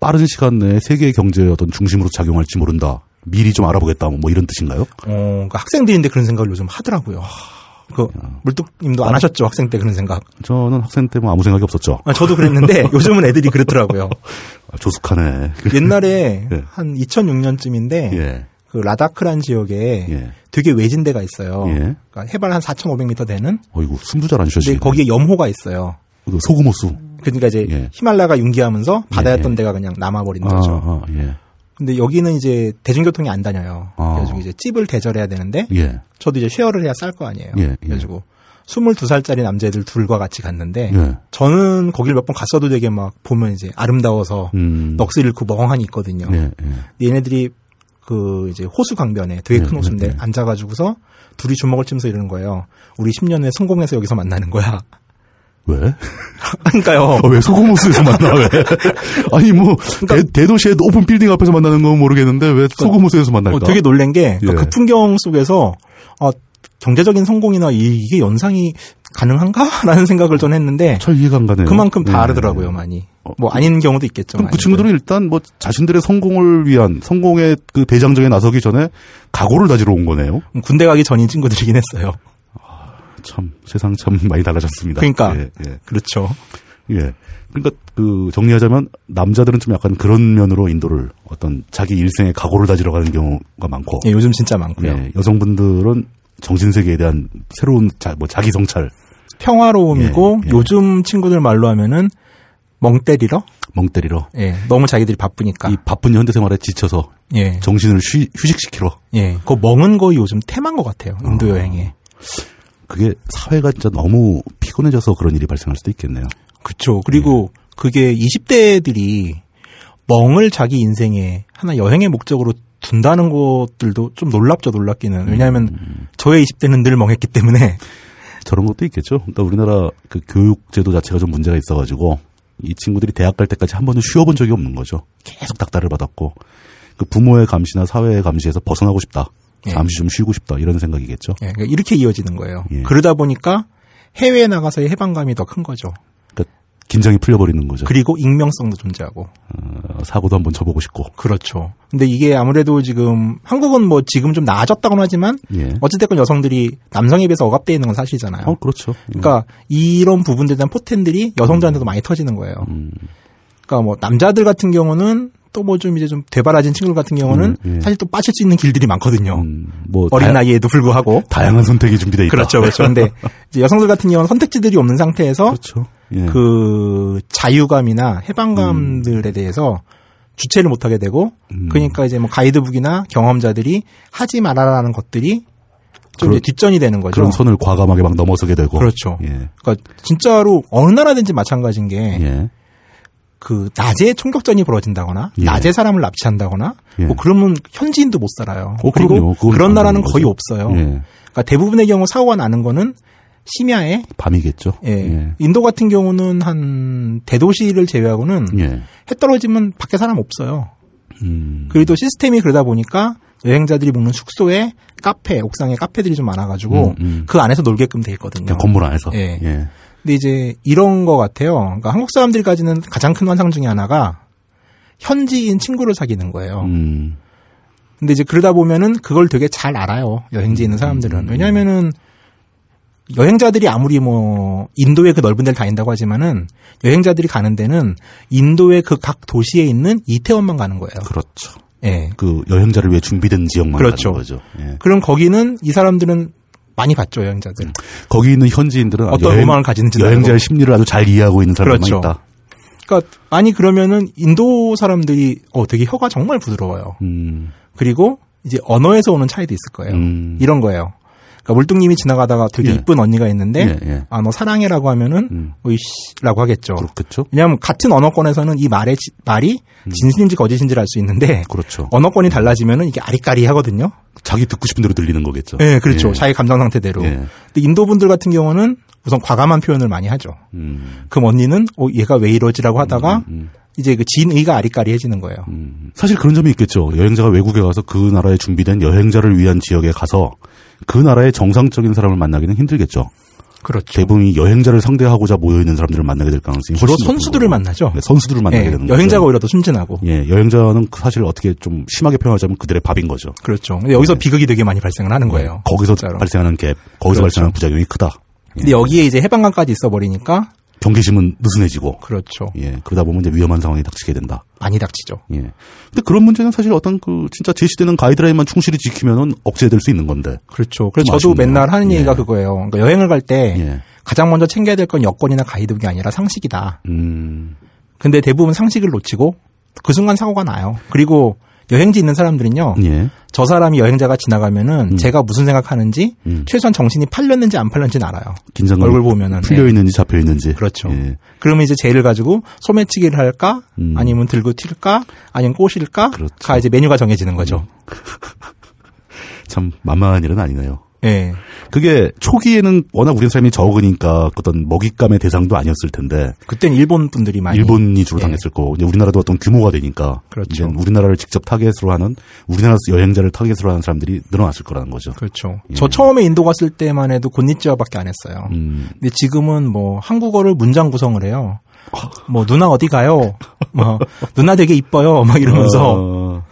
A: 빠른 시간 내에 세계 경제의 어떤 중심으로 작용할지 모른다. 미리 좀 알아보겠다. 뭐 이런 뜻인가요?
B: 어, 그러니까 학생들인데 그런 생각을 요즘 하더라고요. 그 물뚝님도
A: 어?
B: 안 하셨죠 학생 때 그런 생각.
A: 저는 학생 때 뭐 아무 생각이 없었죠.
B: 아, 저도 그랬는데
A: *laughs*
B: 요즘은 애들이 그렇더라고요.
A: 아, 조숙하네.
B: 옛날에
A: *laughs* 예.
B: 한 2006년쯤인데
A: 예.
B: 그 라다크란 지역에
A: 예.
B: 되게 외진 데가 있어요.
A: 예.
B: 그러니까 해발 한 4,500m 되는.
A: 어이구, 숨도 잘 안
B: 근데
A: 쉬어지네. 그
B: 거기에 염호가 있어요.
A: 소금 호수.
B: 그러니까 이제
A: 예.
B: 히말라야 융기하면서 바다였던
A: 예.
B: 데가 그냥 남아버린
A: 아,
B: 거죠.
A: 아, 예.
B: 근데 여기는 이제 대중교통이 안 다녀요.
A: 아.
B: 그래가지고 이제 찝을 대절해야 되는데
A: 예.
B: 저도 이제 쉐어를 해야 쌀 거 아니에요.
A: 예, 예.
B: 그래가지고 22살짜리 남자애들 둘과 같이 갔는데
A: 예.
B: 저는 거길 몇 번 갔어도 되게 막 보면 이제 아름다워서
A: 음.
B: 넋을 잃고 멍하니 있거든요.
A: 예, 예.
B: 근데 얘네들이 그 이제 호수 강변에 되게 큰
A: 네,
B: 호수인데
A: 네, 네.
B: 앉아가지고서 둘이 주먹을 치면서 이러는 거예요. 우리 10년 후에 성공해서 여기서 만나는 거야. *laughs*
A: 왜?
B: 그러니까요.
A: 아, 왜 소금 호수에서 만나,
B: *laughs*
A: 왜? 아니, 뭐, 대, 도시의 오픈 빌딩 앞에서 만나는 건 모르겠는데, 왜 소금 호수에서 만날까?
B: 그러니까 어, 되게 놀란 게, 그러니까
A: 예.
B: 그 풍경 속에서, 아, 경제적인 성공이나 이, 게 연상이 가능한가? *laughs* 라는 생각을 전 했는데,
A: 잘 이해가 안 가네요.
B: 그만큼
A: 예.
B: 다르더라고요, 많이.
A: 어,
B: 뭐, 아닌 경우도 있겠죠.
A: 그럼 그
B: 많이들.
A: 친구들은 일단 뭐 자신들의 성공을 위한 성공의 그 배장정에 나서기 전에 각오를 다지러 온 거네요.
B: 음, 군대 가기 전인 친구들이긴 했어요. *laughs*
A: 참 세상 참 많이 달라졌습니다.
B: 그러니까.
A: 예, 예,
B: 그렇죠.
A: 예. 그러니까 그 정리하자면 남자들은 좀 약간 그런 면으로 인도를 어떤 자기 일생의 각오를 다지러 가는 경우가 많고
B: 예, 요즘 진짜 많고요.
A: 예, 여성분들은 정신 세계에 대한 새로운 자, 뭐 자기 성찰
B: 평화로움이고,
A: 예, 예.
B: 요즘 친구들 말로 하면은, 멍 때리러?
A: 멍 때리러
B: 예, 너무 자기들이 바쁘니까.
A: 이 바쁜 현대 생활에 지쳐서
B: 예,
A: 정신을 휴, 휴식시키러
B: 예. 그 멍은 거의 요즘 테마인 것 같아요. 인도
A: 어.
B: 여행에.
A: 그게 사회가 진짜 너무 피곤해져서 그런 일이 발생할 수도 있겠네요.
B: 그렇죠. 그리고 그게 20대들이 멍을 자기 인생에 하나 여행의 목적으로 둔다는 것들도 좀 놀랍죠, 놀랍기는. 왜냐하면 저의 20대는 늘 멍했기 때문에
A: 저런 것도 있겠죠. 그러니까 우리나라 그 교육 제도 자체가 좀 문제가 있어가지고 이 친구들이 대학 갈 때까지 한 번도 쉬어본 적이 없는 거죠. 계속 닥달을 받았고 그 부모의 감시나 사회의 감시에서 벗어나고 싶다.
B: 예.
A: 잠시 좀 쉬고 싶다 이런 생각이겠죠.
B: 예, 그러니까 이렇게 이어지는 거예요.
A: 예.
B: 그러다 보니까 해외에 나가서의 해방감이 더 큰 거죠.
A: 그러니까 긴장이 풀려버리는 거죠.
B: 그리고 익명성도 존재하고.
A: 어, 사고도 한번 쳐보고 싶고.
B: 그렇죠. 근데 이게 아무래도 지금 한국은 뭐 지금 좀 나아졌다고는 하지만
A: 예.
B: 어찌됐건 여성들이 남성에 비해서 억압돼 있는 건 사실이잖아요.
A: 어 그렇죠.
B: 그러니까 이런 부분들에 대한 포텐들이 여성들한테도 많이 터지는 거예요.
A: 음,
B: 그러니까 뭐 남자들 같은 경우는 또 뭐 좀 이제 좀 되바라진 친구들 같은 경우는
A: 음, 예.
B: 사실 또 빠질 수 있는 길들이 많거든요.
A: 음, 뭐
B: 어린
A: 다야,
B: 나이에도 불구하고.
A: 다양한 선택이 준비돼 있다.
B: 그렇죠, 그렇죠. 근데 이제 여성들 같은 경우는 선택지들이 없는 상태에서
A: 그렇죠. 예.
B: 그 자유감이나 해방감들에 대해서 주체를 못하게 되고,
A: 음.
B: 그러니까 이제 뭐 가이드북이나 경험자들이 하지 말아라는 것들이 좀
A: 그런-
B: 이제 뒷전이 되는 거죠.
A: *laughs* 그런 선을 과감하게 막 넘어서게 되고.
B: 그렇죠.
A: 예.
B: 그러니까 진짜로 어느 나라든지 마찬가지인 게
A: 예.
B: 그 낮에 총격전이 벌어진다거나
A: 예.
B: 낮에 사람을 납치한다거나
A: 예.
B: 뭐 그러면 현지인도 못 살아요.
A: 어, 그럼요.
B: 그리고
A: 그건
B: 그런
A: 안
B: 나라는
A: 되는
B: 거의
A: 거죠.
B: 없어요.
A: 예.
B: 그러니까 대부분의 경우 사고가 나는 거는 심야에
A: 밤이겠죠.
B: 예. 인도 같은 경우는 한 대도시를 제외하고는
A: 예. 예.
B: 해 떨어지면 밖에 사람 없어요.
A: 음.
B: 그리고 또 시스템이 그러다 보니까 여행자들이 묵는 숙소에 카페 옥상에 카페들이 좀 많아가지고
A: 음, 음.
B: 그 안에서 놀게끔 돼 있거든요.
A: 그냥 건물 안에서.
B: 예.
A: 예.
B: 근데 이제 이런 거 같아요. 그러니까 한국 사람들이 가지는 가장 큰 환상 중에 하나가 현지인 친구를 사귀는 거예요.
A: 음.
B: 근데 이제 그러다 보면은 그걸 되게 잘 알아요. 여행지에 있는 사람들은. 왜냐면은 여행자들이 아무리 뭐 인도의 그 넓은 데를 다닌다고 하지만은 여행자들이 가는 데는 인도의 그 각 도시에 있는 이태원만 가는 거예요.
A: 그렇죠.
B: 예.
A: 그 여행자를 위해 준비된 지역만
B: 그렇죠.
A: 가는 거죠. 예.
B: 그럼 거기는 이 사람들은 많이 봤죠 여행자들.
A: 음. 거기 있는 현지인들은
B: 어떤 로망을 가지는지도
A: 여행자의 심리를 아주 잘 이해하고 있는 사람만
B: 그렇죠.
A: 있다.
B: 그러니까 아니 그러면은 인도 사람들이 어 되게 혀가 정말 부드러워요.
A: 음,
B: 그리고 이제 언어에서 오는 차이도 있을 거예요.
A: 음.
B: 이런 거예요. 그러니까 물뚱님이 지나가다가 되게
A: 예.
B: 이쁜 언니가 있는데
A: 예, 예.
B: 아 너 사랑해라고 하면은
A: 음.
B: 으이씨라고 하겠죠.
A: 그렇겠죠.
B: 왜냐하면 같은 언어권에서는 이 말의 지- 말이 진실인지 거짓인지를 알 수 있는데
A: 음. 그렇죠.
B: 언어권이 달라지면은 이게 아리까리하거든요.
A: 자기 듣고 싶은 대로 들리는 거겠죠.
B: 네, 그렇죠.
A: 예.
B: 자기 감정 상태대로.
A: 예.
B: 근데 인도 분들 같은 경우는 우선 과감한 표현을 많이 하죠.
A: 음,
B: 그럼 언니는 어 얘가 왜 이러지라고 하다가
A: 음,
B: 이제 그 진의가 아리까리해지는 거예요.
A: 음. 사실 그런 점이 있겠죠. 여행자가 외국에 가서 그 나라에 준비된 여행자를 위한 지역에 가서 그 나라의 정상적인 사람을 만나기는 힘들겠죠.
B: 그렇죠.
A: 대부분이 여행자를 상대하고자 모여 있는 사람들을 만나게 될 가능성이
B: 주로
A: 훨씬 높은
B: 선수들을
A: 거고.
B: 만나죠.
A: 네, 선수들을 만나게
B: 예,
A: 되는 거죠.
B: 여행자가 오히려 더 순진하고.
A: 예, 여행자는 사실 어떻게 좀 심하게 표현하자면 그들의 밥인 거죠.
B: 그렇죠. 근데 여기서 비극이 되게 많이 발생을 하는 거예요.
A: 네. 거기서
B: 그렇죠. 진짜로.
A: 발생하는 갭, 거기서
B: 그렇죠.
A: 발생하는 부작용이 크다. 예.
B: 근데 여기에 이제 해방감까지 있어 버리니까
A: 경계심은 느슨해지고,
B: 그렇죠.
A: 예, 그러다 보면 이제 위험한 상황이 닥치게 된다.
B: 많이 닥치죠.
A: 예. 근데 그런 문제는 사실 어떤 그 진짜 제시되는 가이드라인만 충실히 지키면은 억제될 수 있는 건데.
B: 그렇죠. 그래서
A: 좀
B: 저도
A: 아쉽네요.
B: 맨날 하는
A: 예.
B: 얘기가 그거예요. 그러니까 여행을 갈 때
A: 예.
B: 가장 먼저 챙겨야 될 건 여권이나 가이드북이 아니라 상식이다.
A: 음,
B: 근데 대부분 상식을 놓치고 그 순간 사고가 나요. 그리고 여행지 있는 사람들은요.
A: 예.
B: 저 사람이 여행자가 지나가면은 제가 무슨 생각하는지
A: 음.
B: 최소한 정신이 팔렸는지 안 팔렸는지는 알아요.
A: 긴장감이
B: 얼굴 보면은.
A: 풀려
B: 예.
A: 있는지 잡혀 있는지.
B: 그렇죠.
A: 예.
B: 그러면 이제 제의를 가지고 소매치기를 할까?
A: 음.
B: 아니면 들고 튈까? 아니면 꼬실까?
A: 그렇죠.
B: 가 이제 메뉴가 정해지는 거죠.
A: 참 만만한 일은 아니네요.
B: 예.
A: 그게 초기에는 워낙 우리 사람이 적으니까 어떤 먹잇감의 대상도 아니었을 텐데
B: 그땐 일본 분들이 많이
A: 일본이 주로
B: 예.
A: 당했을 거고 이제 우리나라도 어떤 규모가 되니까
B: 그렇죠.
A: 이제 우리나라를 직접 타겟으로 하는 우리나라 여행자를 타겟으로 하는 사람들이 늘어났을 거라는 거죠.
B: 그렇죠. 저 처음에 인도 갔을 때만 해도 곤니찌와밖에 안 했어요.
A: 예. 음,
B: 근데 지금은 뭐 한국어를 문장 구성을 해요. 뭐 누나 어디 가요? 뭐 누나 되게 이뻐요. 막 이러면서
A: 어,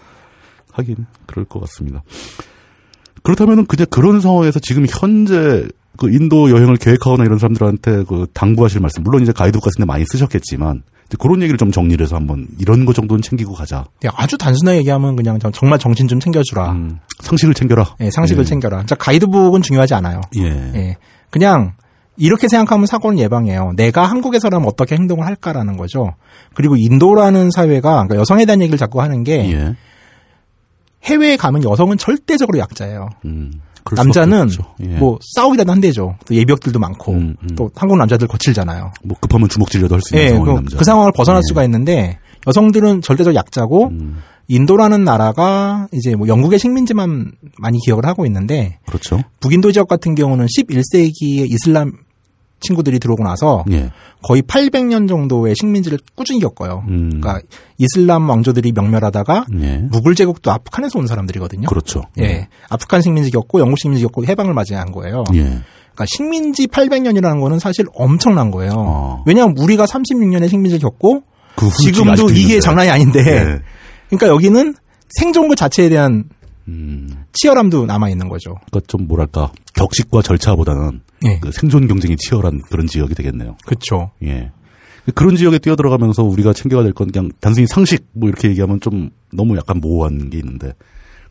A: 하긴 그럴 것 같습니다. 그렇다면은 그냥 그런 상황에서 지금 현재 그 인도 여행을 계획하거나 이런 사람들한테 그 당부하실 말씀 물론 이제 가이드북 같은 데 많이 쓰셨겠지만 이제 그런 얘기를 좀 정리를 해서 한번 이런 거 정도는 챙기고 가자.
B: 그냥 아주 단순하게 얘기하면 그냥 저- 정말 정신 좀 챙겨주라.
A: 음, 상식을 챙겨라.
B: 예, 상식을
A: 예.
B: 챙겨라. 자, 가이드북은 중요하지 않아요.
A: 예.
B: 예. 그냥 이렇게 생각하면 사고는 예방해요. 내가 한국에서라면 어떻게 행동을 할까라는 거죠. 그리고 인도라는 사회가 그러니까 여성에 대한 얘기를 자꾸 하는 게
A: 예.
B: 해외에 가면 여성은 절대적으로 약자예요.
A: 음, 그럴
B: 남자는
A: 수밖에 없죠. 예.
B: 뭐 싸우기라도 한대죠. 또 예비역들도 많고
A: 음, 음.
B: 또 한국 남자들 거칠잖아요.
A: 뭐 급하면 주먹질이라도 할 수 있는
B: 예,
A: 상황인
B: 그,
A: 남자.
B: 그 상황을 벗어날
A: 예.
B: 수가 있는데 여성들은 절대적 약자고
A: 음,
B: 인도라는 나라가 이제 뭐 영국의 식민지만 많이 기억을 하고 있는데
A: 그렇죠.
B: 북인도 지역 같은 경우는 11세기에 이슬람 친구들이 들어오고 나서
A: 예.
B: 거의 800년 정도의 식민지를 꾸준히 겪어요.
A: 음.
B: 그러니까 이슬람 왕조들이 명멸하다가
A: 예.
B: 무굴 제국도 아프간에서 온 사람들이거든요.
A: 그렇죠.
B: 예. 아프간 식민지 겪고 영국 식민지 겪고 해방을 맞이한 거예요.
A: 예.
B: 그러니까 식민지 800년이라는 거는 사실 엄청난 거예요.
A: 아.
B: 왜냐하면 우리가 36년의 식민지를 겪고
A: 그 후유증이
B: 지금도
A: 아직도
B: 이게
A: 있는데.
B: 장난이 아닌데
A: 예.
B: 그러니까 여기는 생존 그 자체에 대한
A: 음,
B: 치열함도 남아 있는 거죠.
A: 그러니까 좀 뭐랄까 격식과 절차보다는
B: 예.
A: 그 생존 경쟁이 치열한 그런 지역이 되겠네요.
B: 그렇죠.
A: 예. 그런 지역에 뛰어들어가면서 우리가 챙겨야 될 건 그냥 단순히 상식 뭐 이렇게 얘기하면 좀 너무 약간 모호한 게 있는데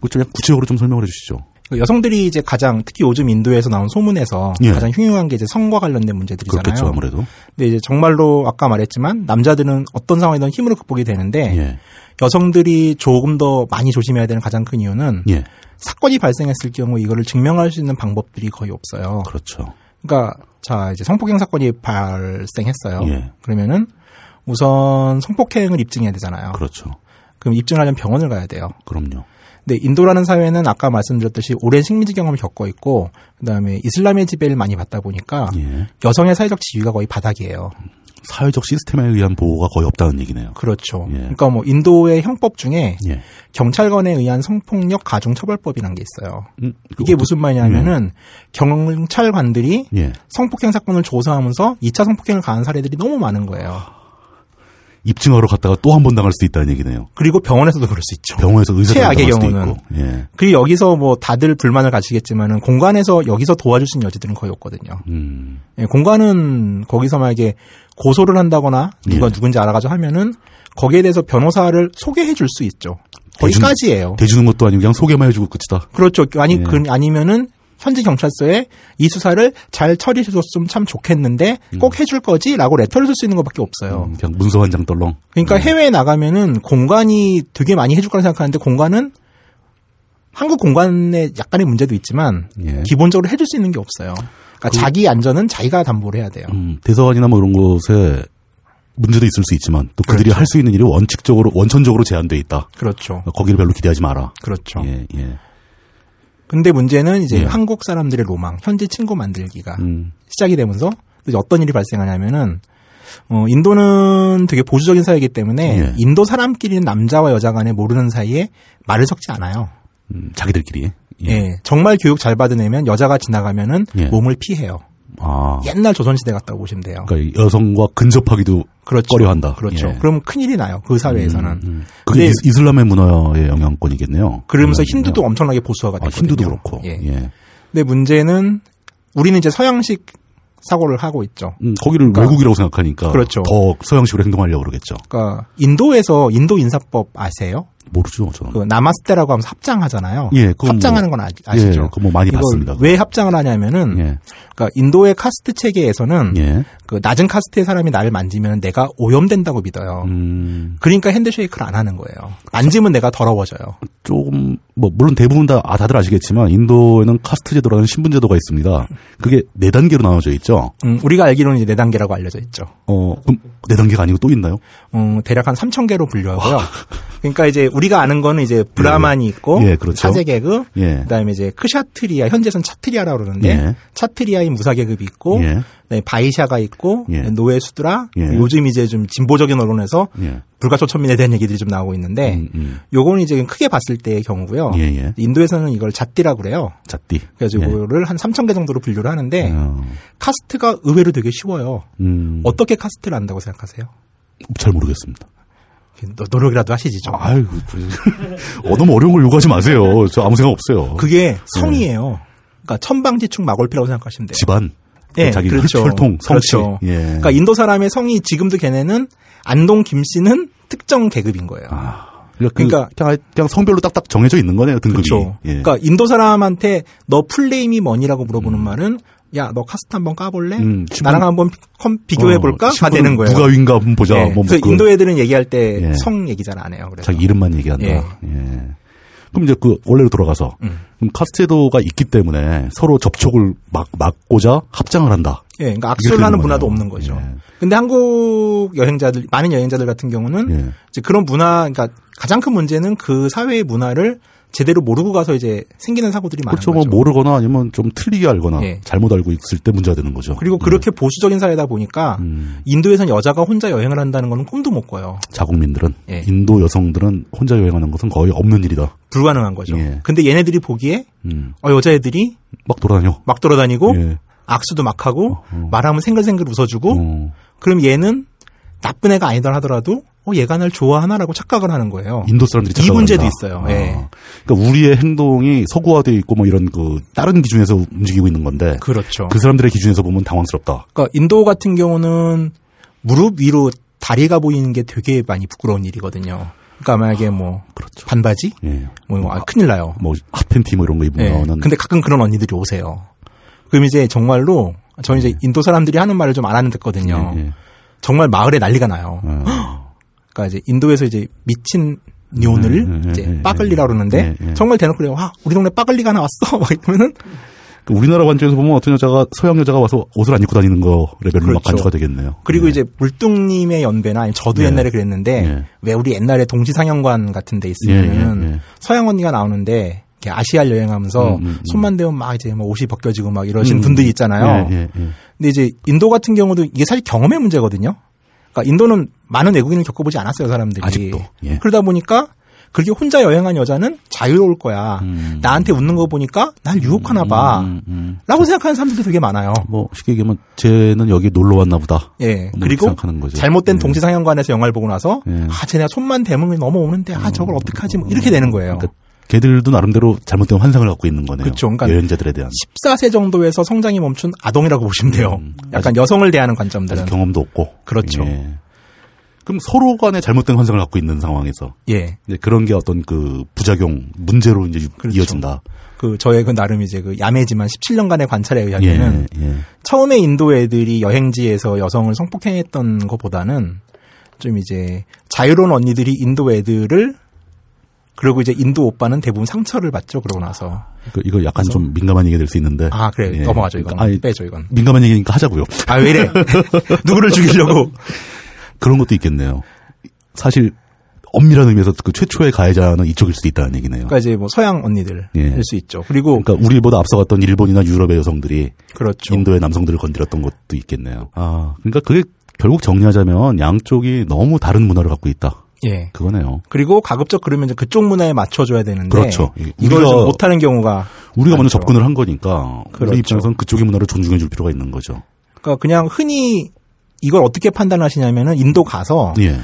A: 그좀 약간 구체적으로 좀 설명을 해주시죠.
B: 그 여성들이 이제 가장 특히 요즘 인도에서 나온 소문에서
A: 예.
B: 가장 흉흉한 게 이제 성과 관련된
A: 그렇겠죠
B: 문제들이잖아요.
A: 아무래도.
B: 근데 이제 정말로 아까 말했지만 남자들은 어떤 상황이든 힘으로 극복이 되는데
A: 예.
B: 여성들이 조금 더 많이 조심해야 되는 가장 큰 이유는
A: 예.
B: 사건이 발생했을 경우 이거를 증명할 수 있는 방법들이 거의 없어요.
A: 그렇죠.
B: 그러니까 자 이제 성폭행 사건이 발생했어요.
A: 예.
B: 그러면은 우선 성폭행을 입증해야 되잖아요.
A: 그렇죠.
B: 그럼 입증하려면 병원을 가야 돼요.
A: 그럼요.
B: 근데 인도라는 사회는 아까 말씀드렸듯이 오랜 식민지 경험을 겪어 있고 그다음에 이슬람의 지배를 많이 받다 보니까
A: 예.
B: 여성의 사회적 지위가 거의 바닥이에요.
A: 사회적 시스템에 의한 보호가 거의 없다는 얘기네요.
B: 그렇죠.
A: 예.
B: 그러니까 뭐 인도의 형법 중에
A: 예.
B: 경찰관에 의한 성폭력 가중처벌법이라는 게 있어요.
A: 음,
B: 이게 무슨 말이냐면은 경찰관들이
A: 예.
B: 성폭행 사건을 조사하면서 2차 성폭행을 가한 사례들이 너무 많은 거예요.
A: 입증하러 갔다가 또 한 번 당할 수도 있다는 얘기네요.
B: 그리고 병원에서도 그럴 수 있죠.
A: 병원에서 의사도
B: 최악의
A: 당할 수도
B: 경우는.
A: 있고. 예.
B: 그리고 여기서 뭐 다들 불만을 가지겠지만은 공간에서 여기서 도와줄 수 있는 여지들은 거의 없거든요.
A: 음.
B: 예, 공간은 거기서 만약에 고소를 한다거나 누가
A: 예.
B: 누군지 알아가지고 하면은 거기에 대해서 변호사를 소개해 줄 수 있죠.
A: 대중-
B: 거기까지예요.
A: 대주는 것도 아니고 그냥 소개만 해주고 끝이다.
B: 그렇죠. 아니
A: 예.
B: 그 아니면은 현지 경찰서에 이 수사를 잘 처리해 줬으면 참 좋겠는데 꼭 해줄 거지라고 레터를 쓸 수 있는 것밖에 없어요.
A: 음, 그냥 문서 한 장 떨렁.
B: 그러니까 해외에 나가면은 공간이 되게 많이 해줄 거라 생각하는데 공간은 한국 공간에 약간의 문제도 있지만
A: 예.
B: 기본적으로 해줄 수 있는 게 없어요. 그러니까 자기 안전은 자기가 담보를 해야 돼요.
A: 음, 대사관이나 뭐 이런 곳에 문제도 있을 수 있지만 또 그들이 할 수 있는 일이 원칙적으로 원천적으로 제한돼 있다.
B: 그렇죠.
A: 거기를 별로 기대하지 마라.
B: 그렇죠.
A: 예, 예.
B: 근데 문제는 이제
A: 예.
B: 한국 사람들의 로망, 현지 친구 만들기가
A: 음,
B: 시작이 되면서 이제 어떤 일이 발생하냐면은 어, 인도는 되게 보수적인 사회이기 때문에
A: 예.
B: 인도 사람끼리는 남자와 여자 간에 모르는 사이에 말을 섞지 않아요.
A: 음, 자기들끼리. 예.
B: 예. 정말 교육 잘 받은 애면 여자가 지나가면은
A: 예.
B: 몸을 피해요.
A: 아,
B: 옛날 조선시대 같다고 보시면 돼요.
A: 그러니까 여성과 근접하기도
B: 그렇죠.
A: 꺼려한다.
B: 그렇죠.
A: 예.
B: 그럼 큰일이 나요. 그 사회에서는.
A: 음. 그게
B: 근데-
A: 이슬- 이슬람의 문화의 영향권이겠네요.
B: 그러면서
A: 그러면요.
B: 힌두도 엄청나게 보수화가
A: 아,
B: 됐거든요.
A: 힌두도 그렇고.
B: 예.
A: 예.
B: 근데 문제는 우리는 이제 서양식 사고를 하고 있죠.
A: 음, 거기를
B: 그러니까-
A: 외국이라고 생각하니까
B: 그렇죠.
A: 더 서양식으로 행동하려고 그러겠죠.
B: 그러니까 인도에서 인도 인사법 아세요?
A: 모르죠, 저는.
B: 그 나마스테라고 하면 합장하잖아요.
A: 예, 그건
B: 합장하는 건 아, 시
A: 예,
B: 죠
A: 그거 뭐 많이 봤습니다.
B: 왜 합장을 하냐면은
A: 예.
B: 그러니까 인도의 카스트 체계에서는
A: 예.
B: 그 낮은 카스트의 사람이 나를 만지면 내가 오염된다고 믿어요.
A: 음,
B: 그러니까 핸드쉐이크를 안 하는 거예요. 만지면 내가 더러워져요.
A: 조금 뭐 물론 대부분 다 아, 다들 아시겠지만 인도에는 카스트 제도라는 신분 제도가 있습니다. 그게 네 단계로 나눠져 있죠.
B: 음, 우리가 알기로는 이제 네 단계라고 알려져 있죠.
A: 어, 그럼 네 단계가 아니고 또 있나요?
B: 음, 대략 한 3천 개로 분류하고요. 그러니까 이제 우리가 아는 거는 이제 브라만이 있고
A: 예, 그렇죠.
B: 사제계급,
A: 예.
B: 그다음에 이제 크샤트리아, 현재선 차트리아라고 그러는데
A: 예.
B: 차트리아인 무사계급이 있고
A: 예.
B: 그다음에 네, 바이샤가 있고
A: 예.
B: 노예 수드라
A: 예.
B: 요즘 이제 좀 진보적인 언론에서
A: 예.
B: 불가초천민에 대한 얘기들이 좀 나오고 있는데
A: 음, 음.
B: 요거는 이제 크게 봤을 때의 경우고요.
A: 예, 예.
B: 인도에서는 이걸 잣띠라고 그래요.
A: 잣띠.
B: 그래서
A: 예.
B: 이거를 한 3천 개 정도로 분류를 하는데
A: 어,
B: 카스트가 의외로 되게 쉬워요.
A: 음,
B: 어떻게 카스트를 안다고 생각하세요?
A: 잘 모르겠습니다.
B: 노- 노력이라도 하시지 좀.
A: 아유, *laughs* 어, 너무 어려운 걸 요구하지 마세요. 저 아무 생각 없어요.
B: 그게 성이에요. 그러니까 천방지축 마골피라고 생각하시면 돼요.
A: 집안.
B: 예,
A: 자기
B: 그렇죠.
A: 혈통, 성씨.
B: 그렇죠.
A: 예.
B: 그러니까 인도 사람의 성이 지금도 걔네는 안동 김씨는 특정 계급인 거예요.
A: 아, 그러니까, 그-
B: 그러니까-
A: 그냥, 그냥 성별로 딱딱 정해져 있는 거네요, 등급이.
B: 그렇죠.
A: 예.
B: 그러니까 인도 사람한테 너 풀네임이 뭐니라고 물어보는 말은 야 너 카스트 한번 까볼래?
A: 음, 친구-
B: 나랑 한번 비교해 볼까?
A: 어,
B: 가 되는 거예요.
A: 누가 윈가 한번 보자.
B: 예,
A: 뭐,
B: 그래서
A: 그
B: 인도 애들은 얘기할 때
A: 예.
B: 성 얘기 잘 안 해요. 그래서
A: 자기 이름만 얘기한다.
B: 예. 음.
A: 예. 그럼 이제 그 원래로 돌아가서 그럼 카스테도가 있기 때문에 서로 접촉을 막 막고자 합장을 한다.
B: 예, 그러니까
A: 이게
B: 악수를 하는
A: 되는
B: 문화도
A: 거네요.
B: 없는 거죠.
A: 예.
B: 근데 한국 여행자들 많은 여행자들 같은 경우는
A: 예.
B: 이제 그런 문화, 그러니까 가장 큰 문제는 그 사회의 문화를 제대로 모르고 가서 이제 생기는 사고들이 많은
A: 그렇죠. 뭐
B: 거죠.
A: 모르거나 아니면 좀 틀리게 알거나
B: 예.
A: 잘못 알고 있을 때 문제가 되는 거죠. 음.
B: 그리고 그렇게
A: 예.
B: 보수적인 사회다 보니까 인도에선 여자가 혼자 여행을 한다는 거는 꿈도 못 꿔요.
A: 자국민들은
B: 예.
A: 인도 여성들은 혼자 여행하는 것은 거의 없는 일이다.
B: 불가능한 거죠.
A: 예.
B: 근데 얘네들이 보기에
A: 음.
B: 어, 여자애들이
A: 막 돌아다녀.
B: 막 돌아다니고
A: 예.
B: 악수도 막 하고 말하면 생글생글 웃어주고
A: 어.
B: 그럼 얘는 나쁜 애가 아니다 하더라도 어, 얘가 날 좋아하나라고 착각을 하는 거예요.
A: 인도 사람들이
B: 이
A: 착각을
B: 문제도
A: 한다.
B: 있어요.
A: 아.
B: 예.
A: 그러니까 우리의 행동이 서구화돼 있고 뭐 이런 그 다른 기준에서 움직이고 있는 건데
B: 그렇죠.
A: 그 사람들의 기준에서 보면 당황스럽다.
B: 그러니까 인도 같은 경우는 무릎 위로 다리가 보이는 게 되게 많이 부끄러운 일이거든요. 그러니까 만약에 뭐
A: 아,
B: 반바지
A: 예.
B: 뭐 이거 아, 큰일 나요.
A: 뭐 핫팬티 뭐 이런 거 입으면
B: 예.
A: 나오는
B: 근데 가끔 그런 언니들이 오세요. 그럼 이제 정말로 저는 이제 인도 사람들이 하는 말을 좀 알아는 듣거든요.
A: 예, 예.
B: 정말 마을에 난리가 나요.
A: 어,
B: 그러니까 이제 인도에서 이제 미친 뇨를
A: 예, 예,
B: 이제
A: 예, 예.
B: 빠글리라 그러는데
A: 예, 예.
B: 정말 대놓고 그래요. 와 우리 동네 빠글리가 하나 왔어. *laughs* 막 이러면은
A: 그 우리나라 관점에서 보면 어떤 여자가 서양 여자가 와서 옷을 안 입고 다니는 거 레벨로 막
B: 그렇죠.
A: 간주가 되겠네요.
B: 그리고
A: 예.
B: 이제 물뚱님의 연배나 아니면 저도
A: 예.
B: 옛날에 그랬는데
A: 예.
B: 왜 우리 옛날에 동시 상영관 같은 데 있으면은
A: 예, 예, 예.
B: 서양 언니가 나오는데 이렇게 아시아
A: 음,
B: 여행하면서
A: 음, 음.
B: 손만 대면 막 이제 뭐 옷이 벗겨지고 막 이러신
A: 음,
B: 분들이 있잖아요.
A: 예, 예, 예.
B: 근데 이제 인도 같은 경우도 이게 사실 경험의 문제거든요. 그러니까 인도는 많은 외국인을 겪어보지 않았어요 사람들이.
A: 아직도, 예.
B: 그러다 보니까 그게 혼자 여행한 여자는 자유로울 거야.
A: 음.
B: 나한테 웃는 거 보니까 날 유혹하나 봐.
A: 음, 음.
B: 라고 생각하는 사람들도 되게 많아요.
A: 뭐 쉽게 얘기하면 쟤는 여기 놀러 왔나 보다.
B: 예.
A: 뭐
B: 그리고
A: 생각하는 거죠.
B: 잘못된
A: 예.
B: 동시상영관에서 영화를 보고 나서
A: 예. 음.
B: 아, 쟤네가 손만 대면 넘어오는데 아, 저걸 어떡하지? 뭐 이렇게 되는 거예요.
A: 그러니까 걔들도 나름대로 잘못된 환상을 갖고 있는 거네요.
B: 그쵸, 그러니까
A: 여행자들에 대한
B: 14세 정도에서 성장이 멈춘 아동이라고 보시면 돼요.
A: 음.
B: 약간 여성을 대하는 관점들은.
A: 아직 경험도 없고.
B: 그렇죠.
A: 예. 그럼 서로 간에 잘못된 환상을 갖고 있는 상황에서
B: 예.
A: 이제 그런 게 어떤 그 부작용 문제로 이제 유-
B: 그렇죠.
A: 이어진다.
B: 그 저의 그 나름 이제 그 야매지만 17년간의 관찰에
A: 예,
B: 의하면은
A: 예.
B: 처음에 인도 애들이 여행지에서 여성을 성폭행했던 것보다는 좀 이제 자유로운 언니들이 인도 애들을 그리고 이제 인도 오빠는 대부분 상처를 받죠 그러고 나서
A: 그, 이거 약간 좀 민감한 얘기가 될 수 있는데.
B: 아 그래
A: 예.
B: 넘어가죠 이건
A: 아니,
B: 빼죠 음. 이건
A: 민감한 얘기니까 하자고요.
B: 아 왜 이래 *laughs* 누구를 죽이려고
A: 그런 것도 있겠네요. 사실 엄밀한 의미에서 그 최초의 가해자는 이쪽일 수도 있다는 얘기네요.
B: 그러니까 이제 뭐 서양 언니들일
A: 예.
B: 수 있죠 그리고
A: 그러니까 우리보다 앞서갔던 일본이나 유럽의 여성들이
B: 그렇죠
A: 인도의 남성들을 건드렸던 것도 있겠네요. 아, 그러니까 그게 결국 정리하자면 양쪽이 너무 다른 문화를 갖고 있다.
B: 예
A: 그거네요.
B: 그리고 가급적 그러면 이제 그쪽 문화에 맞춰줘야 되는데
A: 그렇죠.
B: 이걸
A: 우리가-
B: 좀 못하는 경우가
A: 우리가 먼저
B: 그렇죠.
A: 접근을 한 거니까
B: 그렇죠.
A: 우리 입장에서는 그쪽의 문화를 존중해 줄 필요가 있는 거죠.
B: 그러니까 그냥 흔히 이걸 어떻게 판단하시냐면은 인도 가서
A: 예.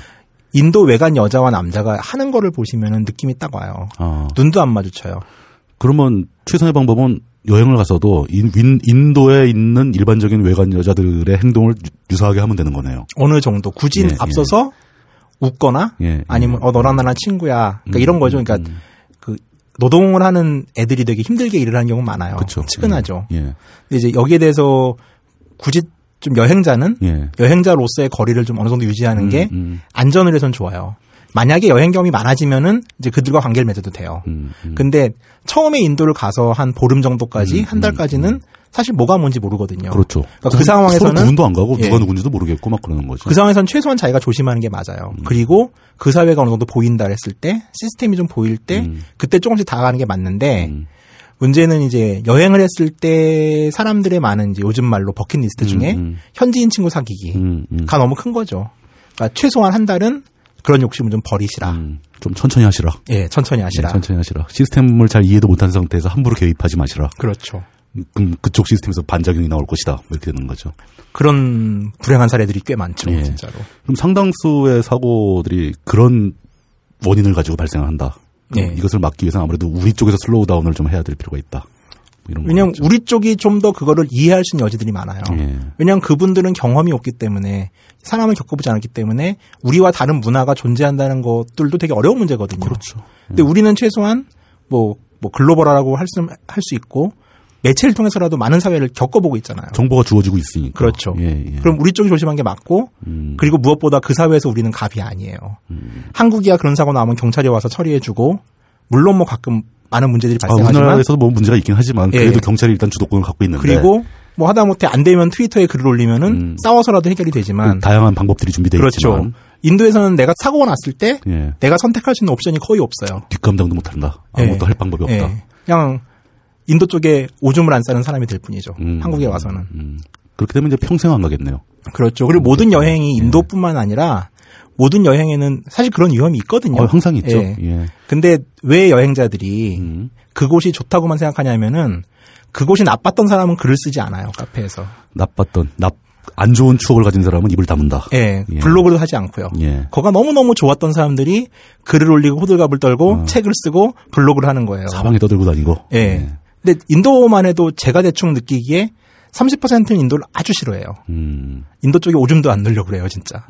B: 인도 외간 여자와 남자가 하는 거를 보시면은 느낌이 딱 와요.
A: 아,
B: 눈도 안 마주쳐요.
A: 그러면 최선의 방법은 여행을 가서도 인, 윈- 인도에 있는 일반적인 외간 여자들의 행동을 유- 유사하게 하면 되는 거네요.
B: 어느 정도 굳이
A: 예, 예.
B: 앞서서 웃거나
A: 예, 음, 예.
B: 아니면 어 너랑 나랑 친구야. 그러니까 이런 거죠. 그러니까 그 노동을 하는 애들이 되게 힘들게 일을 하는 경우 많아요.
A: 그렇죠.
B: 측은하죠.
A: 예.
B: 근데 이제 여기에 대해서 굳이 좀 여행자는
A: 예.
B: 여행자로서의 거리를 좀 어느 정도 유지하는 게
A: 음,
B: 안전을 해선 좋아요. 만약에 여행 경험이 많아지면은 이제 그들과 관계를 맺어도 돼요.
A: 음, 음.
B: 근데 처음에 인도를 가서 한 보름 정도까지 한 달까지는 사실 뭐가 뭔지 모르거든요.
A: 음, 그렇죠.
B: 그러니까 그 상황에서는
A: 서로 구분도 안 가고
B: 예.
A: 누가 누군지도 모르겠고 막 그러는 거죠.
B: 그 상황에선 최소한 자기가 조심하는 게 맞아요.
A: 음.
B: 그리고 그 사회가 어느 정도 보인다 했을 때 시스템이 좀 보일 때 그때 조금씩 다가가는 게 맞는데
A: 음.
B: 문제는 이제 여행을 했을 때 사람들의 많은 이제 요즘 말로 버킷리스트 중에
A: 음.
B: 현지인 친구 사귀기가
A: 음, 음.
B: 너무 큰 거죠. 그러니까 최소한 한 달은 그런 욕심을 좀 버리시라.
A: 음, 좀 천천히 하시라.
B: 예, 천천히 하시라.
A: 예, 천천히 하시라. 시스템을 잘 이해도 못한 상태에서 함부로 개입하지 마시라. 음,
B: 그렇죠.
A: 그럼 그쪽 시스템에서 반작용이 나올 것이다. 이렇게 되는 거죠.
B: 그런 불행한 사례들이 꽤 많죠,
A: 예.
B: 진짜로.
A: 그럼 상당수의 사고들이 그런 원인을 가지고 발생한다. 그럼
B: 예.
A: 이것을 막기 위해서 는 아무래도 우리 쪽에서 슬로우 다운을 좀 해야 될 필요가 있다. 뭐 이런
B: 왜냐면
A: 거겠죠.
B: 우리 쪽이 좀 더 그거를 이해할 수 있는 여지들이 많아요.
A: 예.
B: 왜냐면 그분들은 경험이 없기 때문에 사람을 겪어보지 않았기 때문에 우리와 다른 문화가 존재한다는 것들도 되게 어려운 문제거든요.
A: 그렇죠.
B: 근데 우리는 최소한 뭐, 뭐 글로벌화라고 할 수 할 수 있고 매체를 통해서라도 많은 사회를 겪어보고 있잖아요.
A: 정보가 주어지고 있으니까.
B: 그렇죠.
A: 예, 예.
B: 그럼 우리 쪽이 조심한 게 맞고
A: 음,
B: 그리고 무엇보다 그 사회에서 우리는 갑이 아니에요. 한국이야 그런 사고 나면 경찰이 와서 처리해주고 물론 뭐 가끔 많은 문제들이
A: 아,
B: 발생하지만
A: 우리나라에서도 뭐 문제가 있긴 하지만 그래도
B: 예.
A: 경찰이 일단 주도권을 갖고 있는데
B: 그리고 뭐 하다못해 안 되면 트위터에 글을 올리면은
A: 네. 음.
B: 싸워서라도 해결이 되지만
A: 그 다양한 방법들이 준비되어
B: 음. 그렇죠.
A: 네, 있지만
B: 인도에서는 내가 사고가 났을 때
A: 예.
B: 내가 선택할 수 있는 옵션이 거의 없어요.
A: 뒷감당도 못한다. 아무것도
B: 예.
A: 할 방법이 없다.
B: 예. 그냥 인도 쪽에 오줌을 안 싸는 사람이 될 뿐이죠.
A: 음.
B: 한국에 와서는.
A: 음. 그렇게 되면 이제 평생 안 가겠네요.
B: 그렇죠. 그리고 모든 여행이
A: 예.
B: 인도뿐만 아니라 모든 여행에는 사실 그런 위험이 있거든요.
A: 어, 항상 있죠.
B: 예.
A: 예.
B: 근데 왜 여행자들이
A: 음.
B: 그곳이 좋다고만 생각하냐면은 그곳이 나빴던 사람은 글을 쓰지 않아요. 카페에서.
A: 나빴던 나 안 좋은 추억을 가진 사람은 입을 다문다.
B: 예.
A: 예.
B: 블로그도 하지 않고요.
A: 예.
B: 거가 너무너무 좋았던 사람들이 글을 올리고 호들갑을 떨고
A: 어.
B: 책을 쓰고 블로그를 하는 거예요.
A: 사방에 떠들고 다니고.
B: 예. 근데 인도만 해도 제가 대충 느끼기에 30%는 인도를 아주 싫어해요.
A: 음.
B: 인도 쪽에 오줌도 안 넣으려고 그래요, 진짜.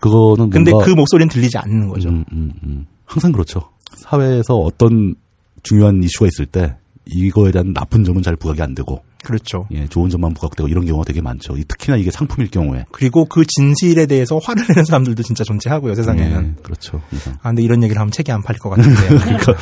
A: 그거는
B: 근데
A: 뭔가
B: 그 목소리는 들리지 않는 거죠.
A: 음, 음, 음. 항상 그렇죠. 사회에서 어떤 중요한 이슈가 있을 때 이거에 대한 나쁜 점은 잘 부각이 안 되고
B: 그렇죠.
A: 예, 좋은 점만 부각되고 이런 경우가 되게 많죠. 이- 특히나 이게 상품일 경우에.
B: 그리고 그 진실에 대해서 화를 내는 사람들도 진짜 존재하고요, 세상에는.
A: 예, 그렇죠. 항상.
B: 아, 근데 이런 얘기를 하면 책이 안 팔릴 것 같은데.
A: *laughs* 그러니까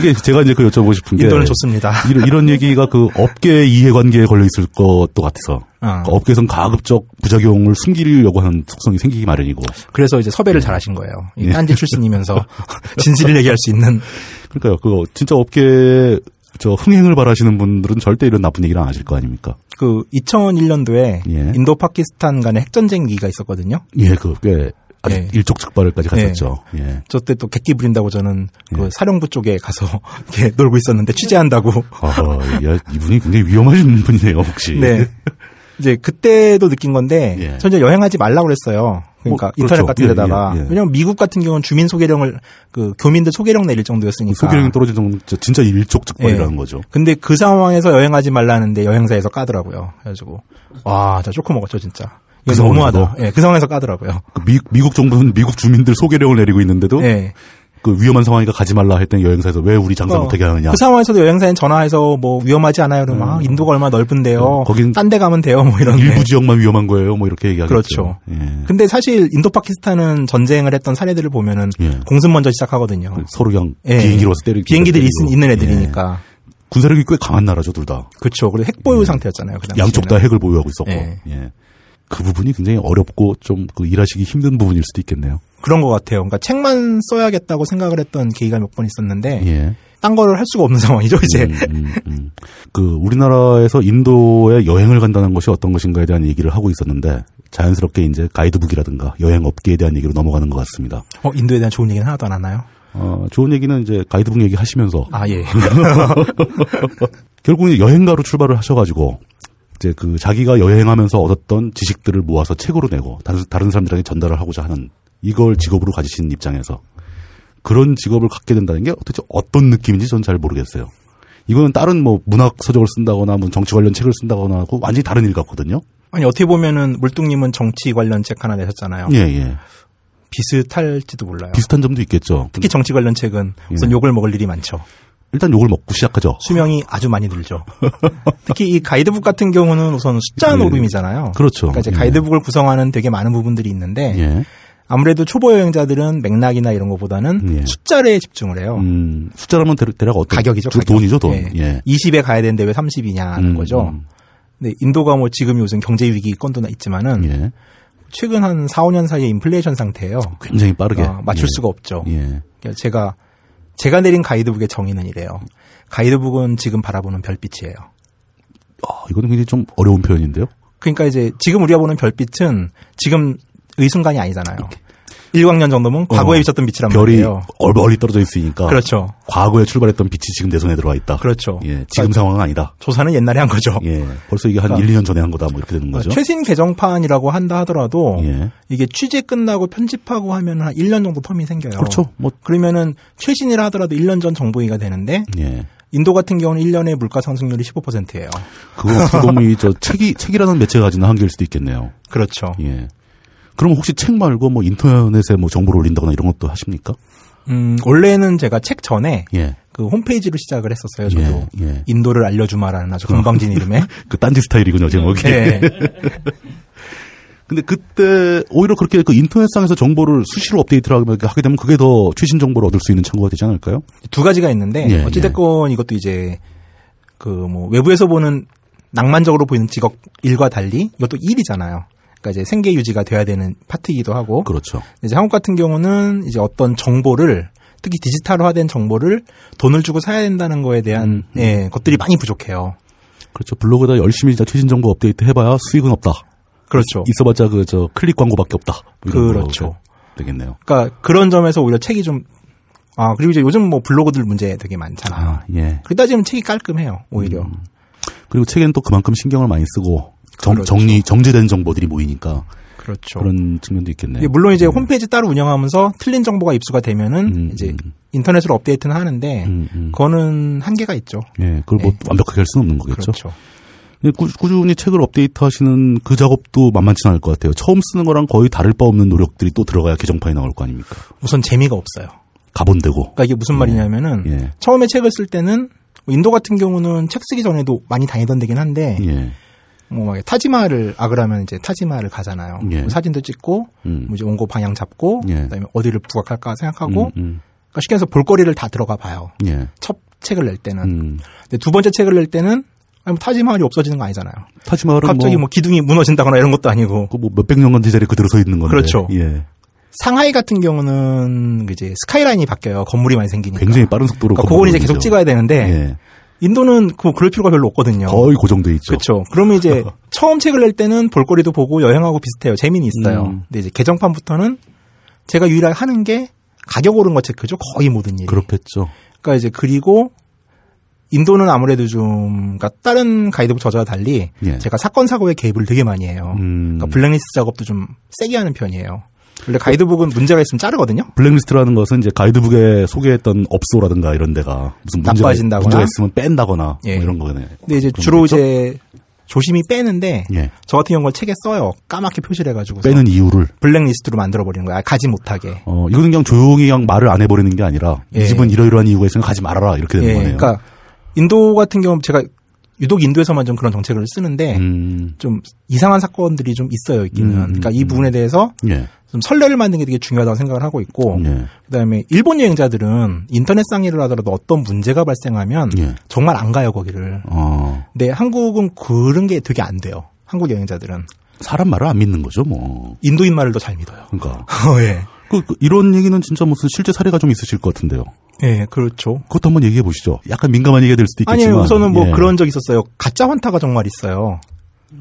A: 이게 제가 이제 그 여쭤보고 싶은 게 *laughs*
B: 인도는 좋습니다.
A: 이런, 이런 얘기가 그 업계의 이해관계에 걸려 있을 것도 같아서
B: 아.
A: 그 업계에선 가급적 부작용을 숨기려고 하는 속성이 생기기 마련이고
B: 그래서 이제 섭외를 잘 하신 거예요. 이 딴지 출신이면서 *laughs* 진실을 얘기할 수 있는.
A: 그러니까요 그 진짜 업계 저 흥행을 바라시는 분들은 절대 이런 나쁜 얘기를 안 하실 거 아닙니까?
B: 그 2001년도에
A: 예.
B: 인도 파키스탄 간의 핵전쟁 위기가 있었거든요.
A: 예, 그 꽤 아주
B: 예.
A: 일촉즉발까지
B: 네.
A: 갔었죠. 예.
B: 저 때 또 객기 부린다고 저는
A: 예.
B: 그 사령부 쪽에 가서 *laughs* 이렇게 놀고 있었는데 취재한다고.
A: 아, 야, 이분이 굉장히 위험하신 *laughs* 분이네요, 혹시.
B: 네. 이제 그때도 느낀 건데
A: 예.
B: 전 이제 여행하지 말라고 그랬어요. 그러니까
A: 어, 그렇죠.
B: 인터넷 같은
A: 예,
B: 데다가
A: 예, 예.
B: 왜냐면 미국 같은 경우는 주민 소개령을 그 교민들 소개령 내릴 정도였으니까.
A: 소개력이 떨어질 정도 진짜 일촉즉발이라는
B: 예.
A: 거죠.
B: 근데 그 상황에서 여행하지 말라는데 여행사에서 까더라고요. 그래가지고 와, 저 쇼크 먹었죠 진짜.
A: 그
B: 이거
A: 상황에서도?
B: 너무하다. 예, 그 상황에서 까더라고요.
A: 그 미, 미국 정부는 미국 주민들 소개령을 내리고 있는데도
B: 예.
A: 그 위험한 상황이니까 가지 말라 했던 여행사에서 왜 우리 장사
B: 어,
A: 못하게 하느냐.
B: 그 상황에서도 여행사에 전화해서 뭐 위험하지 않아요. 그러면 아, 인도가 얼마나 넓은데요.
A: 어, 거긴
B: 딴 데 가면 돼요. 뭐 이런.
A: 일부 지역만 위험한 거예요. 뭐 이렇게 얘기하겠죠.
B: 그렇죠.
A: 예.
B: 근데 사실 인도 파키스탄은 전쟁을 했던 사례들을 보면은
A: 예.
B: 공습 먼저 시작하거든요.
A: 서로 그냥
B: 예.
A: 비행기로 와서 때리고
B: 비행기들이
A: 때리고.
B: 있, 는
A: 예.
B: 애들이니까.
A: 군사력이 꽤 강한 나라죠, 둘 다.
B: 그렇죠. 그리고 핵보유 상태였잖아요. 그 당시에는.
A: 예. 양쪽 다 핵을 보유하고 있었고.
B: 예.
A: 예. 그 부분이 굉장히 어렵고 좀그 일하시기 힘든 부분일 수도 있겠네요.
B: 그런 것 같아요. 그러니까 책만 써야겠다고 생각을 했던 계기가 몇 번 있었는데
A: 예.
B: 딴 거를 할 수가 없는 *laughs* 상황이죠. 이제
A: 음, 음, 음. 그 우리나라에서 인도에 여행을 간다는 것이 어떤 것인가에 대한 얘기를 하고 있었는데 자연스럽게 이제 가이드북이라든가 여행 업계에 대한 얘기로 넘어가는 것 같습니다.
B: 어, 인도에 대한 좋은 얘기는 하나도 안 하나요?
A: 어, 좋은 얘기는 이제 가이드북 얘기 하시면서
B: 아 예. *laughs*
A: 결국은 여행가로 출발을 하셔가지고 이제 그 자기가 여행하면서 얻었던 지식들을 모아서 책으로 내고 다른, 다른 사람들에게 전달을 하고자 하는 이걸 직업으로 가지신 입장에서 그런 직업을 갖게 된다는 게 도대체 어떤 느낌인지 전 잘 모르겠어요. 이거는 다른 뭐 문학 서적을 쓴다거나 뭐 정치 관련 책을 쓴다거나 하고 완전히 다른 일 같거든요.
B: 아니 어떻게 보면은 물뚱님은 정치 관련 책 하나 내셨잖아요.
A: 예, 예.
B: 비슷할지도 몰라요.
A: 비슷한 점도 있겠죠.
B: 특히 정치 관련 책은
A: 네.
B: 우선 욕을 먹을 일이 많죠.
A: 일단 욕을 먹고 시작하죠.
B: 수명이 아주 많이 늘죠. *laughs* 특히 이 가이드북 같은 경우는 우선 숫자
A: 예.
B: 노름이잖아요.
A: 그렇죠.
B: 그러니까 이제
A: 예.
B: 가이드북을 구성하는 되게 많은 부분들이 있는데
A: 예.
B: 아무래도 초보 여행자들은 맥락이나 이런 것보다는
A: 예.
B: 숫자에 집중을 해요.
A: 음, 숫자라면 대략, 대략 어떤
B: 가격이죠. 가격.
A: 돈이죠, 돈.
B: 예.
A: 예.
B: 20에 가야 되는데 왜 30이냐는
A: 음,
B: 거죠.
A: 음.
B: 근데 인도가 뭐 지금 요즘 경제 위기 건도나 있지만은
A: 예.
B: 최근 한 4, 5년 사이에 인플레이션 상태예요.
A: 굉장히 빠르게
B: 아, 맞출
A: 예.
B: 수가 없죠.
A: 예.
B: 그러니까 제가 제가 내린 가이드북의 정의는 이래요. 가이드북은 지금 바라보는 별빛이에요.
A: 아, 이거는 굉장히 좀 어려운 표현인데요.
B: 그러니까 이제 지금 우리가 보는 별빛은 지금 이 순간이 아니잖아요. 일광년 정도면 과거에 비쳤던 빛이란
A: 어. 별이 아.
B: 말이에요.
A: 얼- 멀리 떨어져 있으니까
B: 그렇죠.
A: 과거에 출발했던 빛이 지금 내 손에 들어와 있다.
B: 그렇죠.
A: 예, 지금 상황은 아니다.
B: 조사는 옛날에 한 거죠.
A: 예, 벌써 이게 한
B: 그러니까- 아,
A: 1, 2년 전에 한 거다 뭐 이렇게 되는 거죠.
B: 최신 개정판이라고 한다 하더라도
A: 예.
B: 이게 취재 끝나고 편집하고 하면 한 1년 정도 텀이 생겨요.
A: 그렇죠. 뭐
B: 그러면은 최신이라 하더라도 1년 전 정보이가 되는데
A: 예.
B: 인도 같은 경우는 1년에 물가 상승률이 15%예요.
A: 그건 어떻게 저 책이 책이라는 매체가 가지는 한계일 수도 있겠네요.
B: 그렇죠.
A: 예. 그럼 혹시 책 말고 뭐 인터넷에 뭐 정보를 올린다거나 이런 것도 하십니까?
B: 음, 원래는 제가 책 전에
A: 예.
B: 그 홈페이지로 시작을 했었어요. 저도
A: 예, 예.
B: 인도를 알려주마라는 아주 건방진
A: *laughs*
B: 이름의
A: 그 딴지 스타일이군요, 제목이.
B: 예.
A: *laughs* 근데 그때 오히려 그렇게 그 인터넷상에서 정보를 수시로 업데이트를 하게 하게 되면 그게 더 최신 정보를 얻을 수 있는 창구가 되지 않을까요?
B: 두 가지가 있는데
A: 예,
B: 어찌됐건 이것도 이제 그 뭐 외부에서 보는 낭만적으로 보이는 직업 일과 달리 이것도 일이잖아요. 그러니까 이제 생계 유지가 돼야 되는 파트이기도 하고
A: 그렇죠.
B: 이제 한국 같은 경우는 이제 어떤 정보를 특히 디지털화된 정보를 돈을 주고 사야 된다는 거에
A: 음,
B: 대한 예, 것들이 많이 부족해요.
A: 그렇죠. 블로그에다 열심히 진짜 최신 정보 업데이트 해봐야 수익은 없다.
B: 그렇죠.
A: 있어봤자 그 저 클릭 광고밖에 없다. 뭐 이런
B: 그렇죠.
A: 거로 되겠네요.
B: 그러니까 그런 점에서 오히려 책이 좀 아, 그리고 이제 요즘 뭐 블로그들 문제 되게 많잖아요.
A: 아 예.
B: 그러다 지금 책이 깔끔해요, 오히려.
A: 음, 그리고 책엔 또 그만큼 신경을 많이 쓰고 정,
B: 그렇죠.
A: 정리 정제된 정보들이 모이니까
B: 그렇죠.
A: 그런 측면도 있겠네요.
B: 이게 물론 이제 홈페이지 따로 운영하면서 틀린 정보가 입수가 되면은
A: 음,
B: 이제 인터넷으로 업데이트는 하는데
A: 음, 음.
B: 그거는 한계가 있죠.
A: 예, 그걸 뭐
B: 네. 그렇죠.
A: 완벽하게 할 수는 없는 거겠죠. 근데 꾸, 준히 책을 업데이트하시는 그 작업도 만만치 않을 것 같아요. 처음 쓰는 거랑 거의 다를 바 없는 노력들이 또 들어가야 개정판이 나올 거 아닙니까?
B: 우선 재미가 없어요.
A: 가본되고.
B: 그러니까 이게 무슨 말이냐면은
A: 예,
B: 처음에 책을 쓸 때는 뭐 인도 같은 경우는 책 쓰기 전에도 많이 다니던 데긴 한데
A: 예,
B: 뭐막 타지마를 아그라면 이제 타지마를 가잖아요.
A: 예.
B: 뭐 사진도 찍고
A: 음.
B: 뭐 이제 온고 방향 잡고
A: 예.
B: 그다음에 어디를 부각할까 생각하고
A: 음,
B: 그러니까 쉽게 해서 볼거리를 다 들어가 봐요.
A: 음, 예,
B: 첫 책을 낼 때는.
A: 음.
B: 근데 두 번째 책을 낼 때는 아니 뭐 타지마할이 없어지는 거 아니잖아요.
A: 타지마할은
B: 갑자기 뭐 기둥이 무너진다거나 이런 것도 아니고
A: 그 뭐 몇백 년간 제자리에 그대로 서 있는 건데.
B: 그렇죠.
A: 예.
B: 상하이 같은 경우는 그 이제 스카이라인이 바뀌어요. 건물이 많이 생기니까.
A: 굉장히 빠른 속도로.
B: 그러니까 그건 이제
A: 건너가는
B: 계속
A: 거죠.
B: 찍어야 되는데
A: 예. 어,
B: 인도는 그 그럴 필요가 별로 없거든요.
A: 거의 고정돼 있죠.
B: 그렇죠. 그러면 이제
A: *laughs*
B: 처음 책을 낼 때는 볼거리도 보고 여행하고 비슷해요. 재미는 있어요.
A: 음.
B: 근데 이제 개정판부터는 제가 유일하게 하는 게 가격 오른 거 체크죠. 거의 모든 일이.
A: 그렇겠죠.
B: 그러니까 이제 그리고 인도는 아무래도 좀 그러니까 다른 가이드북 저자와 달리
A: 예.
B: 제가 사건 사고에 개입을 되게 많이 해요.
A: 음.
B: 그러니까 블랙리스트 작업도 좀 세게 하는 편이에요. 원래 가이드북은 문제가 있으면 자르거든요.
A: 블랙리스트라는 것은 이제 가이드북에 소개했던 업소라든가 이런 데가 무슨 문제가,
B: 나빠진다거나.
A: 문제가 있으면 뺀다거나
B: 예.
A: 뭐 이런 거네.
B: 근데 이제
A: 그런
B: 주로
A: 거겠죠?
B: 이제 조심히 빼는데
A: 예.
B: 저 같은 경우는 책에 써요. 까맣게 표시를 해가지고
A: 빼는 이유를
B: 블랙리스트로 만들어버리는 거야. 가지 못하게.
A: 어 이거는 그냥 조용히 그냥 말을 안 해버리는 게 아니라
B: 예.
A: 이 집은 이러이러한 이유가 있으면 가지 말아라 이렇게 되는
B: 예,
A: 거네요.
B: 그러니까 인도 같은 경우 제가 유독 인도에서만 좀 그런 정책을 쓰는데
A: 음,
B: 좀 이상한 사건들이 좀 있어요 있기는.
A: 음, 음,
B: 그러니까 이 부분에 대해서
A: 예,
B: 좀 선례를 만드는 게 되게 중요하다고 생각을 하고 있고
A: 예,
B: 그다음에 일본 여행자들은 인터넷 상의를 하더라도 어떤 문제가 발생하면
A: 예.
B: 정말 안 가요 거기를.
A: 어
B: 근데 한국은 그런 게 되게 안 돼요. 한국 여행자들은
A: 사람 말을 안 믿는 거죠, 뭐.
B: 인도인 말을 더 잘 믿어요. *laughs*
A: 그러니까
B: 어, 예.
A: 그, 그 이런 얘기는 진짜 무슨 실제 사례가 좀 있으실 것 같은데요.
B: 예, 그렇죠.
A: 그것도 한번 얘기해 보시죠. 약간 민감한 얘기가 될 수도 있겠지만.
B: 아니요, 우선은 뭐
A: 예.
B: 그런 적 있었어요. 가짜 환타가 정말 있어요.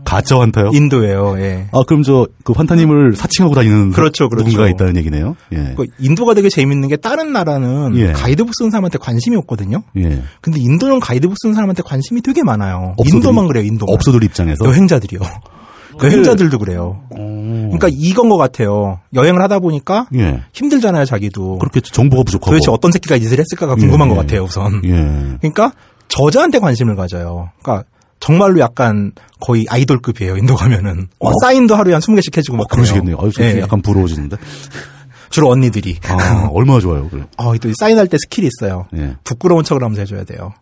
A: 가짜 환타요.
B: 인도예요, 예.
A: 아 그럼 저 그 환타님을 사칭하고 다니는
B: 그렇죠, 그렇죠.
A: 누군가 있다는 얘기네요. 예,
B: 그 인도가 되게 재밌는 게 다른 나라는
A: 예.
B: 가이드북 쓰는 사람한테 관심이 없거든요.
A: 예.
B: 근데 인도는 가이드북 쓰는 사람한테 관심이 되게 많아요.
A: 업소들이-
B: 인도만 그래요, 인도만.
A: 업소들 입장에서. *laughs* 네. 어.
B: 여행자들이요. 그 여행자들도 그래요. 그러니까 이건 것 같아요. 여행을 하다 보니까
A: 예.
B: 힘들잖아요, 자기도.
A: 그렇겠죠. 정보가 부족하고.
B: 도대체 어떤 새끼가 이 짓을 했을까가 궁금한
A: 예,
B: 것
A: 예.
B: 같아요, 우선.
A: 예.
B: 그러니까 저자한테 관심을 가져요. 그러니까 정말로 약간 거의 아이돌급이에요. 인도 가면은 막 사인도 하루에 한 20개씩 해주고 막
A: 어. 그러시겠네요.
B: 그래요.
A: 아유, 저
B: 예,
A: 약간 부러워지는데.
B: 주로 언니들이
A: 아, 얼마나 좋아요. 그래.
B: 어, 또 사인할 때 스킬이 있어요.
A: 예. 아.
B: 부끄러운 척을 하면서 해줘야 돼요.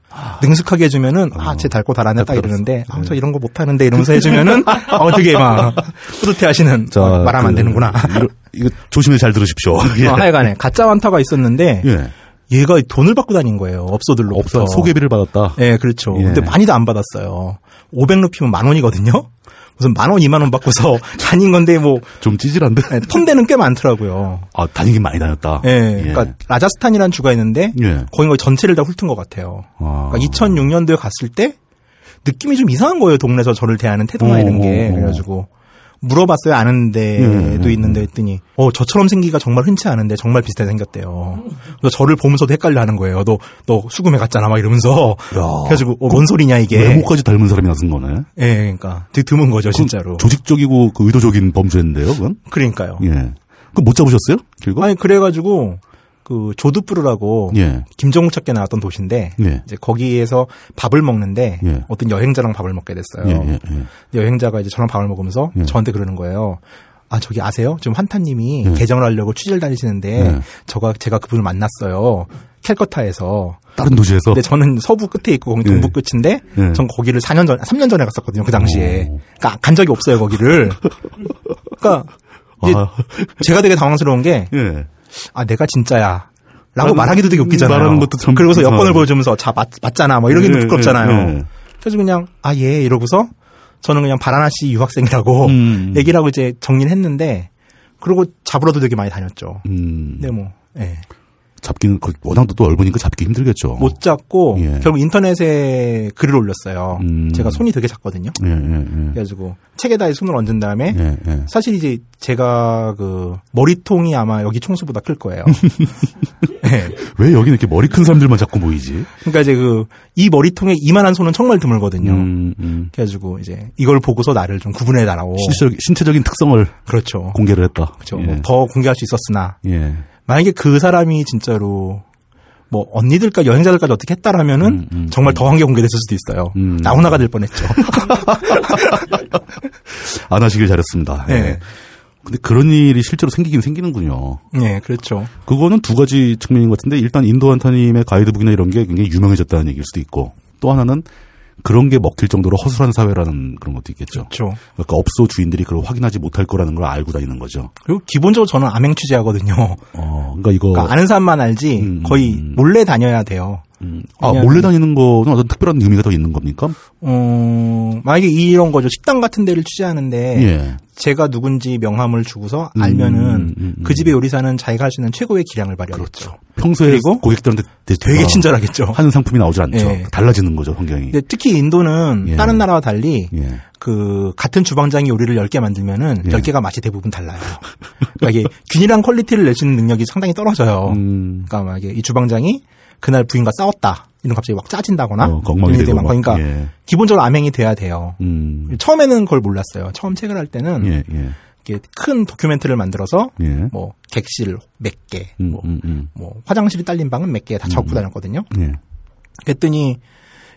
B: 능숙하게 해주면은
A: 어.
B: 아쟤 달고 달아냈다
A: 달고 달았어. 예.
B: 이러는데 아, 저 이런 거 못하는데
A: *laughs*
B: 이러면서 해주면은 어 되게 막 뿌듯해하시는
A: 자,
B: 어, 말하면 안
A: 그,
B: 되는구나.
A: 이거, 이거 조심히 잘
B: *laughs*
A: 들으십시오. 예.
B: 어, 하여간에 가짜 완타가 있었는데
A: *laughs* 예.
B: 얘가 돈을 받고 다닌 거예요. 업소들로
A: 없어. 소개비를 받았다.
B: 예, 그렇죠.
A: 예.
B: 근데 많이도 안 받았어요. 500루피면 만 원이거든요. 무슨 만 원, 2만 원 받고서 *laughs* 다닌 건데 뭐
A: 좀 찌질한데.
B: 예, 톤대는 꽤 많더라고요.
A: 아, 다니긴 많이 다녔다.
B: 예, 그러니까 라자스탄이라는 주가 있는데
A: 예.
B: 거의 거의 전체를 다 훑은 것 같아요.
A: 아.
B: 그러니까 2006년도에 갔을 때 느낌이 좀 이상한 거예요. 동네에서 저를 대하는 태도나 이런 게
A: 오.
B: 그래가지고 물어봤어요. 아는
A: 예,
B: 데도 있는데 했더니 어 저처럼 생기가 정말 흔치 않은데 정말 비슷하게 생겼대요. 그 저를 보면서도 헷갈려하는 거예요. 너 너 수금에 갔잖아 막 이러면서 그래가지고 어, 뭔 소리냐 이게
A: 외모까지 닮은 사람이 나선 거네.
B: 예, 그러니까 되게 드문 거죠, 진짜로.
A: 조직적이고 그 의도적인 범죄인데요, 그건?
B: 그러니까요.
A: 예. 그 못 잡으셨어요? 결국?
B: 아니 그래가지고 그 조드푸르라고
A: 예.
B: 김정욱 찾게 나왔던 도시인데
A: 예.
B: 이제 거기에서 밥을 먹는데
A: 예.
B: 어떤 여행자랑 밥을 먹게 됐어요.
A: 예, 예, 예.
B: 여행자가 이제 저랑 밥을 먹으면서
A: 예.
B: 저한테 그러는 거예요. 아 저기 아세요? 지금 환타님이 개정을 하려고 취재를 다니시는데
A: 예.
B: 저가 제가 그분을 만났어요. 캘커타에서.
A: 다른 도시에서.
B: 근데 저는 서부 끝에 있고 거기 동부
A: 예.
B: 끝인데
A: 예.
B: 전 거기를 4년 전, 3년 전에 갔었거든요. 그 당시에. 그러니까 간 적이 없어요 거기를. 그러니까 이제
A: 아,
B: 제가 되게 당황스러운 게,
A: 예.
B: 아, 내가 진짜야. 라고
A: 라는-
B: 말하기도 되게 웃기잖아요.
A: 말하는 것도 참
B: 그러고서 여권을
A: 이상하네.
B: 보여주면서, 자, 맞, 맞잖아. 뭐 이러기도
A: 예,
B: 부끄럽잖아요.
A: 예, 예.
B: 그래서 그냥, 아, 예, 이러고서 저는 그냥 바라나시 유학생이라고
A: 음.
B: 얘기를 하고 이제 정리를 했는데, 그러고 잡으러도 되게 많이 다녔죠.
A: 음.
B: 근데 뭐, 예.
A: 잡기는 그 워낙 또 넓으니까 잡기 힘들겠죠.
B: 못 잡고,
A: 예.
B: 결국 인터넷에 글을 올렸어요.
A: 음.
B: 제가 손이 되게 작거든요.
A: 예, 예, 예.
B: 그래가지고, 책에다 이 손을 얹은 다음에,
A: 예, 예.
B: 사실 이제 제가 그 머리통이 아마 여기 총수보다 클 거예요. *laughs* 네.
A: 왜 여기는 이렇게 머리 큰 사람들만 자꾸 모이지?
B: 그러니까 이제 그 이 머리통에 이만한 손은 정말 드물거든요.
A: 음, 음.
B: 그래가지고 이제 이걸 보고서 나를 좀 구분해 달라고.
A: 신체적, 신체적인 특성을
B: 그렇죠.
A: 공개를 했다.
B: 그렇죠.
A: 예.
B: 뭐더 공개할 수 있었으나
A: 예.
B: 만약에 그 사람이 진짜로 뭐 언니들까지 여행자들까지 어떻게 했다라면은
A: 음, 음,
B: 정말 더한 게 공개됐을 수도 있어요.
A: 음.
B: 나훈아가 될 뻔했죠. *laughs*
A: 안 하시길 잘했습니다. 예.
B: 예.
A: 근데 그런 일이 실제로 생기긴 생기는군요.
B: 네, 그렇죠.
A: 그거는 두 가지 측면인 것 같은데 일단 인도 한타님의 가이드북이나 이런 게 굉장히 유명해졌다는 얘기일 수도 있고 또 하나는 그런 게 먹힐 정도로 허술한 사회라는 그런 것도 있겠죠.
B: 그렇죠.
A: 그러니까 업소 주인들이 그걸 확인하지 못할 거라는 걸 알고 다니는 거죠.
B: 그리고 기본적으로 저는 암행 취재하거든요.
A: 어, 그러니까 이거
B: 그러니까 아는 사람만 알지 거의 몰래 다녀야 돼요.
A: 음, 아
B: 왜냐하면-
A: 몰래 다니는 거는 어떤 특별한 의미가 더 있는 겁니까?
B: 어, 만약에 이런 거죠. 식당 같은 데를 취재하는데
A: 예.
B: 제가 누군지 명함을 주고서
A: 음,
B: 알면은
A: 음, 그렇죠. 음.
B: 그 집의 요리사는 자기가 할 수 있는 최고의 기량을 발휘하겠죠.
A: 평소에
B: 그리고
A: 고객들한테 대-
B: 되게
A: 아,
B: 친절하겠죠.
A: 하는 상품이 나오지 않죠.
B: 예.
A: 달라지는 거죠 환경이.
B: 근데 특히 인도는
A: 예.
B: 다른 나라와 달리
A: 예.
B: 그 같은 주방장이 요리를 10개 만들면은
A: 예.
B: 10개가 맛이 대부분 달라요. 그러니까 이게 균일한 퀄리티를 내주는 능력이 상당히 떨어져요.
A: 음,
B: 그러니까 만약에 이 주방장이 그날 부인과 싸웠다. 이런 갑자기 막 짜진다거나
A: 어, 엉망이
B: 이런 일이
A: 되고 막,
B: 많고 그러니까
A: 예.
B: 기본적으로 암행이 돼야 돼요.
A: 음,
B: 처음에는 그걸 몰랐어요. 처음 책을 할 때는
A: 예, 예,
B: 이렇게 큰 도큐멘트를 만들어서
A: 예.
B: 뭐 객실 몇 개,
A: 음,
B: 뭐,
A: 음, 음.
B: 뭐 화장실이 딸린 방은 몇 개 다 적고 다녔거든요.
A: 예,
B: 그랬더니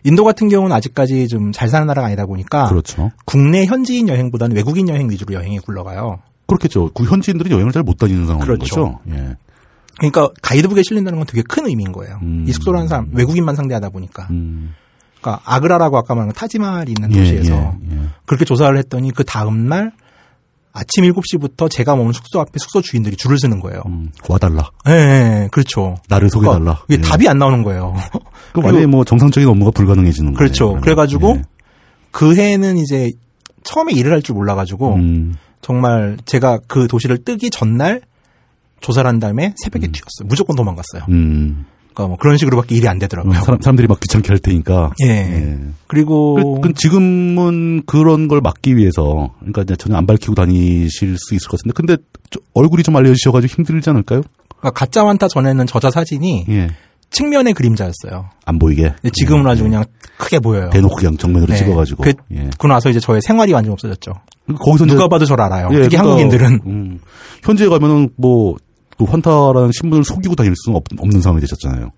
B: 인도 같은 경우는 아직까지 좀 잘 사는 나라가 아니다 보니까
A: 그렇죠.
B: 국내 현지인 여행보다는 외국인 여행 위주로 여행이 굴러가요.
A: 그렇겠죠. 그 현지인들이 여행을 잘 못 다니는 상황인 거죠.
B: 그렇죠.
A: 예,
B: 그러니까 가이드북에 실린다는 건 되게 큰 의미인 거예요.
A: 음.
B: 익숙도라는 사람 외국인만 상대하다 보니까.
A: 음,
B: 그러니까 아그라라고 아까 말한 타지마할이 있는
A: 예,
B: 그 도시에서
A: 예, 예.
B: 그렇게 조사를 했더니 그 다음 날 아침 7시부터 제가 머문 숙소 앞에 숙소 주인들이 줄을 서는 거예요.
A: 음, 와달라.
B: 예, 예, 그렇죠.
A: 나를
B: 그러니까
A: 소개해달라.
B: 이게
A: 예.
B: 답이 안 나오는 거예요.
A: 그럼 완전히 뭐 정상적인 업무가 불가능해지는 거예요.
B: 그렇죠.
A: 그러면.
B: 그래가지고
A: 예.
B: 그 해에는 이제 처음에 일을 할 줄 몰라가지고
A: 음,
B: 정말 제가 그 도시를 뜨기 전날 조사를 한 다음에 새벽에 튀었어요. 무조건 도망갔어요.
A: 음.
B: 그러니까 뭐 그런 식으로밖에 일이 안
A: 음,
B: 되더라고요.
A: 사람, 사람들이 막 귀찮게 할 테니까.
B: *laughs* 예. 어.
A: 예.
B: 그리고
A: 그, 그 지금은 그런 걸 막기 위해서, 그러니까 이제 전혀 안 밝히고 다니실 수 있을 것 같은데, 근데 저- 얼굴이 좀 알려주셔가지고 힘들지 않을까요?
B: 그러니까 가짜 완타 전에는 저자 사진이
A: 예.
B: 측면의 그림자였어요.
A: 안 보이게. 예.
B: 근데 네, 지금은 아주 그냥 크게 보여요.
A: 대놓고 그냥 정면으로
B: 네.
A: 찍어가지고.
B: 그,
A: 예.
B: 그 나서 이제 저의 생활이 완전 없어졌죠.
A: 거기서 이제-
B: 누가 봐도 저를 알아요.
A: 예,
B: 특히
A: 그러니까,
B: 한국인들은.
A: 음, 현지에 가면은 뭐, 그 환타라는 신분을 속이고 다닐 수는 없, 는 상황이 되셨잖아요.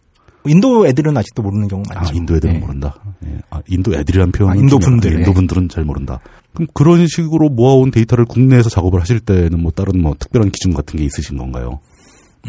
B: 인도 애들은 아직도 모르는 경우가
A: 아,
B: 많죠.
A: 인도 애들은
B: 네.
A: 모른다. 예. 아, 인도 애들이란 표현.
B: 아, 인도 분들, 예.
A: 인도 분들은 잘 모른다. 그럼 그런 식으로 모아온 데이터를 국내에서 작업을 하실 때는 뭐 다른 뭐 특별한 기준 같은 게 있으신 건가요?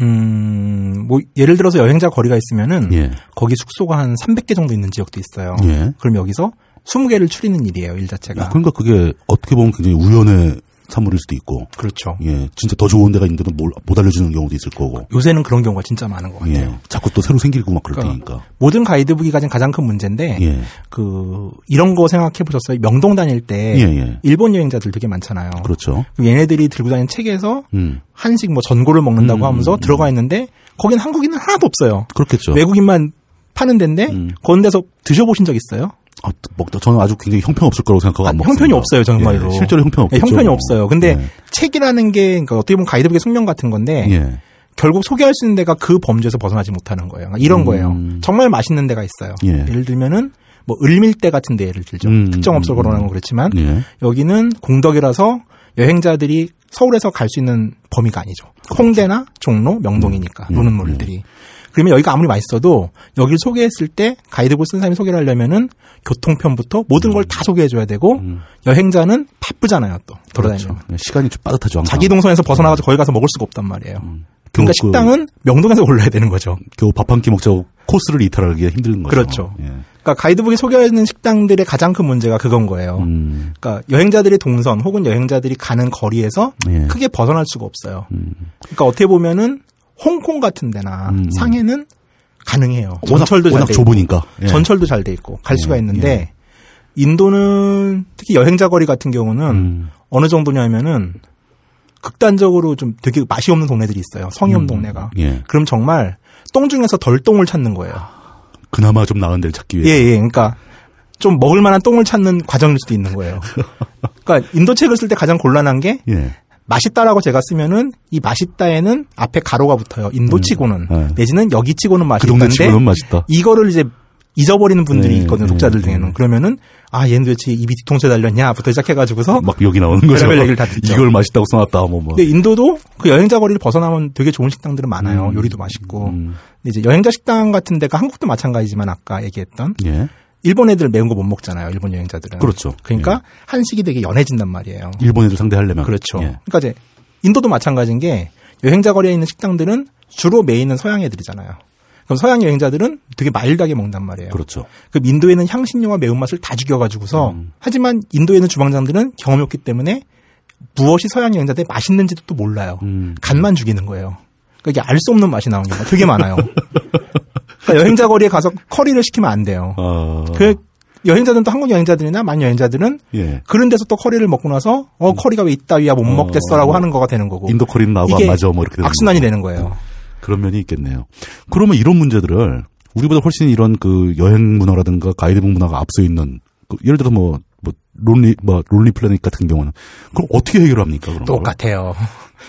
B: 음, 뭐, 예를 들어서 여행자 거리가 있으면은,
A: 예.
B: 거기 숙소가 한 300개 정도 있는 지역도 음. 있어요.
A: 예.
B: 그럼 여기서 20개를 추리는 일이에요, 일 자체가.
A: 야, 그러니까 그게 어떻게 보면 굉장히 우연의 산물일 수도 있고,
B: 그렇죠.
A: 예, 진짜 더 좋은 데가 있는데도 뭘- 못 알려주는 경우도 있을 거고,
B: 요새는 그런 경우가 진짜 많은 것 같아요.
A: 예, 자꾸 또 새로 생기고 막 그럴
B: 그러니까.
A: 테니까,
B: 모든 가이드북이 가진 가장 큰 문제인데,
A: 예,
B: 그, 이런 거 생각해 보셨어요? 명동 다닐 때,
A: 예, 예,
B: 일본 여행자들 되게 많잖아요.
A: 그렇죠,
B: 그럼 얘네들이 들고 다니는 책에서
A: 음,
B: 한식 뭐 전골을 먹는다고
A: 음,
B: 하면서
A: 음,
B: 들어가 있는데, 거긴 한국인은 하나도 없어요.
A: 그렇겠죠.
B: 외국인만 파는 데인데,
A: 음.
B: 그런 데서 드셔보신 적 있어요?
A: 아, 먹다 저는 아주 굉장히 형편 없을 거라고 생각하고 안
B: 아니,
A: 먹
B: 형편이 없어요, 정말로.
A: 실제로 형편 없죠.
B: 네, 형편이 없어요. 근데
A: 예.
B: 책이라는 게 그러니까 어떻게 보면 가이드북의 숙명 같은 건데
A: 예,
B: 결국 소개할 수 있는 데가 그 범죄에서 벗어나지 못하는 거예요. 그러니까 이런
A: 음.
B: 거예요. 정말 맛있는 데가 있어요.
A: 예.
B: 를 들면은 뭐 을밀대 같은 데 예를 들죠.
A: 음,
B: 특정 업소
A: 음,
B: 거론하는 건 그렇지만
A: 예,
B: 여기는 공덕이라서 여행자들이 서울에서 갈 수 있는 범위가 아니죠. 홍대나 종로, 명동이니까
A: 그렇죠. 음,
B: 노는
A: 음,
B: 물들이. 그러면 여기가 아무리 맛있어도 여기를 소개했을 때 가이드북 쓴 사람이 소개를 하려면은 교통편부터
A: 음.
B: 모든 걸 다 소개해줘야 되고 여행자는 바쁘잖아요 또 돌아다니면.
A: 그렇죠. 시간이 좀 빠듯하죠. 항상.
B: 자기 동선에서 벗어나가서 거기 가서 먹을 수가 없단 말이에요.
A: 겨우
B: 그러니까
A: 그-
B: 식당은 명동에서 골라야 되는 거죠.
A: 겨우 밥 한 끼 먹자고 코스를 이탈하기가 힘든 거죠.
B: 그렇죠.
A: 예.
B: 그러니까 가이드북이 소개하는 식당들의 가장 큰 문제가 그건 거예요.
A: 음,
B: 그러니까 여행자들의 동선 혹은 여행자들이 가는 거리에서
A: 예.
B: 크게 벗어날 수가 없어요.
A: 음.
B: 그러니까 어떻게 보면은 홍콩 같은 데나
A: 음.
B: 상해는 가능해요.
A: 워낙,
B: 전철도 잘
A: 워낙
B: 돼 있고,
A: 좁으니까. 예.
B: 전철도 잘 돼 있고 갈 수가
A: 예,
B: 있는데 인도는 특히 여행자 거리 같은 경우는
A: 음.
B: 어느 정도냐면은 극단적으로 좀 되게 맛이 없는 동네들이 있어요. 성이 없는 동네가.
A: 예.
B: 그럼 정말 똥 중에서 덜 똥을 찾는 거예요.
A: 그나마 좀 나은 데를 찾기
B: 예,
A: 위해.
B: 예. 그러니까 좀 먹을 만한 똥을 찾는 과정일 수도
A: *laughs*
B: 있는 거예요. 그러니까 인도 책을 쓸 때 가장 곤란한 게
A: 예.
B: 맛있다라고 제가 쓰면은 이 맛있다에는 앞에 가로가 붙어요. 인도치고는
A: 네.
B: 내지는 여기치고는
A: 그 동네
B: 맛있다는데
A: 치고는 맛있다.
B: 이거를 이제 잊어버리는 분들이
A: 네,
B: 있거든요.
A: 네,
B: 독자들
A: 네.
B: 중에는 그러면은 아 얘는 도대체 입이 뒤통수에 달렸냐부터 시작해가지고서
A: 막 여기 나오는 거죠.
B: 별의별 얘기를 다 듣죠.
A: 이걸 맛있다고 써놨다. 뭐 뭐.
B: 근데 인도도 그 여행자 거리를 벗어나면 되게 좋은 식당들은 많아요.
A: 음.
B: 요리도 맛있고.
A: 음.
B: 근데 이제 여행자 식당 같은 데가 한국도 마찬가지지만 아까 얘기했던
A: 예.
B: 일본 애들 매운 거 못 먹잖아요. 일본 여행자들은.
A: 그렇죠.
B: 그러니까 한식이 되게 연해진단 말이에요.
A: 일본 애들 상대하려면.
B: 그렇죠.
A: 예.
B: 그러니까 이제 인도도 마찬가지인 게 여행자 거리에 있는 식당들은 주로 메인은 서양 애들이잖아요. 그럼 서양 여행자들은 되게 마일드하게 먹는단 말이에요.
A: 그렇죠.
B: 그럼 인도에는 향신료와 매운맛을 다 죽여가지고서
A: 음.
B: 하지만 인도에는 주방장들은 경험이 없기 때문에 무엇이 서양 여행자들의 맛있는지도 또 몰라요.
A: 음.
B: 간만 죽이는 거예요. 그러니까 이게 알 수 없는 맛이 나오는 경우가
A: *laughs*
B: 되게 많아요. 그러니까 여행자 거리에 가서 커리를 시키면 안 돼요.
A: 아.
B: 그 여행자들은 또 한국 여행자들이나 만 여행자들은
A: 예. 음.
B: 그런 데서 또 커리를 먹고 나서 어 커리가 왜 있다위야 못
A: 어.
B: 먹겠어라고 하는 거가 되는 거고
A: 인도 커리는 나하고 안
B: 뭐, 이게
A: 맞아. 뭐 이렇게 되는
B: 악순환이 되는 거예요.
A: 그런 면이 있겠네요. 그러면 이런 문제들을 우리보다 훨씬 이런 그 여행 문화라든가 가이드북 문화가 앞서 있는 그 예를 들어 뭐, 뭐 론리 뭐 론리 플래닛 같은 경우는 그럼 어떻게 해결합니까? 그런 걸?
B: 똑같아요.
A: 음.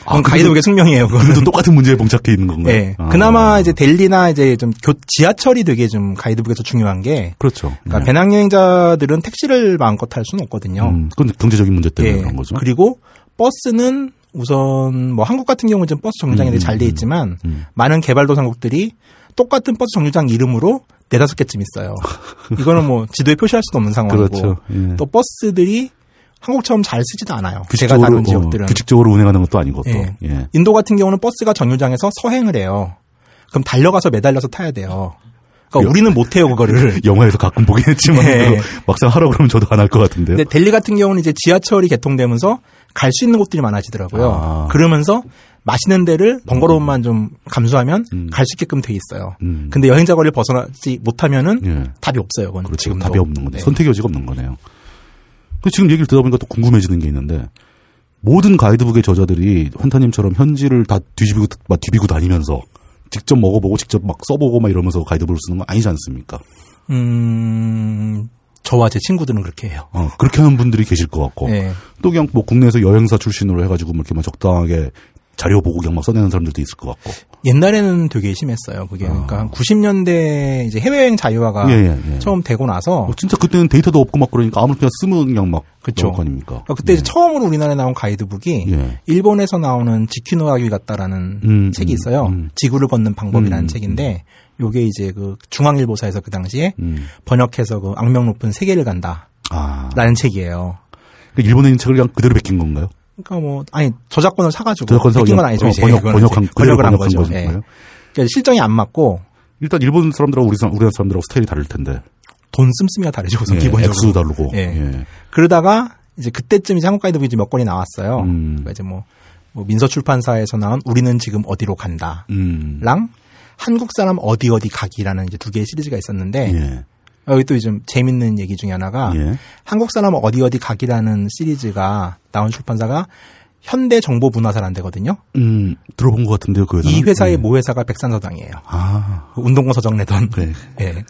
A: 아,
B: *laughs* 그건 가이드북의 숙명이에요. 그거는.
A: 그래도 똑같은 문제에 봉착해 있는 건가요?
B: 예.
A: 아.
B: 그나마 이제 델리나 이제 좀 교, 지하철이 되게 좀 가이드북에서 중요한 게
A: 그렇죠.
B: 그러니까 배낭여행자들은 택시를 마음껏 탈 수는 없거든요.
A: 음, 그건 경제적인 문제 때문에
B: 예.
A: 그런 거죠.
B: 그리고 버스는 우선 뭐 한국 같은 경우는 지금 버스 정류장이
A: 음,
B: 잘 돼 있지만
A: 음.
B: 많은 개발도상국들이 똑같은 버스 정류장 이름으로 네다섯 개쯤
A: *laughs*
B: 있어요. 이거는 뭐 지도에 표시할 수도 없는 상황이고
A: 그렇죠. 예.
B: 또 버스들이 한국처럼 잘 쓰지도 않아요. 제가
A: 규칙적으로,
B: 다른
A: 어,
B: 지역들은
A: 규칙적으로 운행하는 것도 아니고 또.
B: 예.
A: 예.
B: 인도 같은 경우는 버스가 정류장에서 서행을 해요. 그럼 달려가서 매달려서 타야 돼요. 그러니까 우리는 못 해요 그거를.
A: 영화에서 가끔 보긴 했지만
B: 예.
A: 그거 막상 하라고 그러면 저도 안 할 것 같은데요.
B: 근데 델리 같은 경우는 이제 지하철이 개통되면서 갈 수 있는 곳들이 많아지더라고요.
A: 아.
B: 그러면서 맛있는 데를 번거로움만 좀 감수하면 갈 수 있게끔 돼 있어요.
A: 음.
B: 근데 여행자 거리를 벗어나지 못하면은
A: 예.
B: 답이 없어요. 그건
A: 그렇죠.
B: 지금도.
A: 답이 없는 거네.
B: 네.
A: 요 선택의 여지가 없는 거네요. 그 지금 얘기를 듣다 보니까 또 궁금해지는 게 있는데 모든 가이드북의 저자들이 환타님처럼 현지를 다 뒤집고 막 뒤비고 다니면서 직접 먹어보고 직접 막 써보고 막 이러면서 가이드북을 쓰는 건 아니지 않습니까?
B: 음, 저와 제 친구들은 그렇게 해요.
A: 어, 그렇게 하는 분들이 계실 것 같고
B: 예.
A: 또 그냥 뭐 국내에서 여행사 출신으로 해가지고 뭐 이렇게 막 적당하게 자료 보고 그냥 막 써내는 사람들도 있을 것 같고 어,
B: 옛날에는 되게 심했어요. 그게 그러니까 한 90년대 이제 해외여행 자유화가
A: 아. 예, 예, 예.
B: 처음 되고 나서
A: 어, 진짜 그때는 데이터도 없고 막 그러니까 아무렇게나 쓰면 그냥 막
B: 그쵸.
A: 나올 거 아닙니까?
B: 그러니까 그때 이제 처음으로 우리나라에 나온 가이드북이
A: 네. 예.
B: 일본에서 나오는 지키노라기 같다라는
A: 음,
B: 책이
A: 음,
B: 있어요.
A: 음.
B: 지구를 걷는 방법이라는
A: 음,
B: 책인데 요게 이제 그 중앙일보사에서 그 당시에
A: 음.
B: 번역해서 그 악명 높은 세계를 간다라는
A: 아,
B: 책이에요.
A: 그러니까 일본에 있는 책을 그냥 그대로 베낀 건가요?
B: 그러니까 뭐 아니 저작권을 사가지고
A: 저작권 사고
B: 베낀 건
A: 그냥,
B: 아니죠.
A: 어,
B: 이제.
A: 번역,
B: 그거는
A: 번역한
B: 이제 번역을 한
A: 번역한
B: 거죠.
A: 거죠,
B: 예.
A: 그거요?
B: 그러니까 실정이 안 맞고
A: 일단 일본 사람들하고 우리 사람, 우리나라 사람들하고 스타일이 다를 텐데.
B: 돈 씀씀이가 다르죠. 우선
A: 예,
B: 기본적으로
A: 액수 다르고.
B: 예.
A: 예.
B: 그러다가 이제 그때쯤 이제 한국 가이드북이 이제 몇 권이 나왔어요.
A: 음.
B: 그러니까 이제 뭐, 뭐 민서출판사에서 나온 우리는 지금 어디로 간다.
A: 음.
B: 랑 한국 사람 어디 어디 가기라는 이제 두 개의 시리즈가 있었는데
A: 예.
B: 여기 또 좀 재밌는 얘기 중에 하나가
A: 예.
B: 한국 사람 어디 어디 가기라는 시리즈가 나온 출판사가 현대 정보 문화사라는 데거든요.
A: 음, 들어본 것 같은데요, 그 회사는.
B: 이 회사의
A: 예.
B: 모 회사가 백산서당이에요.
A: 아.
B: 운동권 서정 내던
A: 네.
B: 예.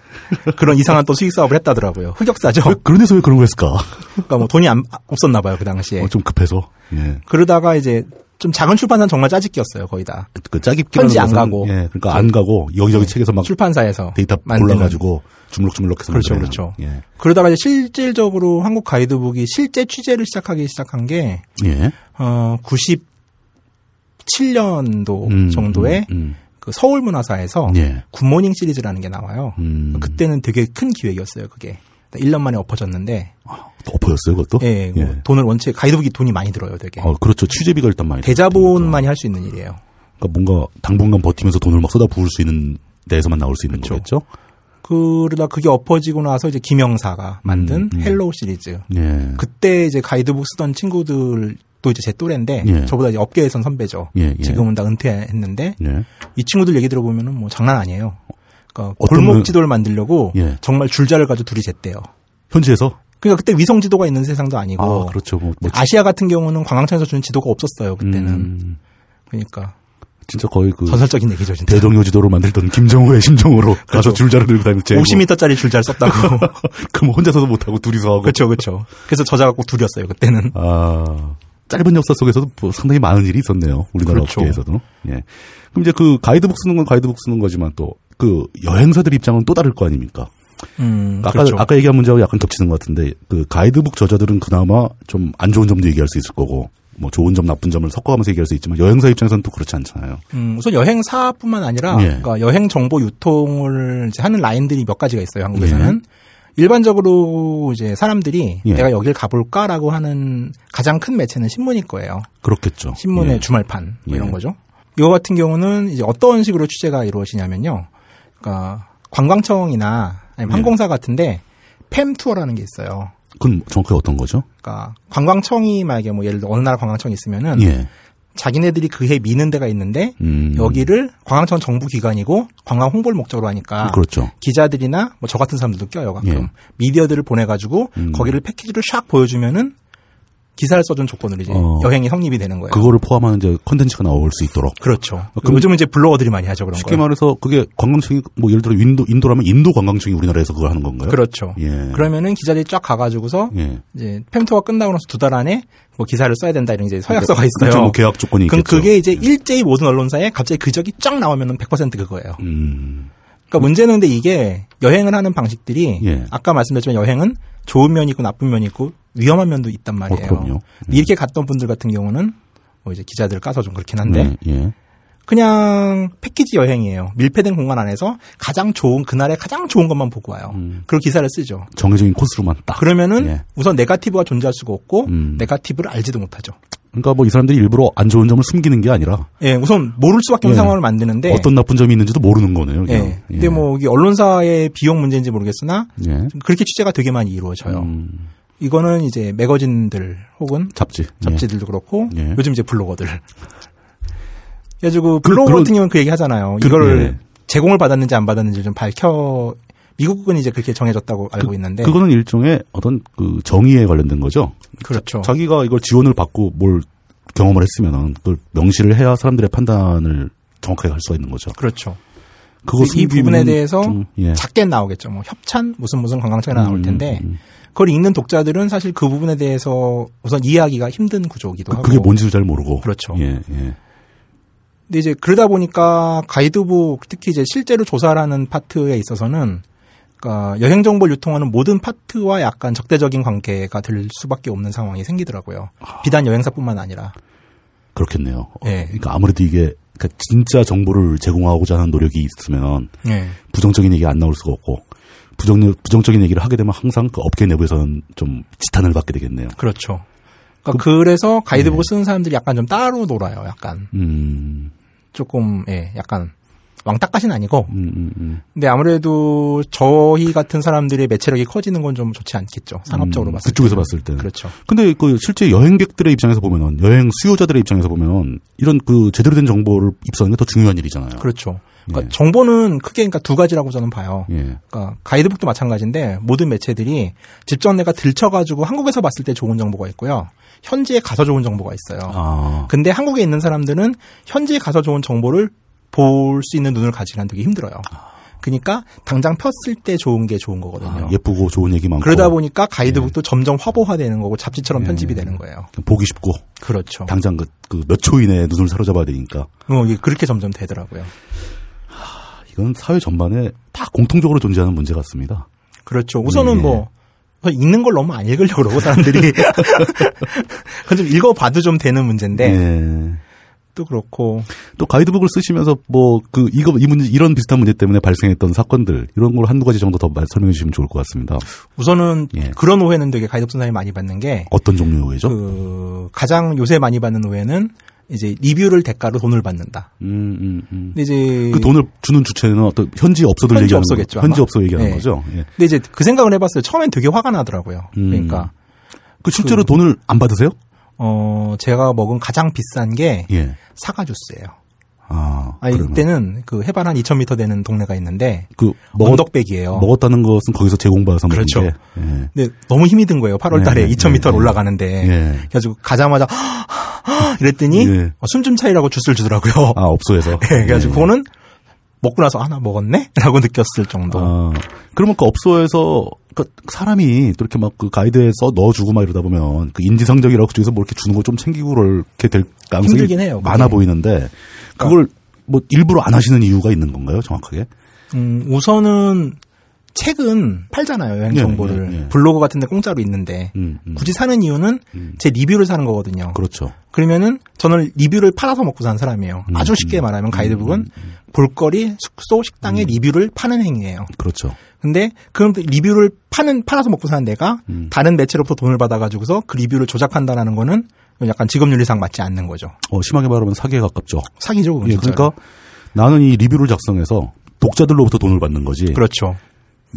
B: 그런 이상한 또 수익 사업을 했다더라고요. 흑역사죠.
A: 왜, 그런 데서 왜 그런 거 했을까?
B: 그러니까 뭐 돈이 안- 없었나 봐요 그 당시에.
A: 어, 좀 급해서. 예.
B: 그러다가 이제 좀 작은 출판사는 정말 짜집기였어요 거의 다
A: 그 짜깁기라는
B: 편지 안
A: 것은,
B: 가고.
A: 예. 그러니까 안 가고 여기저기 책에서 막
B: 출판사에서
A: 데이터
B: 만드는.
A: 골라가지고 주물럭주물럭해서
B: 그렇죠,
A: 만들어내는.
B: 그렇죠.
A: 예.
B: 그러다가 이제 실질적으로 한국 가이드북이 실제 취재를 시작하기 시작한 게
A: 예.
B: 어, 97년도
A: 음,
B: 정도에
A: 음,
B: 그 서울 문화사에서
A: 음. 예.
B: 굿모닝 시리즈라는 게 나와요.
A: 음.
B: 그때는 되게 큰 기획이었어요 그게. 1년 만에 엎어졌는데
A: 또 엎어졌어요, 그것도?
B: 예, 뭐 돈을 원체 가이드북이 돈이 많이 들어요 되게.
A: 어, 그렇죠. 취재비가 일단 많이. 들어가니까.
B: 대자본만이 할 수 있는 일이에요.
A: 그러니까 뭔가 당분간 버티면서 돈을 막 쏟아 부을 수 있는 데에서만 나올 수 있는 거겠죠?
B: 그러다 그게 엎어지고 나서 이제
A: 음,
B: 김영사가 만든 헬로우 시리즈.
A: 예.
B: 그때 이제 가이드북 쓰던 친구들도 이제 제 또래인데
A: 예.
B: 저보다 이제 업계에선 선배죠.
A: 예, 예.
B: 지금은 다 은퇴했는데
A: 예.
B: 이 친구들 얘기 들어보면은 뭐 장난 아니에요. 그러니까
A: 어떤 분-
B: 골목 지도를 만들려고
A: 예.
B: 정말 줄자를 가지고 둘이 쟀대요.
A: 현지에서?
B: 그러니까 그때 위성 지도가 있는 세상도 아니고
A: 아, 그렇죠. 뭐, 뭐
B: 시아 같은 경우는 관광청에서 주는 지도가 없었어요 그때는.
A: 음,
B: 그러니까
A: 진짜 거의 그
B: 전설적인 얘기죠 진짜.
A: 대동요 지도를 만들던 김정호의 *laughs* 심정으로
B: 그렇죠.
A: 가서 줄자를 들고 다니는 제
B: 50m짜리 줄자를 썼다고.
A: *laughs*
B: *laughs*
A: 그럼 혼자서도 못하고 둘이서 하고.
B: 그렇죠, 그렇죠. 그래서 저자가 꼭 둘이었어요 그때는.
A: 아, 짧은 역사 속에서도 뭐 상당히 많은 일이 있었네요. 우리나라
B: 그렇죠.
A: 업계에서도. 예. 그럼 이제 그 가이드북 쓰는 건 가이드북 쓰는 거지만 또 그 여행사들 입장은 또 다를 거 아닙니까?
B: 음,
A: 아까
B: 그렇죠.
A: 아까 얘기한 문제하고 약간 겹치는 것 같은데 그 가이드북 저자들은 그나마 좀 안 좋은 점도 얘기할 수 있을 거고 뭐 좋은 점 나쁜 점을 섞어가면서 얘기할 수 있지만 여행사 입장에서는 또 그렇지 않잖아요.
B: 음, 우선 여행사뿐만 아니라
A: 예.
B: 그러니까 여행 정보 유통을 이제 하는 라인들이 몇 가지가 있어요 한국에서는 일반적으로 이제 사람들이
A: 예.
B: 내가 여길 가볼까라고 하는 가장 큰 매체는 신문일 거예요
A: 그렇겠죠.
B: 신문의
A: 예.
B: 주말판 뭐
A: 예.
B: 이런 거죠 이거 같은 경우는 이제 어떤 식으로 취재가 이루어지냐면요 그러니까 관광청이나 아니면
A: 예.
B: 항공사 같은데 팸 투어라는 게 있어요
A: 그건 정확히 어떤 거죠?
B: 그러니까 관광청이 만약에 뭐 예를 들어 어느 나라 관광청이 있으면은
A: 예.
B: 자기네들이 그해 미는 데가 있는데
A: 음.
B: 여기를 관광청 정부 기관이고 관광 홍보를 목적으로 하니까
A: 그렇죠.
B: 기자들이나 뭐 저 같은 사람들도 껴요 가끔
A: 예.
B: 미디어들을 보내가지고
A: 음.
B: 거기를 패키지로 샥 보여주면은 기사를 써준 조건으로 이제
A: 어.
B: 여행이 성립이 되는 거예요.
A: 그거를 포함하는 이제 컨텐츠가 나올 수 있도록.
B: 네. 그렇죠.
A: 그럼-
B: 요즘은 이제 블로거들이 많이 하죠 그런
A: 쉽게
B: 거.
A: 말해서 그게 관광청이 뭐 예를 들어 인도 인도라면 인도 관광청이 우리나라에서 그걸 하는 건가요?
B: 그렇죠.
A: 예.
B: 그러면은 기자들이 쫙 가가지고서
A: 예.
B: 이제 팸투가 끝나고 나서 두 달 안에 뭐 기사를 써야 된다 이런 이제 서약서가
A: 그렇죠.
B: 있어요.
A: 뭐 계약 조건이
B: 그럼
A: 있겠죠. 예.
B: 그게 이제 일제히 모든 언론사에 갑자기 그적이 쫙 나오면은 100% 그거예요.
A: 음.
B: 그러니까 문제는 근데 이게 여행을 하는 방식들이
A: 예.
B: 아까 말씀드렸지만 여행은 좋은 면이 있고 나쁜 면이 있고 위험한 면도 있단 말이에요.
A: 어, 그럼요. 음.
B: 근데 이렇게 갔던 분들 같은 경우는 뭐 이제 기자들 까서 좀 그렇긴 한데
A: 예. 예.
B: 그냥 패키지 여행이에요. 밀폐된 공간 안에서 가장 좋은 그날에 가장 좋은 것만 보고 와요.
A: 음.
B: 그리고 기사를 쓰죠.
A: 정해진 코스로만 딱.
B: 그러면은
A: 예.
B: 우선 네가티브가 존재할 수가 없고
A: 음.
B: 네가티브를 알지도 못하죠.
A: 그러니까 뭐 이 사람들이 일부러 안 좋은 점을 숨기는 게 아니라
B: 예, 우선 모를 수밖에
A: 예.
B: 없는 상황을 만드는데
A: 어떤 나쁜 점이 있는지도 모르는 거네요.
B: 예.
A: 그냥.
B: 네. 근데 뭐 이게 언론사의 비용 문제인지 모르겠으나
A: 예.
B: 그렇게 취재가 되게 많이 이루어져요.
A: 음,
B: 이거는 이제 매거진들 혹은
A: 잡지. 예.
B: 잡지들도 그렇고
A: 예.
B: 요즘 이제 블로거들. *laughs* 예, 그래가지고 블로거
A: 그런-
B: 같은 경우는 그 얘기 하잖아요.
A: 그-
B: 이걸
A: 예.
B: 제공을 받았는지 안 받았는지 좀 밝혀. 미국은 이제 그렇게 정해졌다고 알고 있는데
A: 그거는 일종의 어떤 그 정의에 관련된 거죠.
B: 네. 그렇죠.
A: 자기가 이걸 지원을 받고 뭘 경험을 했으면은 그걸 명시를 해야 사람들의 판단을 정확하게 할 수가 있는 거죠.
B: 그렇죠.
A: 그거
B: 이 부분에
A: 숨기면은
B: 대해서
A: 좀, 예.
B: 작게 나오겠죠. 뭐 협찬 무슨 무슨 관광청이나 나올
A: 음,
B: 텐데
A: 음.
B: 그걸 읽는 독자들은 사실 그 부분에 대해서 우선 이해하기가 힘든 구조이기도 하고.
A: 그게 뭔지도 잘 모르고.
B: 그렇죠.
A: 예, 예.
B: 근데 이제 그러다 보니까 가이드북 특히 이제 실제로 조사하는 파트에 있어서는 그러니까 여행 정보를 유통하는 모든 파트와 약간 적대적인 관계가 될 수밖에 없는 상황이 생기더라고요.
A: 아.
B: 비단 여행사뿐만 아니라.
A: 그렇겠네요. 어,
B: 예.
A: 그러니까 아무래도 이게 그러니까 진짜 정보를 제공하고자 하는 노력이 있으면
B: 예.
A: 부정적인 얘기 안 나올 수가 없고 부정 부정적인 얘기를 하게 되면 항상 그 업계 내부에서는 좀 지탄을 받게 되겠네요.
B: 그렇죠. 그러니까 그, 래서
A: 네.
B: 가이드북을 쓰는 사람들이 약간 좀 따로 놀아요. 약간
A: 음,
B: 조금 예, 약간 왕따까지는 아니고.
A: 음, 음, 음.
B: 근데 아무래도 저희 같은 사람들의 매체력이 커지는 건 좀 좋지 않겠죠. 상업적으로
A: 음,
B: 봤을 때.
A: 그쪽에서 봤을 때는.
B: 그렇죠.
A: 근데 그 실제 여행객들의 입장에서 보면은 여행 수요자들의 입장에서 보면 이런 그 제대로 된 정보를 입수하는 게 더 중요한 일이잖아요.
B: 그렇죠. 그러니까
A: 예.
B: 정보는 크게 그러니까 두 가지라고 저는 봐요.
A: 예.
B: 그러니까 가이드북도 마찬가지인데 모든 매체들이 직접 내가 들쳐가지고 한국에서 봤을 때 좋은 정보가 있고요. 현지에 가서 좋은 정보가 있어요.
A: 아,
B: 근데 한국에 있는 사람들은 현지에 가서 좋은 정보를 볼 수 있는 눈을 가지기는 되게 힘들어요. 그러니까 당장 폈을 때 좋은 게 좋은 거거든요.
A: 아, 예쁘고 좋은 얘기 많고
B: 그러다 보니까 가이드북도 점점 화보화되는 거고 잡지처럼 편집이 되는 거예요.
A: 그냥 보기 쉽고
B: 그렇죠.
A: 당장 그 몇 초 이내에 눈을 사로잡아야 되니까
B: 어, 이게 그렇게 점점 되더라고요.
A: 이건 사회 전반에 다 공통적으로 존재하는 문제 같습니다.
B: 그렇죠. 우선은
A: 예.
B: 뭐 우선 읽는 걸 너무 안 읽으려고 그러고 사람들이 *laughs* 그건 좀 읽어봐도 좀 되는 문제인데
A: 예.
B: 또 그렇고
A: 또 가이드북을 쓰시면서 뭐 그 이거 이 문제 이런 비슷한 문제 때문에 발생했던 사건들 이런 걸 한두 가지 정도 더 말- 설명해 주시면 좋을 것 같습니다.
B: 우선은
A: 예.
B: 그런 오해는 되게 가이드 선생님이 많이 받는 게
A: 어떤 종류의 오해죠?
B: 그, 가장 요새 많이 받는 오해는 이제 리뷰를 대가로 돈을 받는다.
A: 음, 음, 음.
B: 근데 이제
A: 그 돈을 주는 주체는 어떤 현지 업소들
B: 현지
A: 얘기하는
B: 업소겠죠,
A: 거, 현지
B: 아마.
A: 업소 얘기하는
B: 네.
A: 거죠. 예.
B: 근데 이제 그 생각을 해봤어요. 처음엔 되게 화가 나더라고요.
A: 음.
B: 그러니까
A: 그 실제로 돈을 안 받으세요?
B: 어 제가 먹은 가장 비싼 게
A: 예.
B: 사과 주스예요.
A: 아,
B: 아
A: 그러면
B: 이때는 그 해발 한 2,000m 되는 동네가 있는데
A: 그 먹,
B: 언덕백이에요.
A: 먹었다는 것은 거기서 제공받아서 먹는
B: 그렇죠.
A: 게. 예.
B: 근데 너무 힘이 든 거예요. 8월 달에
A: 네, 네,
B: 2,000m
A: 네.
B: 를 올라가는데.
A: 예.
B: 그래가지고 가자마자 *gasps* 이랬더니
A: 예.
B: 숨 좀 차이라고 주스를 주더라고요.
A: 아, 업소에서.
B: *laughs* 예, 그래가지고
A: 예.
B: 그거는 먹고 나서 아, 하나 먹었네라고 *laughs* 느꼈을 정도.
A: 아, 그러면 그 업소에서 그 사람이 또 이렇게 막 그 가이드에서 넣어주고 막 이러다 보면 그 인지상정이라고 그쪽에서 뭐 이렇게 주는 거 좀 챙기고 그렇게 될 가능성이
B: 힘들긴 해요,
A: 많아
B: 그게. 그러니까
A: 보이는데 그걸 뭐 일부러 안 하시는 이유가 있는 건가요, 정확하게?
B: 음, 우선은 책은 팔잖아요 여행
A: 예,
B: 정보를
A: 예, 예.
B: 블로그 같은데 공짜로 있는데
A: 음, 음.
B: 굳이 사는 이유는 제 리뷰를 사는 거거든요.
A: 그렇죠.
B: 그러면은 저는 리뷰를 팔아서 먹고 사는 사람이에요.
A: 음,
B: 아주 쉽게 말하면 가이드북은 볼거리, 숙소,
A: 음.
B: 식당의 리뷰를 파는 행위예요.
A: 그렇죠.
B: 근데 그럼 또 리뷰를 파는 팔아서 먹고 사는 내가
A: 음.
B: 다른 매체로부터 돈을 받아가지고서 그 리뷰를 조작한다라는 거는 약간 직업윤리상 맞지 않는 거죠.
A: 어, 심하게 말하면 사기에 가깝죠.
B: 사기죠, 그건
A: 예,
B: 진짜로.
A: 그러니까 나는 이 리뷰를 작성해서 독자들로부터 돈을 받는 거지.
B: 그렇죠.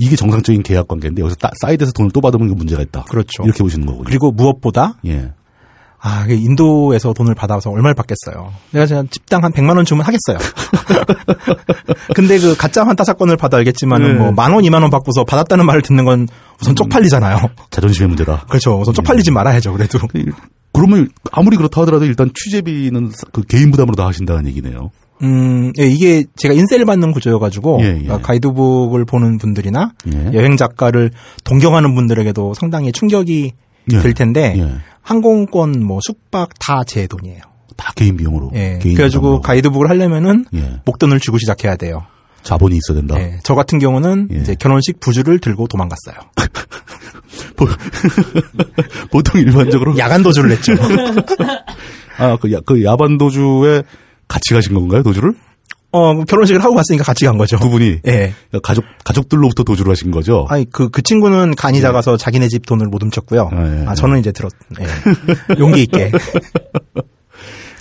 A: 이게 정상적인 계약 관계인데 여기서 따- 사이드에서 돈을 또 받으면 그 문제가 있다.
B: 그렇죠.
A: 이렇게 보시는 거군요.
B: 그리고 무엇보다
A: 예.
B: 아, 이게 인도에서 돈을 받아서 얼마를 받겠어요. 내가 그냥 집당 한 100만 원 주면 하겠어요. *laughs* 근데 그 가짜 환타 사건을 받아 알겠지만은
A: 네. 음.
B: 뭐만 원, 이만 원 받고서 받았다는 말을 듣는 건 우선 쪽팔리잖아요.
A: *laughs* 자존심의 문제다.
B: 그렇죠. 우선 쪽팔리지
A: 예.
B: 말아야죠. 그래도.
A: 네, 그러면 아무리 그렇다 하더라도 일단 취재비는 그 개인 부담으로 다 하신다는 얘기네요.
B: 음, 예, 이게 제가 인세를 받는 구조여가지고
A: 예, 예.
B: 그러니까 가이드북을 보는 분들이나
A: 예.
B: 여행 작가를 동경하는 분들에게도 상당히 충격이
A: 예.
B: 될 텐데
A: 예.
B: 항공권, 뭐 숙박 다 제 돈이에요.
A: 다 개인 비용으로.
B: 예.
A: 개인
B: 그래가지고
A: 부담으로.
B: 가이드북을 하려면은
A: 예.
B: 목돈을 주고 시작해야 돼요.
A: 자본이 있어야 된다.
B: 예, 저 같은 경우는
A: 예.
B: 이제 결혼식 부주를
A: *laughs*
B: 들고 도망갔어요.
A: 보- *laughs* 보통 일반적으로
B: 야간 도주를 냈죠.
A: 아그 그 야반 도주에 같이 가신 건가요 도주를
B: *laughs* 어, 그럼 결혼식을 하고 갔으니까 같이 간 거죠.
A: 두 분이
B: 예.
A: 가족 가족들로부터 도주를 하신 거죠.
B: 아니 그 그 친구는 간이 작아서 자기네 집 돈을 못 훔쳤고요.
A: 예. 아, 예,
B: 아
A: 예.
B: 저는 이제 들었 예.
A: *laughs*
B: 용기 있게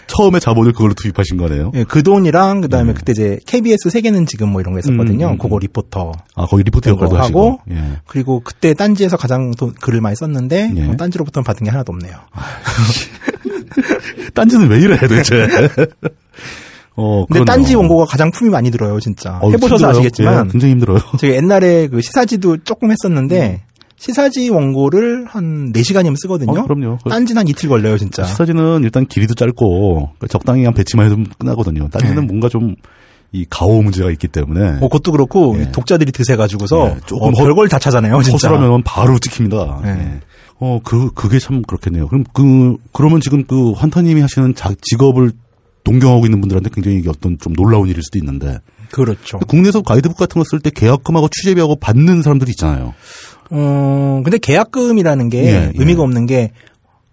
A: 처음에 자본을 그걸로 투입하신 거네요.
B: 예, 그 돈이랑 그다음에 그때 이제 KBS 세계는 지금 뭐 이런 거 했었거든요.
A: 음, 음,
B: 그거 리포터
A: 아 거기 리포트 역할도
B: 그거
A: 하시고.
B: 하고.
A: 예.
B: 그리고 그때 딴지에서 가장 돈- 글을 많이 썼는데
A: 예. 아,
B: 어, 딴지로부터는 받은 게 하나도 없네요.
A: 딴지는 왜 이래
B: *laughs*
A: 도대체. 어
B: 근데
A: 그러네요.
B: 딴지 원고가 가장 품이 많이 들어요, 진짜.
A: 어우,
B: 해보셔서
A: 힘들어요.
B: 아시겠지만
A: 예, 굉장히 힘들어요.
B: 제가 옛날에 그 시사지도 조금
A: 음.
B: 했었는데 시사지 원고를 한 4시간이면 쓰거든요.
A: 어, 그럼요. 그-
B: 딴지는 한 이틀 걸려요, 진짜.
A: 시사지는 일단 길이도 짧고 그러니까 적당히 한 배치만 해도 끝나거든요. 딴지는
B: 예.
A: 뭔가 좀 이 가오 문제가 있기 때문에
B: 뭐 그것도 그렇고
A: 예.
B: 독자들이 드세 가지고서 어, 뭐
A: 예, 조금 어, 허-
B: 별걸 다 찾아내요, 진짜.
A: 허술하면 바로 찍힙니다.
B: 네.
A: 예. 어, 그, 그게 참 그렇겠네요. 그럼 그, 그러면 지금 그 환타님이 하시는 자- 직업을 동경하고 있는 분들한테 굉장히 이게 어떤 좀 놀라운 일일 수도 있는데
B: 그렇죠.
A: 국내에서 가이드북 같은 거 쓸 때 계약금하고 취재비하고 받는 사람들이 있잖아요.
B: 어, 근데 계약금이라는 게
A: 예, 예.
B: 의미가 없는 게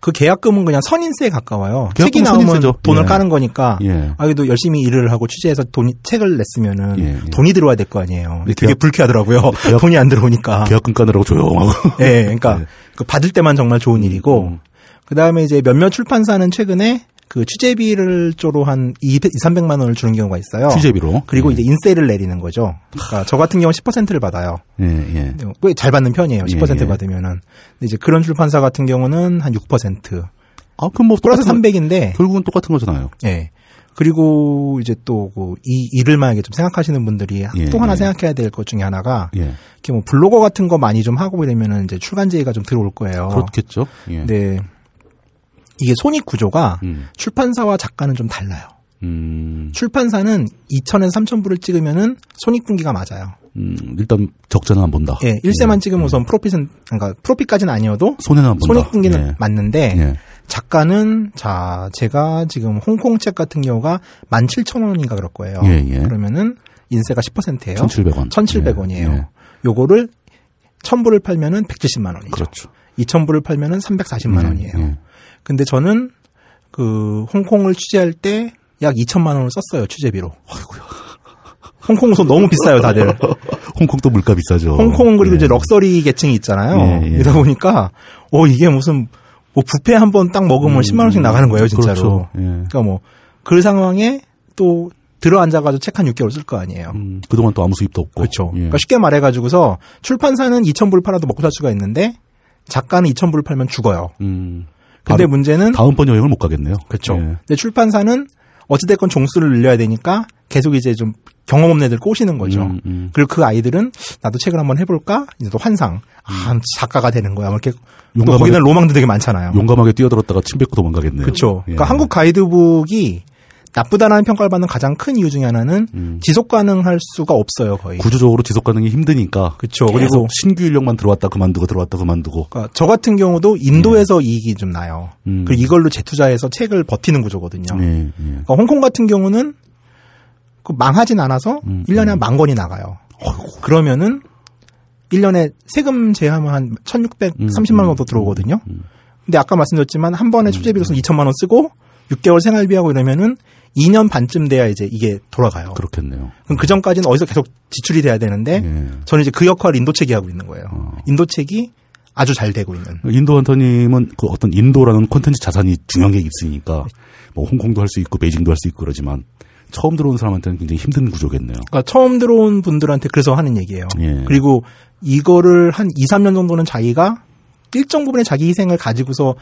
B: 그 계약금은 그냥 선인세에 가까워요.
A: 계약금은
B: 책이 나오면
A: 선인세죠.
B: 돈을
A: 예.
B: 까는 거니까
A: 예.
B: 아 그래도 열심히 일을 하고 취재해서 돈이 책을 냈으면은
A: 예, 예.
B: 돈이 들어와야 될 거 아니에요.
A: 근데
B: 되게
A: 계약-
B: 불쾌하더라고요.
A: 계약-
B: *laughs* 돈이 안 들어오니까.
A: 계약금 까느라고 조용하고.
B: 예, 그러니까 그 받을 때만 정말
A: 음.
B: 좋은 일이고 그다음에 이제 몇몇 출판사는 최근에 그 취재비를 쪼로 한 200, 300만 원을 주는 경우가 있어요.
A: 취재비로.
B: 그리고
A: 예.
B: 이제 인세를 내리는 거죠. 그러니까 저 같은 경우는 10%를 받아요.
A: 예, 예.
B: 꽤 잘 받는 편이에요. 10%
A: 예, 예.
B: 받으면은. 근데 이제 그런 출판사 같은 경우는 한 6%.
A: 아, 그럼 뭐
B: 플러스
A: 똑같은 거-
B: 300인데,
A: 결국은 똑같은 거잖아요.
B: 예. 그리고 이제 또, 그 이, 일을 만약에 좀 생각하시는 분들이
A: 예,
B: 또 하나
A: 예.
B: 생각해야 될 것 중에 하나가,
A: 예.
B: 이렇게 뭐 블로거 같은 거 많이 좀 하고 이러면은 이제 출간제의가 좀 들어올 거예요.
A: 그렇겠죠. 예.
B: 근데 네. 이게 손익 구조가
A: 음.
B: 출판사와 작가는 좀 달라요.
A: 음,
B: 출판사는 2천에서 3천 불을 찍으면은 손익 분기가 맞아요.
A: 음, 일단 적자는 안 본다.
B: 예, 일세만 찍으면
A: 예.
B: 우선 프로핏은 그러니까 프로핏까지는 아니어도
A: 손해는 안 본다.
B: 손익 분기는
A: 예.
B: 맞는데
A: 예.
B: 작가는 자 제가 지금 홍콩 책 같은 경우가 17,000원인가 그럴 거예요.
A: 예, 예.
B: 그러면은 인세가 10%예요.
A: 1,700원. 예,
B: 1,700원이에요. 요거를 1,000불을 팔면은 170만 원이죠.
A: 그렇죠.
B: 2,000불을 팔면은 340만 원이에요.
A: 예.
B: 근데 저는 그 홍콩을 취재할 때 약 2천만 원을 썼어요 취재비로. 홍콩 우선 너무
A: *laughs*
B: 비싸요 다들.
A: 어, 홍콩도 물가 비싸죠.
B: 홍콩은 그리고
A: 예.
B: 이제 럭서리 계층이 있잖아요.
A: 예, 예.
B: 이러다 보니까 어 이게 무슨 뭐 뷔페 한 번 딱 먹으면 10만 원씩 나가는 거예요
A: 음,
B: 진짜로.
A: 그렇죠. 예.
B: 그러니까 뭐 그 상황에 또 들어 앉아가지고 책 한 6개월 쓸 거 아니에요.
A: 음, 그동안 또 아무 수입도 없고.
B: 그렇죠.
A: 예.
B: 그러니까 쉽게 말해가지고서 출판사는 2천 불 팔아도 먹고 살 수가 있는데 작가는 2천 불 팔면 죽어요.
A: 음,
B: 근데
A: 바로
B: 문제는
A: 다음번 여행을 못 가겠네요.
B: 그렇죠.
A: 예.
B: 근데 출판사는 어찌됐건 종수를 늘려야 되니까 계속 이제 좀 경험 없는 애들 꼬시는 거죠.
A: 음, 음.
B: 그리고 그 아이들은 나도 책을 한번 해볼까? 이제 또 환상. 아, 작가가 되는 거야. 뭐 이렇게. 또
A: 음. 용감하게-
B: 거기는 로망도 되게 많잖아요.
A: 용감하게 뛰어들었다가 침 뱉고 도망가겠네요.
B: 그렇죠.
A: 예.
B: 그러니까 한국 가이드북이 나쁘다라는 평가를 받는 가장 큰 이유 중에 하나는 지속 가능할 수가 없어요, 거의.
A: 음. 구조적으로 지속 가능이 힘드니까.
B: 그렇죠.
A: 그리고
B: 그리고
A: 신규 인력만 들어왔다 그만두고 들어왔다 그만두고.
B: 그러니까 저 같은 경우도 인도에서 이익이 좀 나요.
A: 예. 음.
B: 그리고 이걸로 재투자해서 책을 버티는 구조거든요.
A: 예, 예.
B: 그러니까 홍콩 같은 경우는 그 망하진 않아서
A: 음,
B: 1년에 한 만 권이 나가요. 그러면은 1년에 세금 제하면 한 1630만 원
A: 음,
B: 정도 들어오거든요. 근데 아까 말씀드렸지만 한 번에
A: 음.
B: 출제비로서 2천만 원 쓰고 6개월 생활비하고 이러면은 2년 반쯤 돼야 이제 이게 돌아가요.
A: 그렇겠네요.
B: 그럼 그 전까지는 어디서 계속 지출이 돼야 되는데
A: 예. 어.
B: 저는 이제 그 역할을 인도책이 하고 있는 거예요. 인도책이 아주 잘 되고 있는.
A: 인도 헌터님은 그 어떤 인도라는 콘텐츠 자산이 중요한 게 있으니까 뭐 홍콩도 할 수 있고 베이징도 할 수 있고 그러지만 처음 들어온 사람한테는 굉장히 힘든 구조겠네요.
B: 그러니까 처음 들어온 분들한테 그래서 하는 얘기예요.
A: 예.
B: 그리고 이거를 한 2, 3년 정도는 자기가 일정 부분의 자기 희생을 가지고서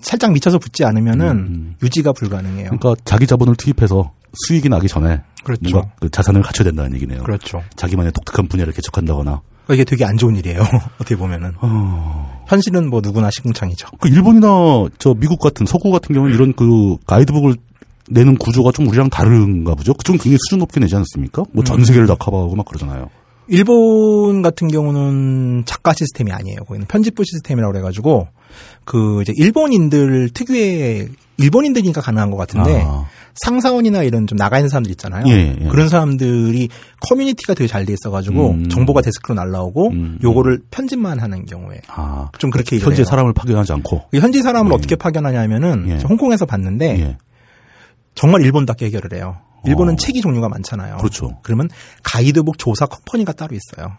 B: 살짝 미쳐서 붙지 않으면은
A: 음.
B: 유지가 불가능해요.
A: 그러니까 자기 자본을 투입해서 수익이 나기 전에
B: 그렇죠.
A: 뭔가 그 자산을 갖춰야 된다는 얘기네요.
B: 그렇죠.
A: 자기만의 독특한 분야를 개척한다거나.
B: 그러니까 이게 되게 안 좋은 일이에요. *laughs* 어떻게 보면은 현실은 뭐 누구나 시궁창이죠.
A: 그 일본이나 저 미국 같은 서구 같은 경우는 이런 그 가이드북을 내는 구조가 좀 우리랑 다른가 보죠. 그좀 굉장히 수준 높게 내지 않습니까? 뭐
B: 음.
A: 전 세계를 다 커버하고 막 그러잖아요.
B: 일본 같은 경우는 작가 시스템이 아니에요. 거기는 편집부 시스템이라고 그래가지고 그 이제 일본인들 특유의 일본인들이니까 가능한 것 같은데
A: 아.
B: 상사원이나 이런 좀 나가 있는 사람들 있잖아요.
A: 예, 예.
B: 그런 사람들이 커뮤니티가 되게 잘 돼 있어가지고
A: 음.
B: 정보가 데스크로 날라오고
A: 음.
B: 요거를 편집만 하는 경우에
A: 아,
B: 좀 그렇게
A: 현재
B: 일해요.
A: 사람을 파견하지 않고.
B: 현지 사람을
A: 예.
B: 어떻게 파견하냐면은
A: 예.
B: 저 홍콩에서 봤는데
A: 예.
B: 정말 일본답게 해결을 해요. 일본은
A: 어.
B: 책이 종류가 많잖아요.
A: 그렇죠.
B: 그러면 가이드북 조사 컴퍼니가 따로 있어요.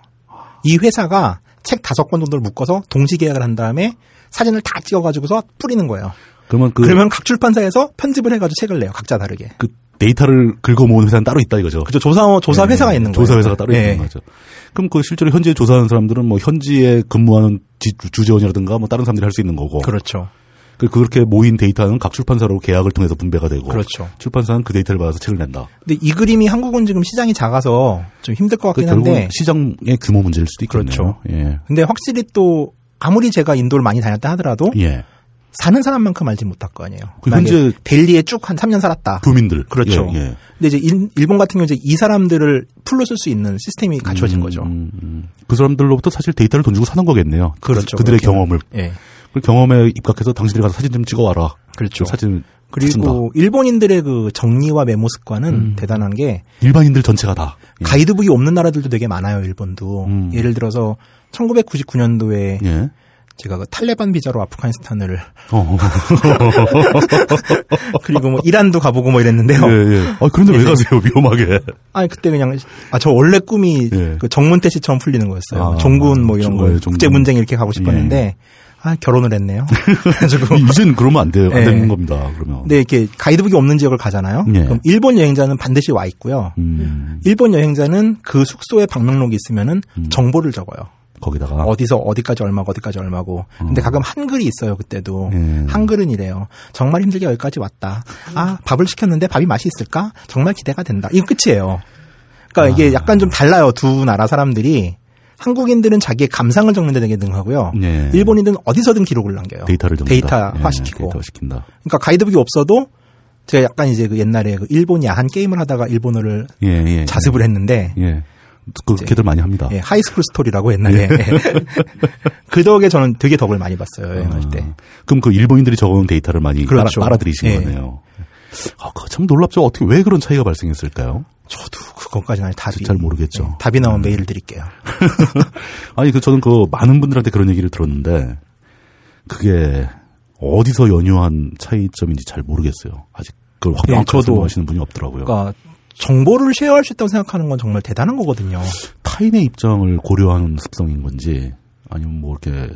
B: 이 회사가 책 다섯 권 정도를 묶어서 동시 계약을 한 다음에 사진을 다 찍어가지고서 뿌리는 거예요.
A: 그러면 그,
B: 그, 러면각 출판사에서 편집을 해가지고 책을 내요. 각자 다르게.
A: 그 데이터를 긁어 모은 회사는 따로 있다 이거죠.
B: 그죠 조사 조사
A: 예,
B: 회사가 있는 거예요.
A: 조사 회사가 따로
B: 예.
A: 있는 거죠. 그럼 그 실제로 현지에 조사하는 사람들은 뭐 현지에 근무하는 지- 주재원이라든가 뭐 다른 사람들이 할 수 있는 거고.
B: 그렇죠.
A: 그- 그렇게 모인 데이터는 각 출판사로 계약을 통해서 분배가 되고.
B: 그렇죠.
A: 출판사는 그 데이터를 받아서 책을 낸다.
B: 근데 이 그림이 한국은 지금 시장이 작아서 좀 힘들 것
A: 그
B: 같긴
A: 결국은
B: 한데.
A: 시장의 규모 문제일 수도 있겠네요.
B: 그렇죠.
A: 예.
B: 근데 확실히 또 아무리 제가 인도를 많이 다녔다 하더라도
A: 예.
B: 사는 사람만큼 알지 못할 거 아니에요.
A: 그
B: 만약에
A: 현재-
B: 델리에 쭉 한 3년 살았다.
A: 부민들.
B: 그렇죠.
A: 예, 예.
B: 근데 이제 일- 일본 같은 경우 이제 이 사람들을 풀로 쓸 수 있는 시스템이 갖춰진 거죠.
A: 음, 음. 그 사람들로부터 사실 데이터를 돈 주고 사는 거겠네요.
B: 그렇죠.
A: 그들의
B: 그렇죠.
A: 경험을.
B: 예.
A: 그 경험에 입각해서 당신들이 가서 사진 좀 찍어와라.
B: 그렇죠.
A: 사진
B: 그리고
A: 뭐 쓴다.
B: 일본인들의 그 정리와 메모 습관은 대단한 게
A: 일반인들 전체가 다. 예.
B: 가이드북이 없는 나라들도 되게 많아요, 일본도.
A: 음.
B: 예를 들어서 1999년도에
A: 예.
B: 제가 그 탈레반 비자로 아프가니스탄을
A: 어.
B: 그리고 뭐 이란도 가보고 뭐 이랬는데요.
A: 예, 예. 아, 그런데 왜 가세요, 위험하게.
B: 아니 그때 그냥 아 저 원래 꿈이
A: 예.
B: 그 정문태 씨처럼 풀리는 거였어요.
A: 아,
B: 종군 뭐 이런
A: 종-
B: 거
A: 예, 종군.
B: 국제 문쟁 이렇게 가고 싶었는데 아 결혼을 했네요.
A: *laughs*
B: 그래가지고 네.
A: 이젠 그러면 안 돼요. 안
B: 예.
A: 되는 겁니다, 그러면.
B: 근데 이렇게 가이드북이 없는 지역을 가잖아요.
A: 예.
B: 그럼 일본 여행자는 반드시 와 있고요.
A: 음,
B: 일본 여행자는 그 숙소에 방명록이 있으면은 정보를 적어요.
A: 거기다가.
B: 어디서 어디까지 얼마고 어디까지 얼마고. 근데 가끔 한글이 있어요 그때도.
A: 음. 예.
B: 한글은 이래요. 정말 힘들게 여기까지 왔다. 아 밥을 시켰는데 밥이 맛이 있을까? 정말 기대가 된다. 이건 끝이에요. 그러니까 이게
A: 아.
B: 약간 좀 달라요 두 나라 사람들이. 한국인들은 자기의 감상을 적는 데 되게 능하고요.
A: 예.
B: 일본인들은 어디서든 기록을 남겨요.
A: 데이터를 정리다. 예,
B: 데이터화시키고.
A: 데이터 시킨다.
B: 그러니까 가이드북이 없어도 제가 약간 이제 그 옛날에 그 일본 야한 게임을 하다가 일본어를
A: 예, 예.
B: 자습을 했는데
A: 예. 그렇게들 많이 합니다.
B: 예, 하이스쿨 스토리라고
A: 예.
B: 옛날에 *laughs* 그 덕에 저는 되게 덕을 많이 봤어요 여행할
A: 아,
B: 때.
A: 그럼 그 일본인들이 적어놓은 데이터를 많이
B: 그렇죠.
A: 빨아, 들이신
B: 예.
A: 거네요. 아, 그거 참 놀랍죠. 어떻게 왜 그런 차이가 발생했을까요?
B: 저도 그것까지는 아니, 답이
A: 잘 모르겠죠. 음.
B: 예, 답이 나오면 메일을 드릴게요.
A: 아니 그 저는 그 많은 분들한테 그런 얘기를 들었는데 그게 어디서 연유한 차이점인지 잘 모르겠어요. 아직 그걸 확정하게
B: 예, 저도.
A: 설명하시는 분이 없더라고요.
B: 그러니까 정보를 쉐어할 수 있다고 생각하는 건 정말 대단한 거거든요.
A: 타인의 입장을 고려하는 습성인 건지 아니면 뭐 이렇게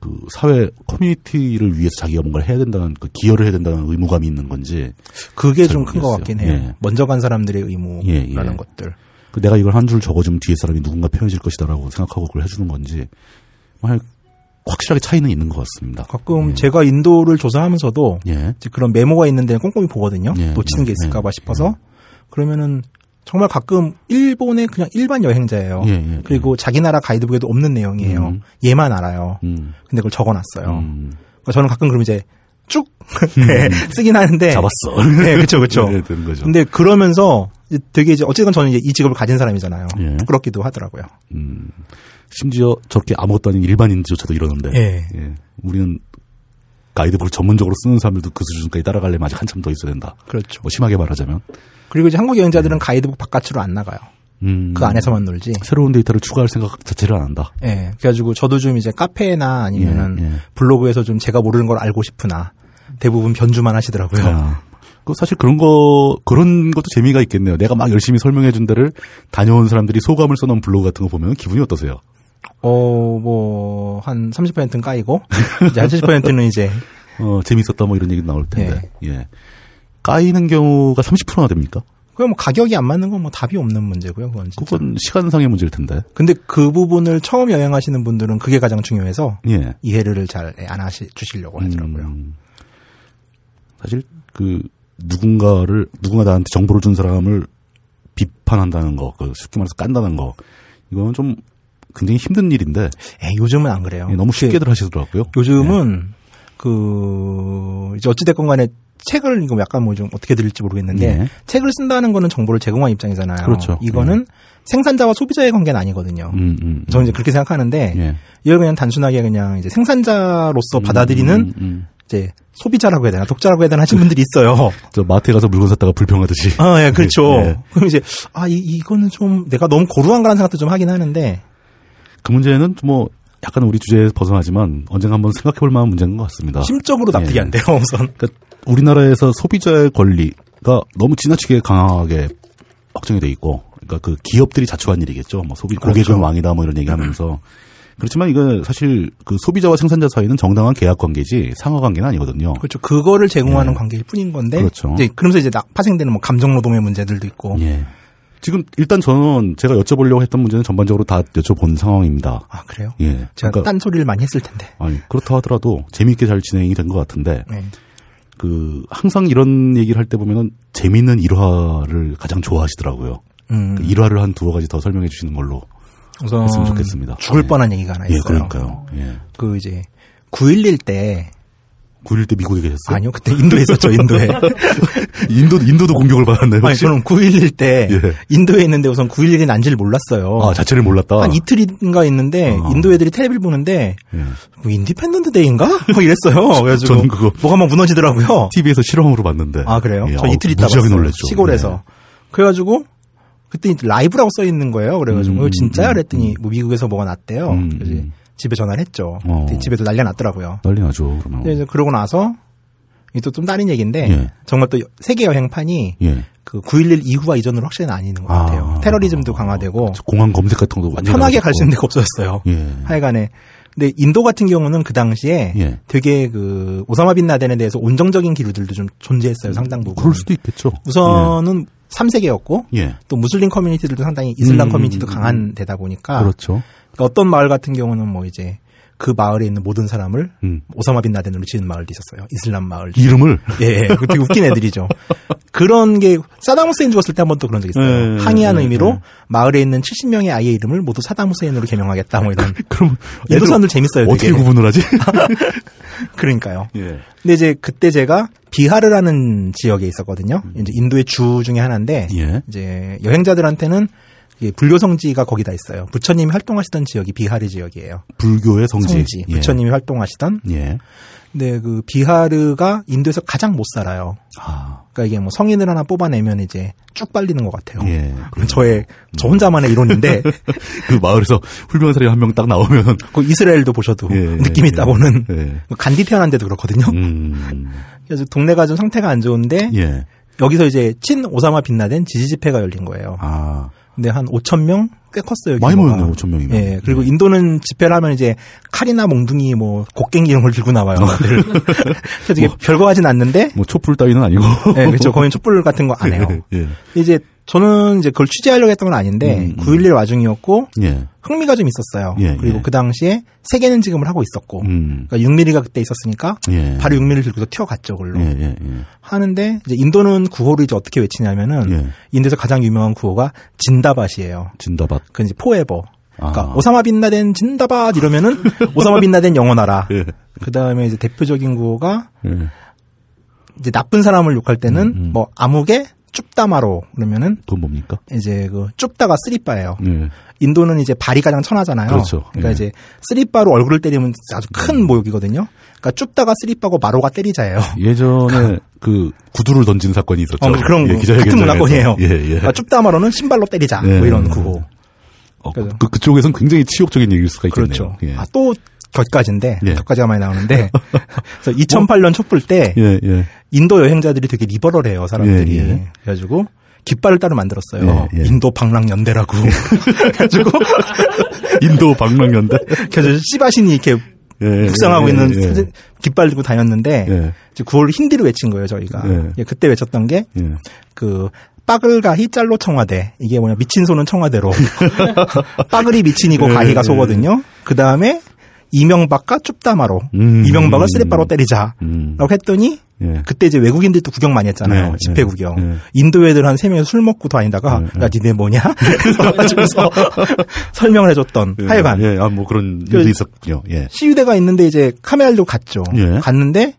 A: 그 사회 커뮤니티를 위해서 자기가 뭔가를 해야 된다는 그 기여를 해야 된다는 의무감이 있는 건지
B: 그게
A: 잘
B: 좀 큰 것
A: 모르겠어요.
B: 같긴 해요.
A: 예.
B: 먼저 간 사람들의 의무라는
A: 예, 예.
B: 것들.
A: 그 내가 이걸 한 줄 적어주면 뒤에 사람이 누군가 편해질 것이다라고 생각하고 그걸 해주는 건지 뭐 확실하게 차이는 있는 것 같습니다.
B: 가끔 제가 인도를 조사하면서도
A: 예.
B: 이제 그런 메모가 있는데 꼼꼼히 보거든요.
A: 예,
B: 놓치는
A: 예,
B: 게 있을까봐
A: 예,
B: 싶어서 그러면은 정말 가끔 일본의 그냥 일반 여행자예요.
A: 예, 예,
B: 그리고 자기 나라 가이드북에도 없는 내용이에요.
A: 음.
B: 얘만 알아요.
A: 음.
B: 근데 그걸 적어놨어요.
A: 음.
B: 그러니까 저는 가끔 그럼 이제 쭉 *laughs* 네, 쓰긴 하는데
A: 잡았어.
B: 네, 그렇죠, 그렇죠.
A: 네, 되는 거죠.
B: 근데 그러면서 이제 되게 이제 어쨌든 저는 이제 이 직업을 가진 사람이잖아요.
A: 예.
B: 부끄럽기도 하더라고요.
A: 음. 심지어 저렇게 아무것도 아닌 일반인조차도 이러는데
B: 예.
A: 예. 우리는 가이드북을 전문적으로 쓰는 사람들도 그 수준까지 따라가려면 아직 한참 더 있어야 된다.
B: 그렇죠.
A: 뭐 심하게 말하자면
B: 그리고 이제 한국 여행자들은 가이드북 바깥으로 안 나가요.
A: 음.
B: 그 안에서만 놀지.
A: 새로운 데이터를 추가할 생각 자체를 안 한다.
B: 예. 그래가지고 저도 좀 이제 카페나 아니면은
A: 예, 예.
B: 블로그에서 좀 제가 모르는 걸 알고 싶으나 대부분 변주만 하시더라고요.
A: 아. 그 사실 그런 거 그런 것도 재미가 있겠네요. 내가 막 열심히 설명해 준 데를 다녀온 사람들이 소감을 써놓은 블로그 같은 거 보면 기분이 어떠세요?
B: 어, 뭐, 한 30%는 까이고, 이제 한 70%는 이제,
A: 어 재밌었다 뭐 이런 얘기 나올 텐데
B: 네.
A: 예 까이는 경우가 30%나 됩니까?
B: 그냥 뭐 가격이 안 맞는 건 뭐 답이 없는 문제고요, 그건 진짜.
A: 그건 시간상의 문제일 텐데
B: 근데 그 부분을 처음 여행하시는 분들은 그게 가장 중요해서
A: 예
B: 이해를 잘 안 하시, 주시려고 하더라고요.
A: 음. 사실 그 누군가를 누군가 나한테 정보를 준 사람을 비판한다는 거, 그 쉽게 말해서 깐다는 거, 이건 좀 굉장히 힘든 일인데
B: 에, 요즘은 안 그래요.
A: 예, 너무 쉽게들 하시더라고요.
B: 요즘은 그 이제 어찌 됐건 간에 책을 이거 약간 뭐 좀 어떻게 드릴지 모르겠는데
A: 네.
B: 책을 쓴다는 거는 정보를 제공한 입장이잖아요.
A: 그렇죠.
B: 이거는 생산자와 소비자의 관계는 아니거든요.
A: 음, 음, 음.
B: 저는 이제 그렇게 생각하는데
A: 예.
B: 이걸 그냥 단순하게 그냥 이제 생산자로서 받아들이는
A: 음, 음.
B: 이제 소비자라고 해야 되나 독자라고 해야 되나
A: 그
B: 하신 분들이
A: *laughs*
B: 있어요.
A: 저 마트에 가서 물건 샀다가 불평하듯이.
B: 아, 예, 그렇죠.
A: 예.
B: 그럼 이제 아, 이, 이거는 좀 내가 너무 고루한가라는 생각도 좀 하긴 하는데
A: *laughs* 그 문제는 뭐 약간 우리 주제에 벗어나지만 언젠가 한번 생각해 볼 만한 문제인 것 같습니다.
B: 심적으로 납득이
A: 예.
B: 안 돼요, 우선.
A: 그러니까 우리나라에서 소비자의 권리가 너무 지나치게 강하게 확정이 돼 있고, 그러니까 그 기업들이 자초한 일이겠죠. 뭐 소비
B: 그렇죠. 음.
A: 고객은 왕이다 뭐 이런 얘기하면서 그렇지만 이거 사실 그 소비자와 생산자 사이는 정당한 계약 관계지 상하 관계는 아니거든요.
B: 그렇죠. 그거를 제공하는 관계일 뿐인 건데.
A: 예. 그렇죠.
B: 이제 그러면서 이제 낙- 파생되는 뭐 감정 노동의 문제들도 있고.
A: 예. 지금 일단 저는 제가 여쭤보려고 했던 문제는 전반적으로 다 여쭤본 상황입니다.
B: 아, 그래요?
A: 예.
B: 제가
A: 그러니까
B: 딴 소리를 많이 했을 텐데.
A: 아니 그렇다 하더라도 재미있게 잘 진행이 된 것 같은데
B: 네.
A: 그 항상 이런 얘기를 할 때 보면은 재미있는 일화를 가장 좋아하시더라고요.
B: 음.
A: 그 일화를 한 두어 가지 더 설명해 주시는 걸로
B: 우선
A: 했으면 좋겠습니다.
B: 죽을
A: 예.
B: 뻔한 얘기가 하나 있어요.
A: 예, 그러니까요. 예.
B: 그 이제 9.11 때.
A: 9일 때 미국에 계셨어요?
B: 아니요, 그때 인도에 있었죠, 인도에.
A: *laughs* 인도 인도도 공격을 받았나요?
B: 아니,
A: 혹시?
B: 저는 9.11 때
A: 예.
B: 인도에 있는데 우선 9.11이 난지를 몰랐어요.
A: 아, 자체를 몰랐다.
B: 한 이틀인가 있는데
A: 어.
B: 인도 애들이 텔레비를 보는데
A: 예.
B: 뭐 인디펜던트 데이인가? 뭐 이랬어요. 그래가지고
A: *laughs* 저는 그거-
B: 뭐가 막 무너지더라고요.
A: TV에서 실황으로 봤는데.
B: 아 그래요?
A: 예,
B: 저
A: 아우,
B: 이틀 있다
A: 무지하게
B: 봤어요.
A: 놀랐죠. 예.
B: 시골에서. 그래가지고 그때 이제 라이브라고 써 있는 거예요. 그래가지고
A: 음,
B: 이거 진짜야?
A: 음,
B: 그랬더니 뭐 미국에서 뭐가 났대요.
A: 음,
B: 그래서 이제
A: 음.
B: 집에 전화를 했죠.
A: 어.
B: 그때 집에도 난리가 났더라고요.
A: 예. 난리 나죠. 그러면.
B: 근데 이제 그러고 나서 이 또 좀 다른 얘기인데
A: 예.
B: 정말 또 세계 여행판이
A: 예.
B: 그 9.11 이후와 이전으로 확실히 나뉘는 것
A: 아.
B: 같아요. 테러리즘도 강화되고
A: 저 공항 검색 같은 것도 완전
B: 편하게 갈 수 있는 데가 없어졌어요.
A: 예.
B: 하여간에 근데 인도 같은 경우는 그 당시에
A: 예.
B: 되게 그 오사마 빈 라덴에 대해서 온정적인 기류들도 좀 존재했어요 상당 부분.
A: 그럴 수도 있겠죠.
B: 우선은 3세계였고
A: 예. 예.
B: 또 무슬림 커뮤니티들도 상당히 이슬람
A: 음,
B: 커뮤니티도
A: 음,
B: 강한 데다 보니까
A: 그렇죠.
B: 그러니까 어떤 마을 같은 경우는 뭐 이제 그 마을에 있는 모든 사람을
A: 음.
B: 오사마 빈 라덴으로 지은 마을도 있었어요. 이슬람 마을.
A: 이름을 *laughs*
B: 예, 예. 되게 웃긴 애들이죠. 그런 게 사담 후세인 죽었을 때 한 번 또 그런 적 있어요.
A: 예, 예,
B: 항의하는
A: 예,
B: 의미로
A: 예.
B: 마을에 있는 70명의 아이의 이름을 모두 사담 후세인으로 개명하겠다
A: *laughs*
B: 뭐 이런.
A: 그럼
B: 인도
A: 애들
B: 사람들 재밌어요. 되게.
A: 어떻게 구분을
B: *laughs*
A: 하지?
B: 그러니까요.
A: 예.
B: 근데 이제 그때 제가 비하르라는 지역에 있었거든요. 이제 인도의 주 중에 하나인데
A: 음. 예.
B: 이제 여행자들한테는 이게 불교 성지가 거기다 있어요. 부처님이 활동하시던 지역이 비하르 지역이에요.
A: 불교의 성지.
B: 성지.
A: 예.
B: 부처님이 활동하시던.
A: 예.
B: 근데 그 비하르가 인도에서 가장 못 살아요.
A: 아. *laughs*
B: 그러니까 이게 뭐 성인을 하나 뽑아내면 이제 쭉 빨리는 것 같아요.
A: 예.
B: 저의 저 혼자만의 이론인데
A: 그 마을에서 훌륭한 사람이 한 명 딱 나오면
B: *laughs* 그 이스라엘도 보셔도
A: 예,
B: 느낌이
A: 예,
B: 있다 보는 뭐
A: 예.
B: 간디 태어난데도 그렇거든요.
A: 음.
B: 그래서 동네가 좀 상태가 안 좋은데
A: 예.
B: 여기서 이제 친 오사마 빈라덴 지지 집회가 열린 거예요.
A: 아.
B: 근데 한 5천 명 꽤 컸어요.
A: 많이
B: 규모가.
A: 모였네요, 5천 명이면.
B: 예. 그리고 인도는 집회를 하면 이제 칼이나 몽둥이 뭐 곡괭이 이런 걸 들고 나와요.
A: 아, 네.
B: 다들. *laughs* 그래서 이게 별거
A: *laughs*
B: 하진 않는데
A: 뭐 촛불 따위는 아니고. *laughs*
B: 예, 네. 그렇죠. 거긴 촛불 같은 거 안 해요.
A: 예.
B: 이제 저는 이제 그걸 취재하려고 했던 건 아닌데 9.11 와중이었고
A: 예.
B: 흥미가 좀 있었어요.
A: 음, 예,
B: 그리고
A: 예.
B: 그 당시에 세계는 지금을 하고 있었고
A: 음.
B: 그러니까 6mm가 그때 있었으니까
A: 예.
B: 바로 6mm를 들고서 튀어갔죠, 그걸로.
A: 예, 예, 예.
B: 하는데 이제 인도는 구호를 이제 어떻게 외치냐면은
A: 예.
B: 인도에서 가장 유명한 구호가 진다밭이에요.
A: 진다밭.
B: 그 이제 포에버. 그러니까
A: 아.
B: 오사마 빈라덴
A: *laughs*
B: 진다밭 이러면은 오사마 빈라덴 영원하라.
A: 예.
B: 그 다음에 이제 대표적인 구호가
A: 예.
B: 이제 나쁜 사람을 욕할 때는
A: 음.
B: 뭐 암흑의 춥다마로 그러면은
A: 그건 뭡니까?
B: 이제 그 춥다가 쓰리빠예요.
A: 예.
B: 인도는 이제 발이 가장 천하잖아요.
A: 그렇죠.
B: 러니까
A: 예. 음.
B: 이제 쓰리바로 얼굴을 때리면 아주 큰 모욕이거든요. 그러니까 춥다가 쓰리바고 마로가 때리자예요.
A: 예전에 그 구두를 던진 사건이 있었죠.
B: 어, 그런
A: 예,
B: 거
A: 기자회견장에서.
B: 같은 문화권이에요.
A: 예, 예.
B: 그러니까 춥다 마로는 신발로 때리자
A: 예.
B: 뭐 이런 구호.
A: 어,
B: 그래서-
A: 그, 그쪽에선 굉장히 치욕적인 얘기일 수가 있겠네요.
B: 그렇죠.
A: 예.
B: 아, 또 곁까지인데
A: 예.
B: 곁까지가 많이
A: *laughs*
B: 나오는데 그래서 2008년 촛불 때
A: 예, 예.
B: 인도 여행자들이 되게 리버럴해요 사람들이.
A: 예, 예.
B: 그래가지고 깃발을 따로 만들었어요.
A: 예, 예.
B: 인도 방랑 연대라고. 그래가지고
A: 인도 방랑연대.
B: *laughs* 그래서 씨바신이 이렇게
A: 예, 예,
B: 묵상하고
A: 예,
B: 있는
A: 예.
B: 사진- 깃발 들고 다녔는데
A: 예.
B: 이제 9월 힌디로 외친 거예요 저희가.
A: 예.
B: 예, 그때 외쳤던 게
A: 예.
B: 그 빠글가히 짤로 청와대 이게 뭐냐
A: *laughs*
B: 미친 소는 청와대로 빠글이 미친이고
A: 예,
B: 가히가
A: 예.
B: 소거든요. 그 다음에 이명박과 춥다마로
A: 음.
B: 이명박을 쓰레빠로 때리자라고
A: 음.
B: 했더니
A: 예.
B: 그때 이제 외국인들도 구경 많이 했잖아요.
A: 네,
B: 집회
A: 네,
B: 구경.
A: 네.
B: 인도 애들 한 세 명이 술 먹고 다니다가
A: *laughs* 네,
B: 야 니네 뭐냐? 그래서 *laughs* 설명을 해줬던
A: 예,
B: 하여간
A: 예, 아, 뭐 그런 일도
B: 그-
A: 있었군요. 예.
B: 시위대가 있는데 이제 카메알로 갔죠.
A: 예.
B: 갔는데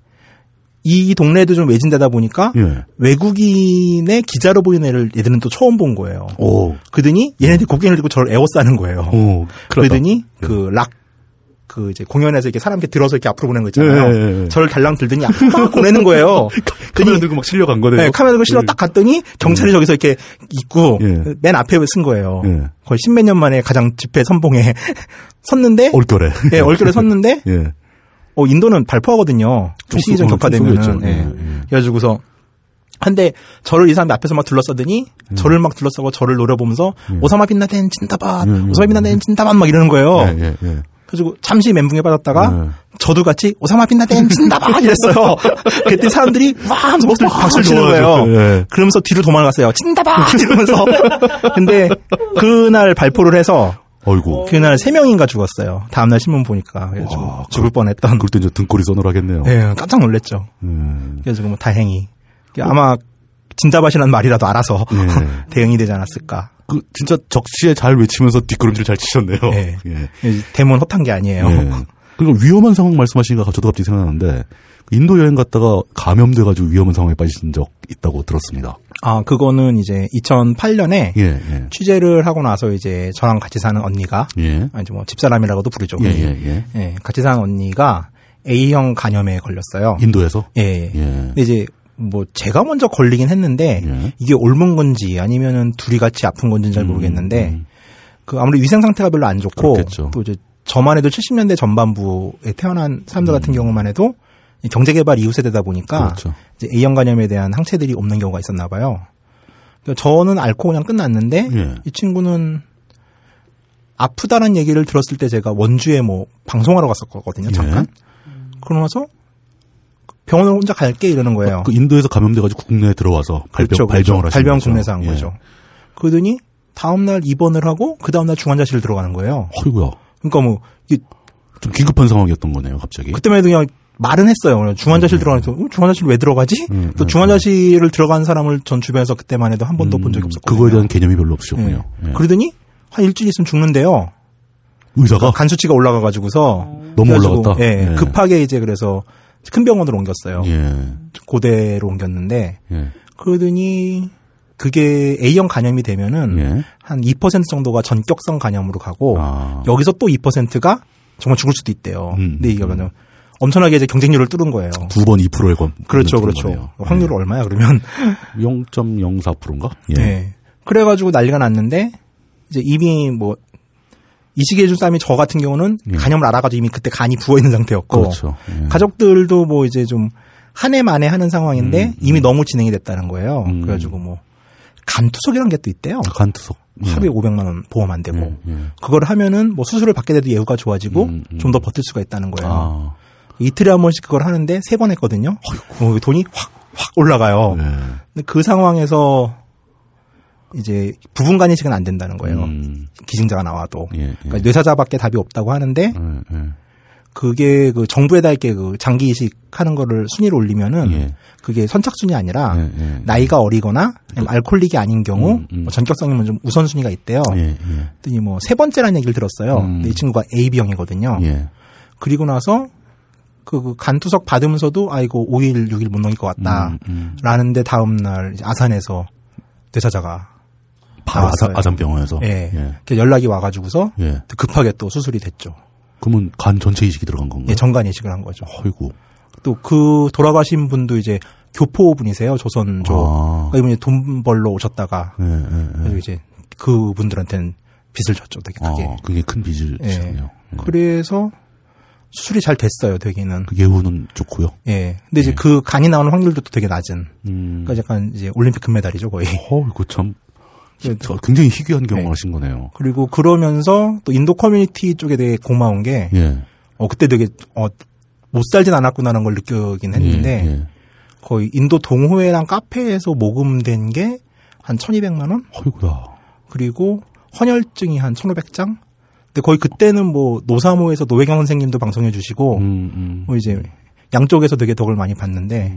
B: 이 동네도 좀 외진데다 보니까
A: 예.
B: 외국인의 기자로 보이는 애를 얘들은 또 처음 본 거예요.
A: 오.
B: 그더니 얘네들이 고개를 들고 저를 에워싸는 거예요.
A: 오.
B: 어,
A: 네.
B: 그러더니 그 락, 그 이제 공연에서 이렇게 사람 이렇게 들어서 이렇게 앞으로 보내는 거 있잖아요.
A: 예, 예, 예.
B: 저를 달랑 들더니 앞으로 보내는 거예요.
A: 카메라 들고 막 실려간 *laughs* 거네요. 네.
B: 네, 카메라 들고 실러 딱 갔더니 경찰이 저기서 이렇게 있고
A: 예.
B: 맨 앞에 쓴 거예요.
A: 예.
B: 거의 십몇 년 만에 가장 집회 선봉에 *laughs* 섰는데
A: 올겨래.
B: 예, 얼굴에 섰는데
A: 예.
B: 어, 인도는 발포하거든요.
A: 총
B: 시기적
A: 쏘- 어, 총
B: 격파되면은.
A: 쏘겠죠.
B: 예.
A: 예, 예.
B: 그래가지고서. 한데 저를 이 사람이 앞에서 막 둘러싸더니
A: 음.
B: 저를 막 둘러싸고 저를 노려보면서 오사마 빈라덴 진다반,
A: 예, 예.
B: 오사마 빈라덴 진다반 막 이러는 거예요.
A: 예, 예, 예.
B: 그래가지고 잠시 멘붕에 빠졌다가
A: 예.
B: 저도 같이 오사마
A: *laughs*
B: 빈라덴 진다반 이랬어요. 그때 사람들이 와 하면서 박수를, 박수를 치는 거예요.
A: 모아가지고, 예.
B: 그러면서 뒤로 도망갔어요. 진다반
A: *laughs*
B: 이러면서. 근데 그날 발포를 해서
A: 어이구.
B: 그날 세 명인가 죽었어요. 다음날 신문 보니까 그래가지고
A: 와,
B: 죽을 뻔했던.
A: 그럴 때 이제 등골이 서늘하겠네요.
B: 예, 깜짝 놀랐죠.
A: 음.
B: 그래서 뭐 다행히 아마 진다밭이라는 말이라도 알아서
A: 예.
B: *laughs* 대응이 되지 않았을까.
A: 그 진짜 적시에 잘 외치면서 뒷걸음질 잘 치셨네요.
B: 예.
A: 예.
B: 대문 허탄 게 아니에요.
A: 예. 그리고 위험한 상황 말씀하시니까 저도 갑자기 생각나는데 그 인도 여행 갔다가 감염돼가지고 위험한 상황에 빠지신 적 있다고 들었습니다.
B: 아 그거는 이제 2008년에
A: 예, 예,
B: 취재를 하고 나서 이제 저랑 같이 사는 언니가
A: 예,
B: 아니 뭐 집사람이라고도 부르죠.
A: 예, 예, 예.
B: 예, 같이 사는 언니가 A형 간염에 걸렸어요.
A: 인도에서
B: 예. 예.
A: 예,
B: 근데 이제 뭐 제가 먼저 걸리긴 했는데
A: 예.
B: 이게 옮은 건지 아니면은 둘이 같이 아픈 건지는 잘 모르겠는데
A: 음.
B: 그 아무리 위생 상태가 별로 안 좋고
A: 그렇겠죠.
B: 또 이제 저만 해도 70년대 전반부에 태어난 사람들 같은 경우만 해도 이 경제개발 이후 세대다 보니까
A: 음. 그렇죠.
B: 이제 A형 간염에 대한 항체들이 없는 경우가 있었나 봐요. 그러니까 저는 앓고 그냥 끝났는데
A: 예.
B: 이 친구는 아프다는 얘기를 들었을 때 제가 원주에 뭐 방송하러 갔었거든요. 잠깐.
A: 예.
B: 그러고 나서 병원을 혼자 갈게 이러는 거예요.
A: 그 인도에서 감염돼가지고 국내에 들어와서 발병,
B: 그렇죠,
A: 발병을
B: 그렇죠.
A: 하신
B: 발병
A: 거죠.
B: 국내서 한
A: 예.
B: 거죠. 그러더니 다음날 입원을 하고 그 다음날 중환자실을 들어가는 거예요.
A: 어이구야.
B: 그러니까 뭐 이게
A: 좀 긴급한 상황이었던 거네요, 갑자기.
B: 그때만 해도 그냥 말은 했어요. 그냥 중환자실 들어가서 어, 중환자실 왜 들어가지?
A: 음,
B: 또 중환자실을 들어간 사람을 전 주변에서 그때만 해도 한 번도 본 적이 없었거든요.
A: 음, 그거에 대한 개념이 별로 없으셨군요.
B: 예.
A: 예.
B: 그러더니 한 일주일 있으면 죽는데요.
A: 의사가
B: 간 수치가 올라가가지고서
A: 어. 너무
B: 그래가지고,
A: 올라갔다?
B: 예,
A: 예.
B: 급하게 이제 그래서 큰 병원으로 옮겼어요.
A: 예,
B: 고대로 옮겼는데
A: 예,
B: 그러더니 그게 A형 간염이 되면은
A: 예.
B: 한 2% 정도가 전격성 간염으로 가고
A: 아.
B: 여기서 또 2%가 정말 죽을 수도 있대요.
A: 음,
B: 근데 이게 뭐냐면 엄청나게 이제 경쟁률을 뚫은 거예요.
A: 두 번 2%에 건
B: 그렇죠, 그렇죠.
A: 예.
B: 확률은 얼마야 그러면?
A: 0.04%인가? 예.
B: 예. 그래가지고 난리가 났는데 이제 이미 뭐 이식해준 쌈이 저 같은 경우는
A: 예.
B: 간염을 알아가지고 이미 그때 간이 부어 있는 상태였고
A: 그렇죠. 예.
B: 가족들도 뭐 이제 좀 한 해 만에 하는 상황인데 이미 너무 진행이 됐다는 거예요.
A: 음.
B: 그래가지고 뭐 간투석이라는 게 또 있대요.
A: 간투석. 예.
B: 하루에 500만 원 보험 안 되고
A: 예, 예.
B: 그걸 하면은 뭐 수술을 받게 돼도 예후가 좋아지고 좀 더 버틸 수가 있다는 거예요.
A: 아,
B: 이틀에 한 번씩 그걸 하는데 세 번 했거든요. 어, 돈이 확 확 올라가요.
A: 예.
B: 근데 그 상황에서 이제 부분 간 이식은 안 된다는 거예요.
A: 음,
B: 기증자가 나와도
A: 예, 예.
B: 그러니까 뇌사자밖에 답이 없다고 하는데
A: 예, 예.
B: 그게 그 정부에다 이렇게 그 장기 이식하는 거를 순위를 올리면은
A: 예.
B: 그게 선착순이 아니라
A: 예, 예.
B: 나이가 어리거나 아니면 알코올릭이 아닌 경우
A: 음, 음.
B: 뭐 전격성이면 좀 우선순위가 있대요.
A: 예, 예.
B: 그랬더니 뭐 세 번째라는 얘기를 들었어요.
A: 음.
B: 근데 이 친구가 AB형이거든요.
A: 예.
B: 그리고 나서 그, 그 간투석 받으면서도 아 이거 5일 6일 못 넘길 것 같다.
A: 음, 음.
B: 라는데 다음 날 이제 아산에서 뇌사자가
A: 바로 아산,
B: 나왔어요.
A: 아산병원에서.
B: 예.
A: 예.
B: 이렇게 연락이 와가지고서
A: 예.
B: 급하게 또 수술이 됐죠.
A: 그러면 간 전체 이식이 들어간 건가요?
B: 예, 정관 이식을 한 거죠.
A: 어이구.
B: 또 그 돌아가신 분도 이제 교포분이세요 조선조.
A: 아.
B: 그러니까 이분이 돈 벌러 오셨다가
A: 예, 예, 예.
B: 그래서 이제 그분들한테는 빚을 졌죠 되게
A: 아,
B: 크게.
A: 그게 큰 빚을
B: 예.
A: 지셨네요. 예.
B: 그래서 수술이 잘 됐어요 되기는.
A: 그 예후는 좋고요.
B: 예. 근데 이제 그 간이 나오는 확률도 또 되게 낮은.
A: 음. 아.
B: 그러니까 약간 이제 올림픽 금메달이죠 거의.
A: 어이구 참.
B: 예,
A: 저 굉장히 희귀한 경험을
B: 예.
A: 하신 거네요.
B: 그리고 그러면서 또 인도 커뮤니티 쪽에 되게 고마운 게
A: 예.
B: 어, 그때 되게 어, 못 살진 않았구나라는 걸 느끼긴 했는데
A: 예, 예.
B: 거의 인도 동호회랑 카페에서 모금된 게 한 1200만 원?
A: 어이구야.
B: 그리고 헌혈증이 한 1500장? 근데 거의 그때는 뭐 노사모에서 노회경 선생님도 방송해 주시고
A: 음, 음.
B: 뭐 이제 양쪽에서 되게 덕을 많이 봤는데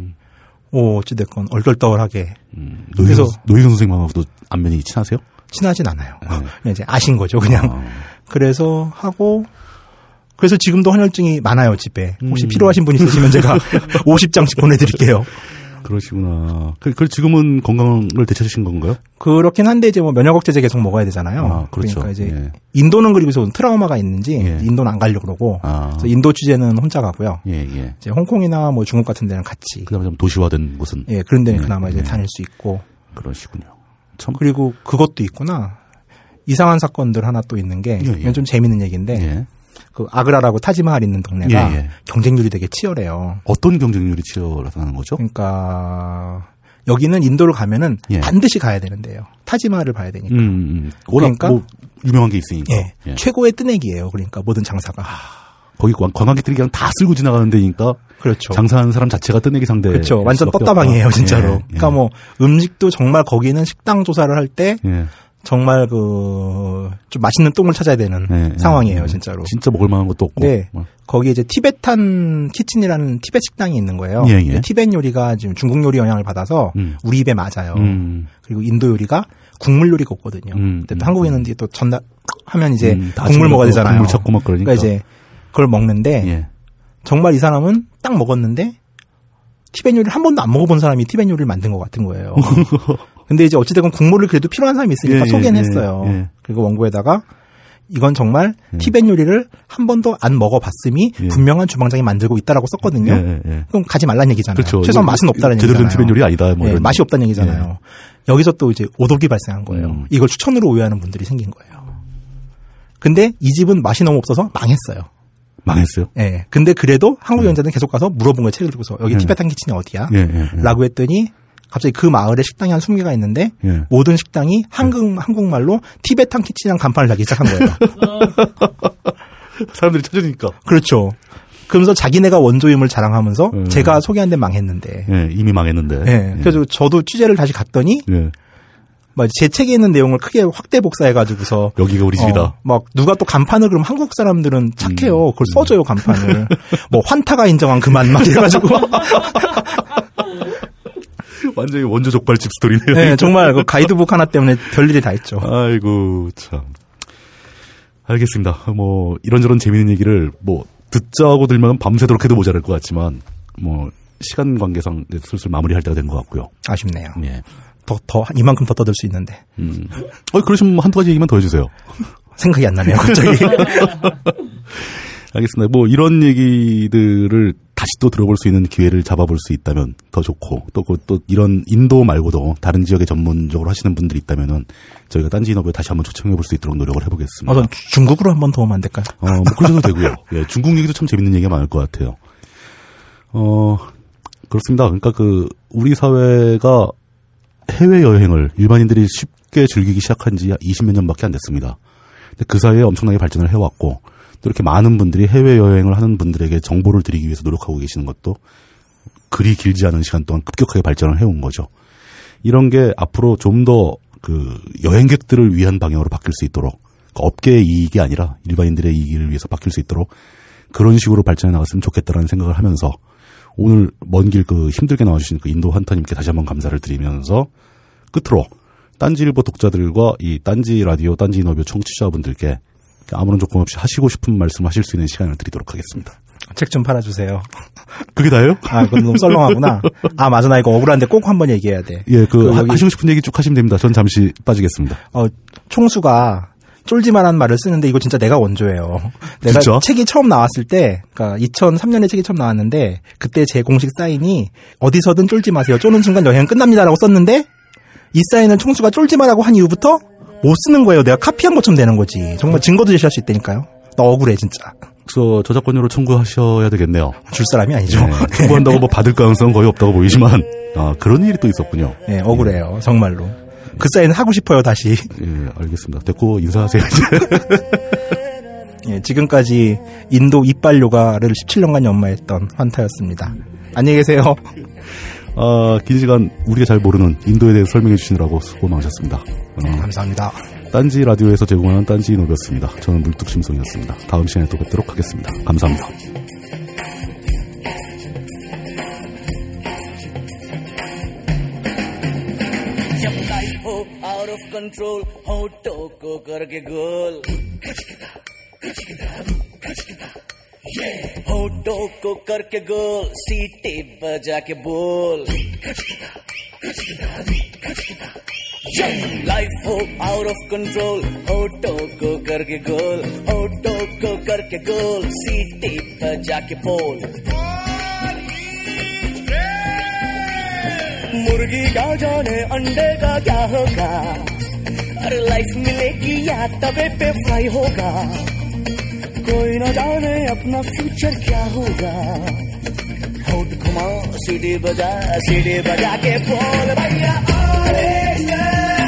B: 오 어찌됐건 얼떨떨하게
A: 음. 노희선,
B: 그래서-
A: 노희선 선생님하고도 안면이 친하세요?
B: 친하진 않아요.
A: 네.
B: 그냥 이제 아신 거죠 그냥.
A: 아,
B: 그래서 하고 그래서 지금도 헌혈증이 많아요 집에. 혹시
A: 음.
B: 필요하신 분
A: *laughs*
B: 있으시면 제가 50장씩 보내드릴게요.
A: 그러시구나. 그, 그 지금은 건강을 되찾으신 건가요?
B: 그렇긴 한데 이제 뭐 면역 억제제 계속 먹어야 되잖아요.
A: 아, 그렇죠.
B: 러니까 이제
A: 예.
B: 인도는 그리고서 트라우마가 있는지
A: 예.
B: 인도는 안 가려고 그러고
A: 아,
B: 그래서 인도 취재는 혼자 가고요.
A: 예, 예.
B: 이제 홍콩이나 뭐 중국 같은 데는 같이
A: 그다음에 좀 도시화된 곳은
B: 예 그런 데는
A: 예,
B: 그나마 이제
A: 예. 음.
B: 다닐 수 있고
A: 그러시군요. 참.
B: 그리고 그것도 있구나 이상한 사건들 하나 또 있는 게
A: 예, 예.
B: 이건 좀 재밌는 얘기인데
A: 예.
B: 그 아그라라고 타지마할 있는 동네가
A: 예, 예.
B: 경쟁률이 되게 치열해요.
A: 어떤 경쟁률이 치열하다는 거죠?
B: 그러니까 여기는 인도를 가면은
A: 예.
B: 반드시 가야 되는데요. 타지마할을 봐야 되니까.
A: 음, 음. 워낙
B: 그러니까-
A: 뭐 유명한 게 있으니까.
B: 예.
A: 예. 아,
B: 최고의 뜨내기예요. 그러니까 모든 장사가.
A: 거기 관- 관광객들이 그냥 다 쓸고 지나가는 데니까
B: 그렇죠.
A: 장사하는 사람 자체가 뜨내기 상대.
B: 그렇죠. 완전
A: 수밖에
B: 떴다방이에요,
A: 없다.
B: 진짜로.
A: 예, 예.
B: 그러니까 뭐 음식도 정말 거기는 식당 조사를 할 때
A: 예.
B: 정말 그 좀 맛있는 똥을 찾아야 되는
A: 예, 예.
B: 상황이에요,
A: 예.
B: 진짜로.
A: 진짜 먹을 만한 것도 없고.
B: 네.
A: 뭐.
B: 거기 이제 티베탄 키친이라는 티벳 식당이 있는 거예요.
A: 예, 예.
B: 근데 티벳 요리가 지금 중국 요리 영향을 받아서
A: 음.
B: 우리 입에 맞아요.
A: 음.
B: 그리고 인도 요리가 국물 요리가 없거든요.
A: 음,
B: 근데
A: 음,
B: 또 한국에 있는데 또 전날 하면 이제
A: 음, 다
B: 국물
A: 아침에
B: 먹어야
A: 또
B: 되잖아요.
A: 국물 찾고 막 그러니까.
B: 그러니까 이제 그걸 먹는데
A: 예.
B: 정말 이 사람은 딱 먹었는데 티벳 요리를 한 번도 안 먹어본 사람이 티벳 요리를 만든 것
A: *laughs*
B: 같은 거예요. 근데 이제 어찌됐건 국물을 그래도 필요한 사람이 있으니까
A: 예,
B: 소개는
A: 예,
B: 했어요.
A: 예.
B: 그리고 원고에다가 이건 정말
A: 예.
B: 티벳 요리를 한 번도 안 먹어봤음이
A: 예.
B: 분명한 주방장이 만들고 있다라고 썼거든요.
A: 예, 예.
B: 그럼 가지 말란 얘기잖아요.
A: 그렇죠.
B: 최소한
A: 이거
B: 맛은 없다는
A: 제대로 된
B: 얘기잖아요.
A: 티벳 요리 아니다. 뭐
B: 예,
A: 이런.
B: 맛이 없다는 얘기잖아요. 여기서 또 이제 오독이 발생한 거예요.
A: 음.
B: 이걸 추천으로 오해하는 분들이 생긴 거예요. 근데 이 집은 맛이 너무 없어서 망했어요.
A: 망했어요.
B: *laughs* 예. 근데 그래도 한국 연자는 계속 가서 물어본 거예요. 책을 들고서 여기
A: 예.
B: 티베탄 키친이 어디야?
A: 네. 예, 예, 예.
B: 라고 했더니 갑자기 그 마을에 식당이 한 20개가 있는데
A: 예.
B: 모든 식당이 한국 한국말로 티베탄 키친이라는 간판을 달기
A: *laughs*
B: 시작한 거예요.
A: 사람들이 찾으니까.
B: 그렇죠. 그러면서 자기네가 원조임을 자랑하면서
A: 음.
B: 제가 소개한 데 망했는데.
A: 예, 이미 망했는데.
B: 예. 그래서 저도 취재를 다시 갔더니
A: 예.
B: 막 제 책에 있는 내용을 크게 확대 복사해가지고서
A: 여기가 우리 집이다. 음.
B: 어, 막 누가 또 간판을 그럼 한국 사람들은 착해요. 그걸 써줘요 간판을. 뭐 환타가 인정한 그만 막 이래가지고
A: *laughs* *laughs* 완전히 원조 족발집 스토리네요.
B: 네, 정말 *laughs* 그 가이드북 하나 때문에 별일이 다 있죠.
A: 아이고 참. 알겠습니다. 뭐 이런저런 재미있는 얘기를 뭐 듣자고 들면 밤새도록 해도 모자랄 것 같지만 뭐 시간 관계상 이제 슬슬 마무리할 때가 된 것 같고요.
B: 아쉽네요.
A: 예.
B: 더, 더 이만큼 더 떠들 수 있는데
A: 음. 어 그러시면 한두 가지 얘기만 더 해주세요.
B: 생각이 안 나네요 *laughs* 갑자기.
A: 알겠습니다. 뭐 이런 얘기들을 다시 또 들어볼 수 있는 기회를 잡아볼 수 있다면 더 좋고 또, 그- 또 이런 인도 말고도 다른 지역에 전문적으로 하시는 분들이 있다면은 저희가 딴지인업에 다시 한번 초청해 볼 수 있도록 노력을 해보겠습니다.
B: 어, 전 주- 중국으로 한번 더 오면 안 될까요?
A: 어, 뭐 그러셔도 되고요. 예, 중국 얘기도 참 재밌는 얘기가 많을 것 같아요. 어, 그렇습니다. 그러니까 그, 우리 사회가 해외여행을 일반인들이 쉽게 즐기기 시작한 지 20몇 년밖에 안 됐습니다. 근데 그 사이에 엄청나게 발전을 해왔고, 또 이렇게 많은 분들이 해외여행을 하는 분들에게 정보를 드리기 위해서 노력하고 계시는 것도 그리 길지 않은 시간 동안 급격하게 발전을 해온 거죠. 이런 게 앞으로 좀 더 그 여행객들을 위한 방향으로 바뀔 수 있도록 그 업계의 이익이 아니라 일반인들의 이익을 위해서 바뀔 수 있도록 그런 식으로 발전해 나갔으면 좋겠다라는 생각을 하면서 오늘 먼 길 그 힘들게 나와주신 그 인도 환타님께 다시 한번 감사를 드리면서 끝으로 딴지일보 독자들과 이 딴지 라디오 딴지 인터뷰 청취자분들께 아무런 조건 없이 하시고 싶은 말씀 하실 수 있는 시간을 드리도록 하겠습니다.
B: 책 좀 팔아주세요.
A: 그게 다예요?
B: 아 그건 너무 썰렁하구나. 아 맞아 나 이거 억울한데 꼭 한번 얘기해야 돼.
A: 예, 그, 하-
B: 여기-
A: 하시고 싶은 얘기 쭉 하시면 됩니다. 전 잠시 빠지겠습니다.
B: 어, 총수가 쫄지만한 말을 쓰는데 이거 진짜 내가 원조예요. *laughs* 내가
A: 진짜?
B: 책이 처음 나왔을 때, 그러니까 2003년에 책이 처음 나왔는데 그때 제 공식 사인이 어디서든 쫄지 마세요. 쫄는 순간 여행 끝납니다라고 썼는데 이 사인을 총수가 쫄지 마라고 한 이후부터 못 쓰는 거예요. 내가 카피한 것처럼 되는 거지. 정말 증거도 제시할 수 있다니까요. 나 억울해 진짜.
A: 저 저작권료로 청구하셔야 되겠네요.
B: 줄 사람이 아니죠.
A: 네,
B: *laughs*
A: 청구한다고 뭐 받을 가능성은 거의 없다고 보이지만 아 그런 일이 또 있었군요.
B: 예, 억울해요. 정말로. 그 사인 하고 싶어요 다시.
A: 예, 알겠습니다. 됐고 인사하세요 이제. *laughs*
B: 예, 지금까지 인도 이빨 요가를 17년간 연마했던 환타였습니다. 안녕히 계세요. *laughs*
A: 아, 아긴 시간 우리가 잘 모르는 인도에 대해 설명해 주시느라고 수고 많으셨습니다. 어,
B: 감사합니다.
A: 딴지 라디오에서 제공하는 딴지 노비였습니다. 저는 물뚝심성이었습니다. 다음 시간에 또 뵙도록 하겠습니다. 감사합니다.
C: जब लाइफ हो out of control होटो को oh, करके गोल होटो को oh, करके गोल सीटी बजा के बोल लाइफ हो आउट ऑफ कंट्रोल होटो को oh, करके गोल होटो को करके गोल सीटी बजा के बोल मुर्गी का जाने अंडे का क्या होगा अरे लाइफ मिलेगी या तवे पे फ्राई होगा कोई ना जाने अपना फ्यूचर क्या होगा होट घुमाओ सीढ़ी बजा सीढ़ी बजा के बोल भैया अरे ये।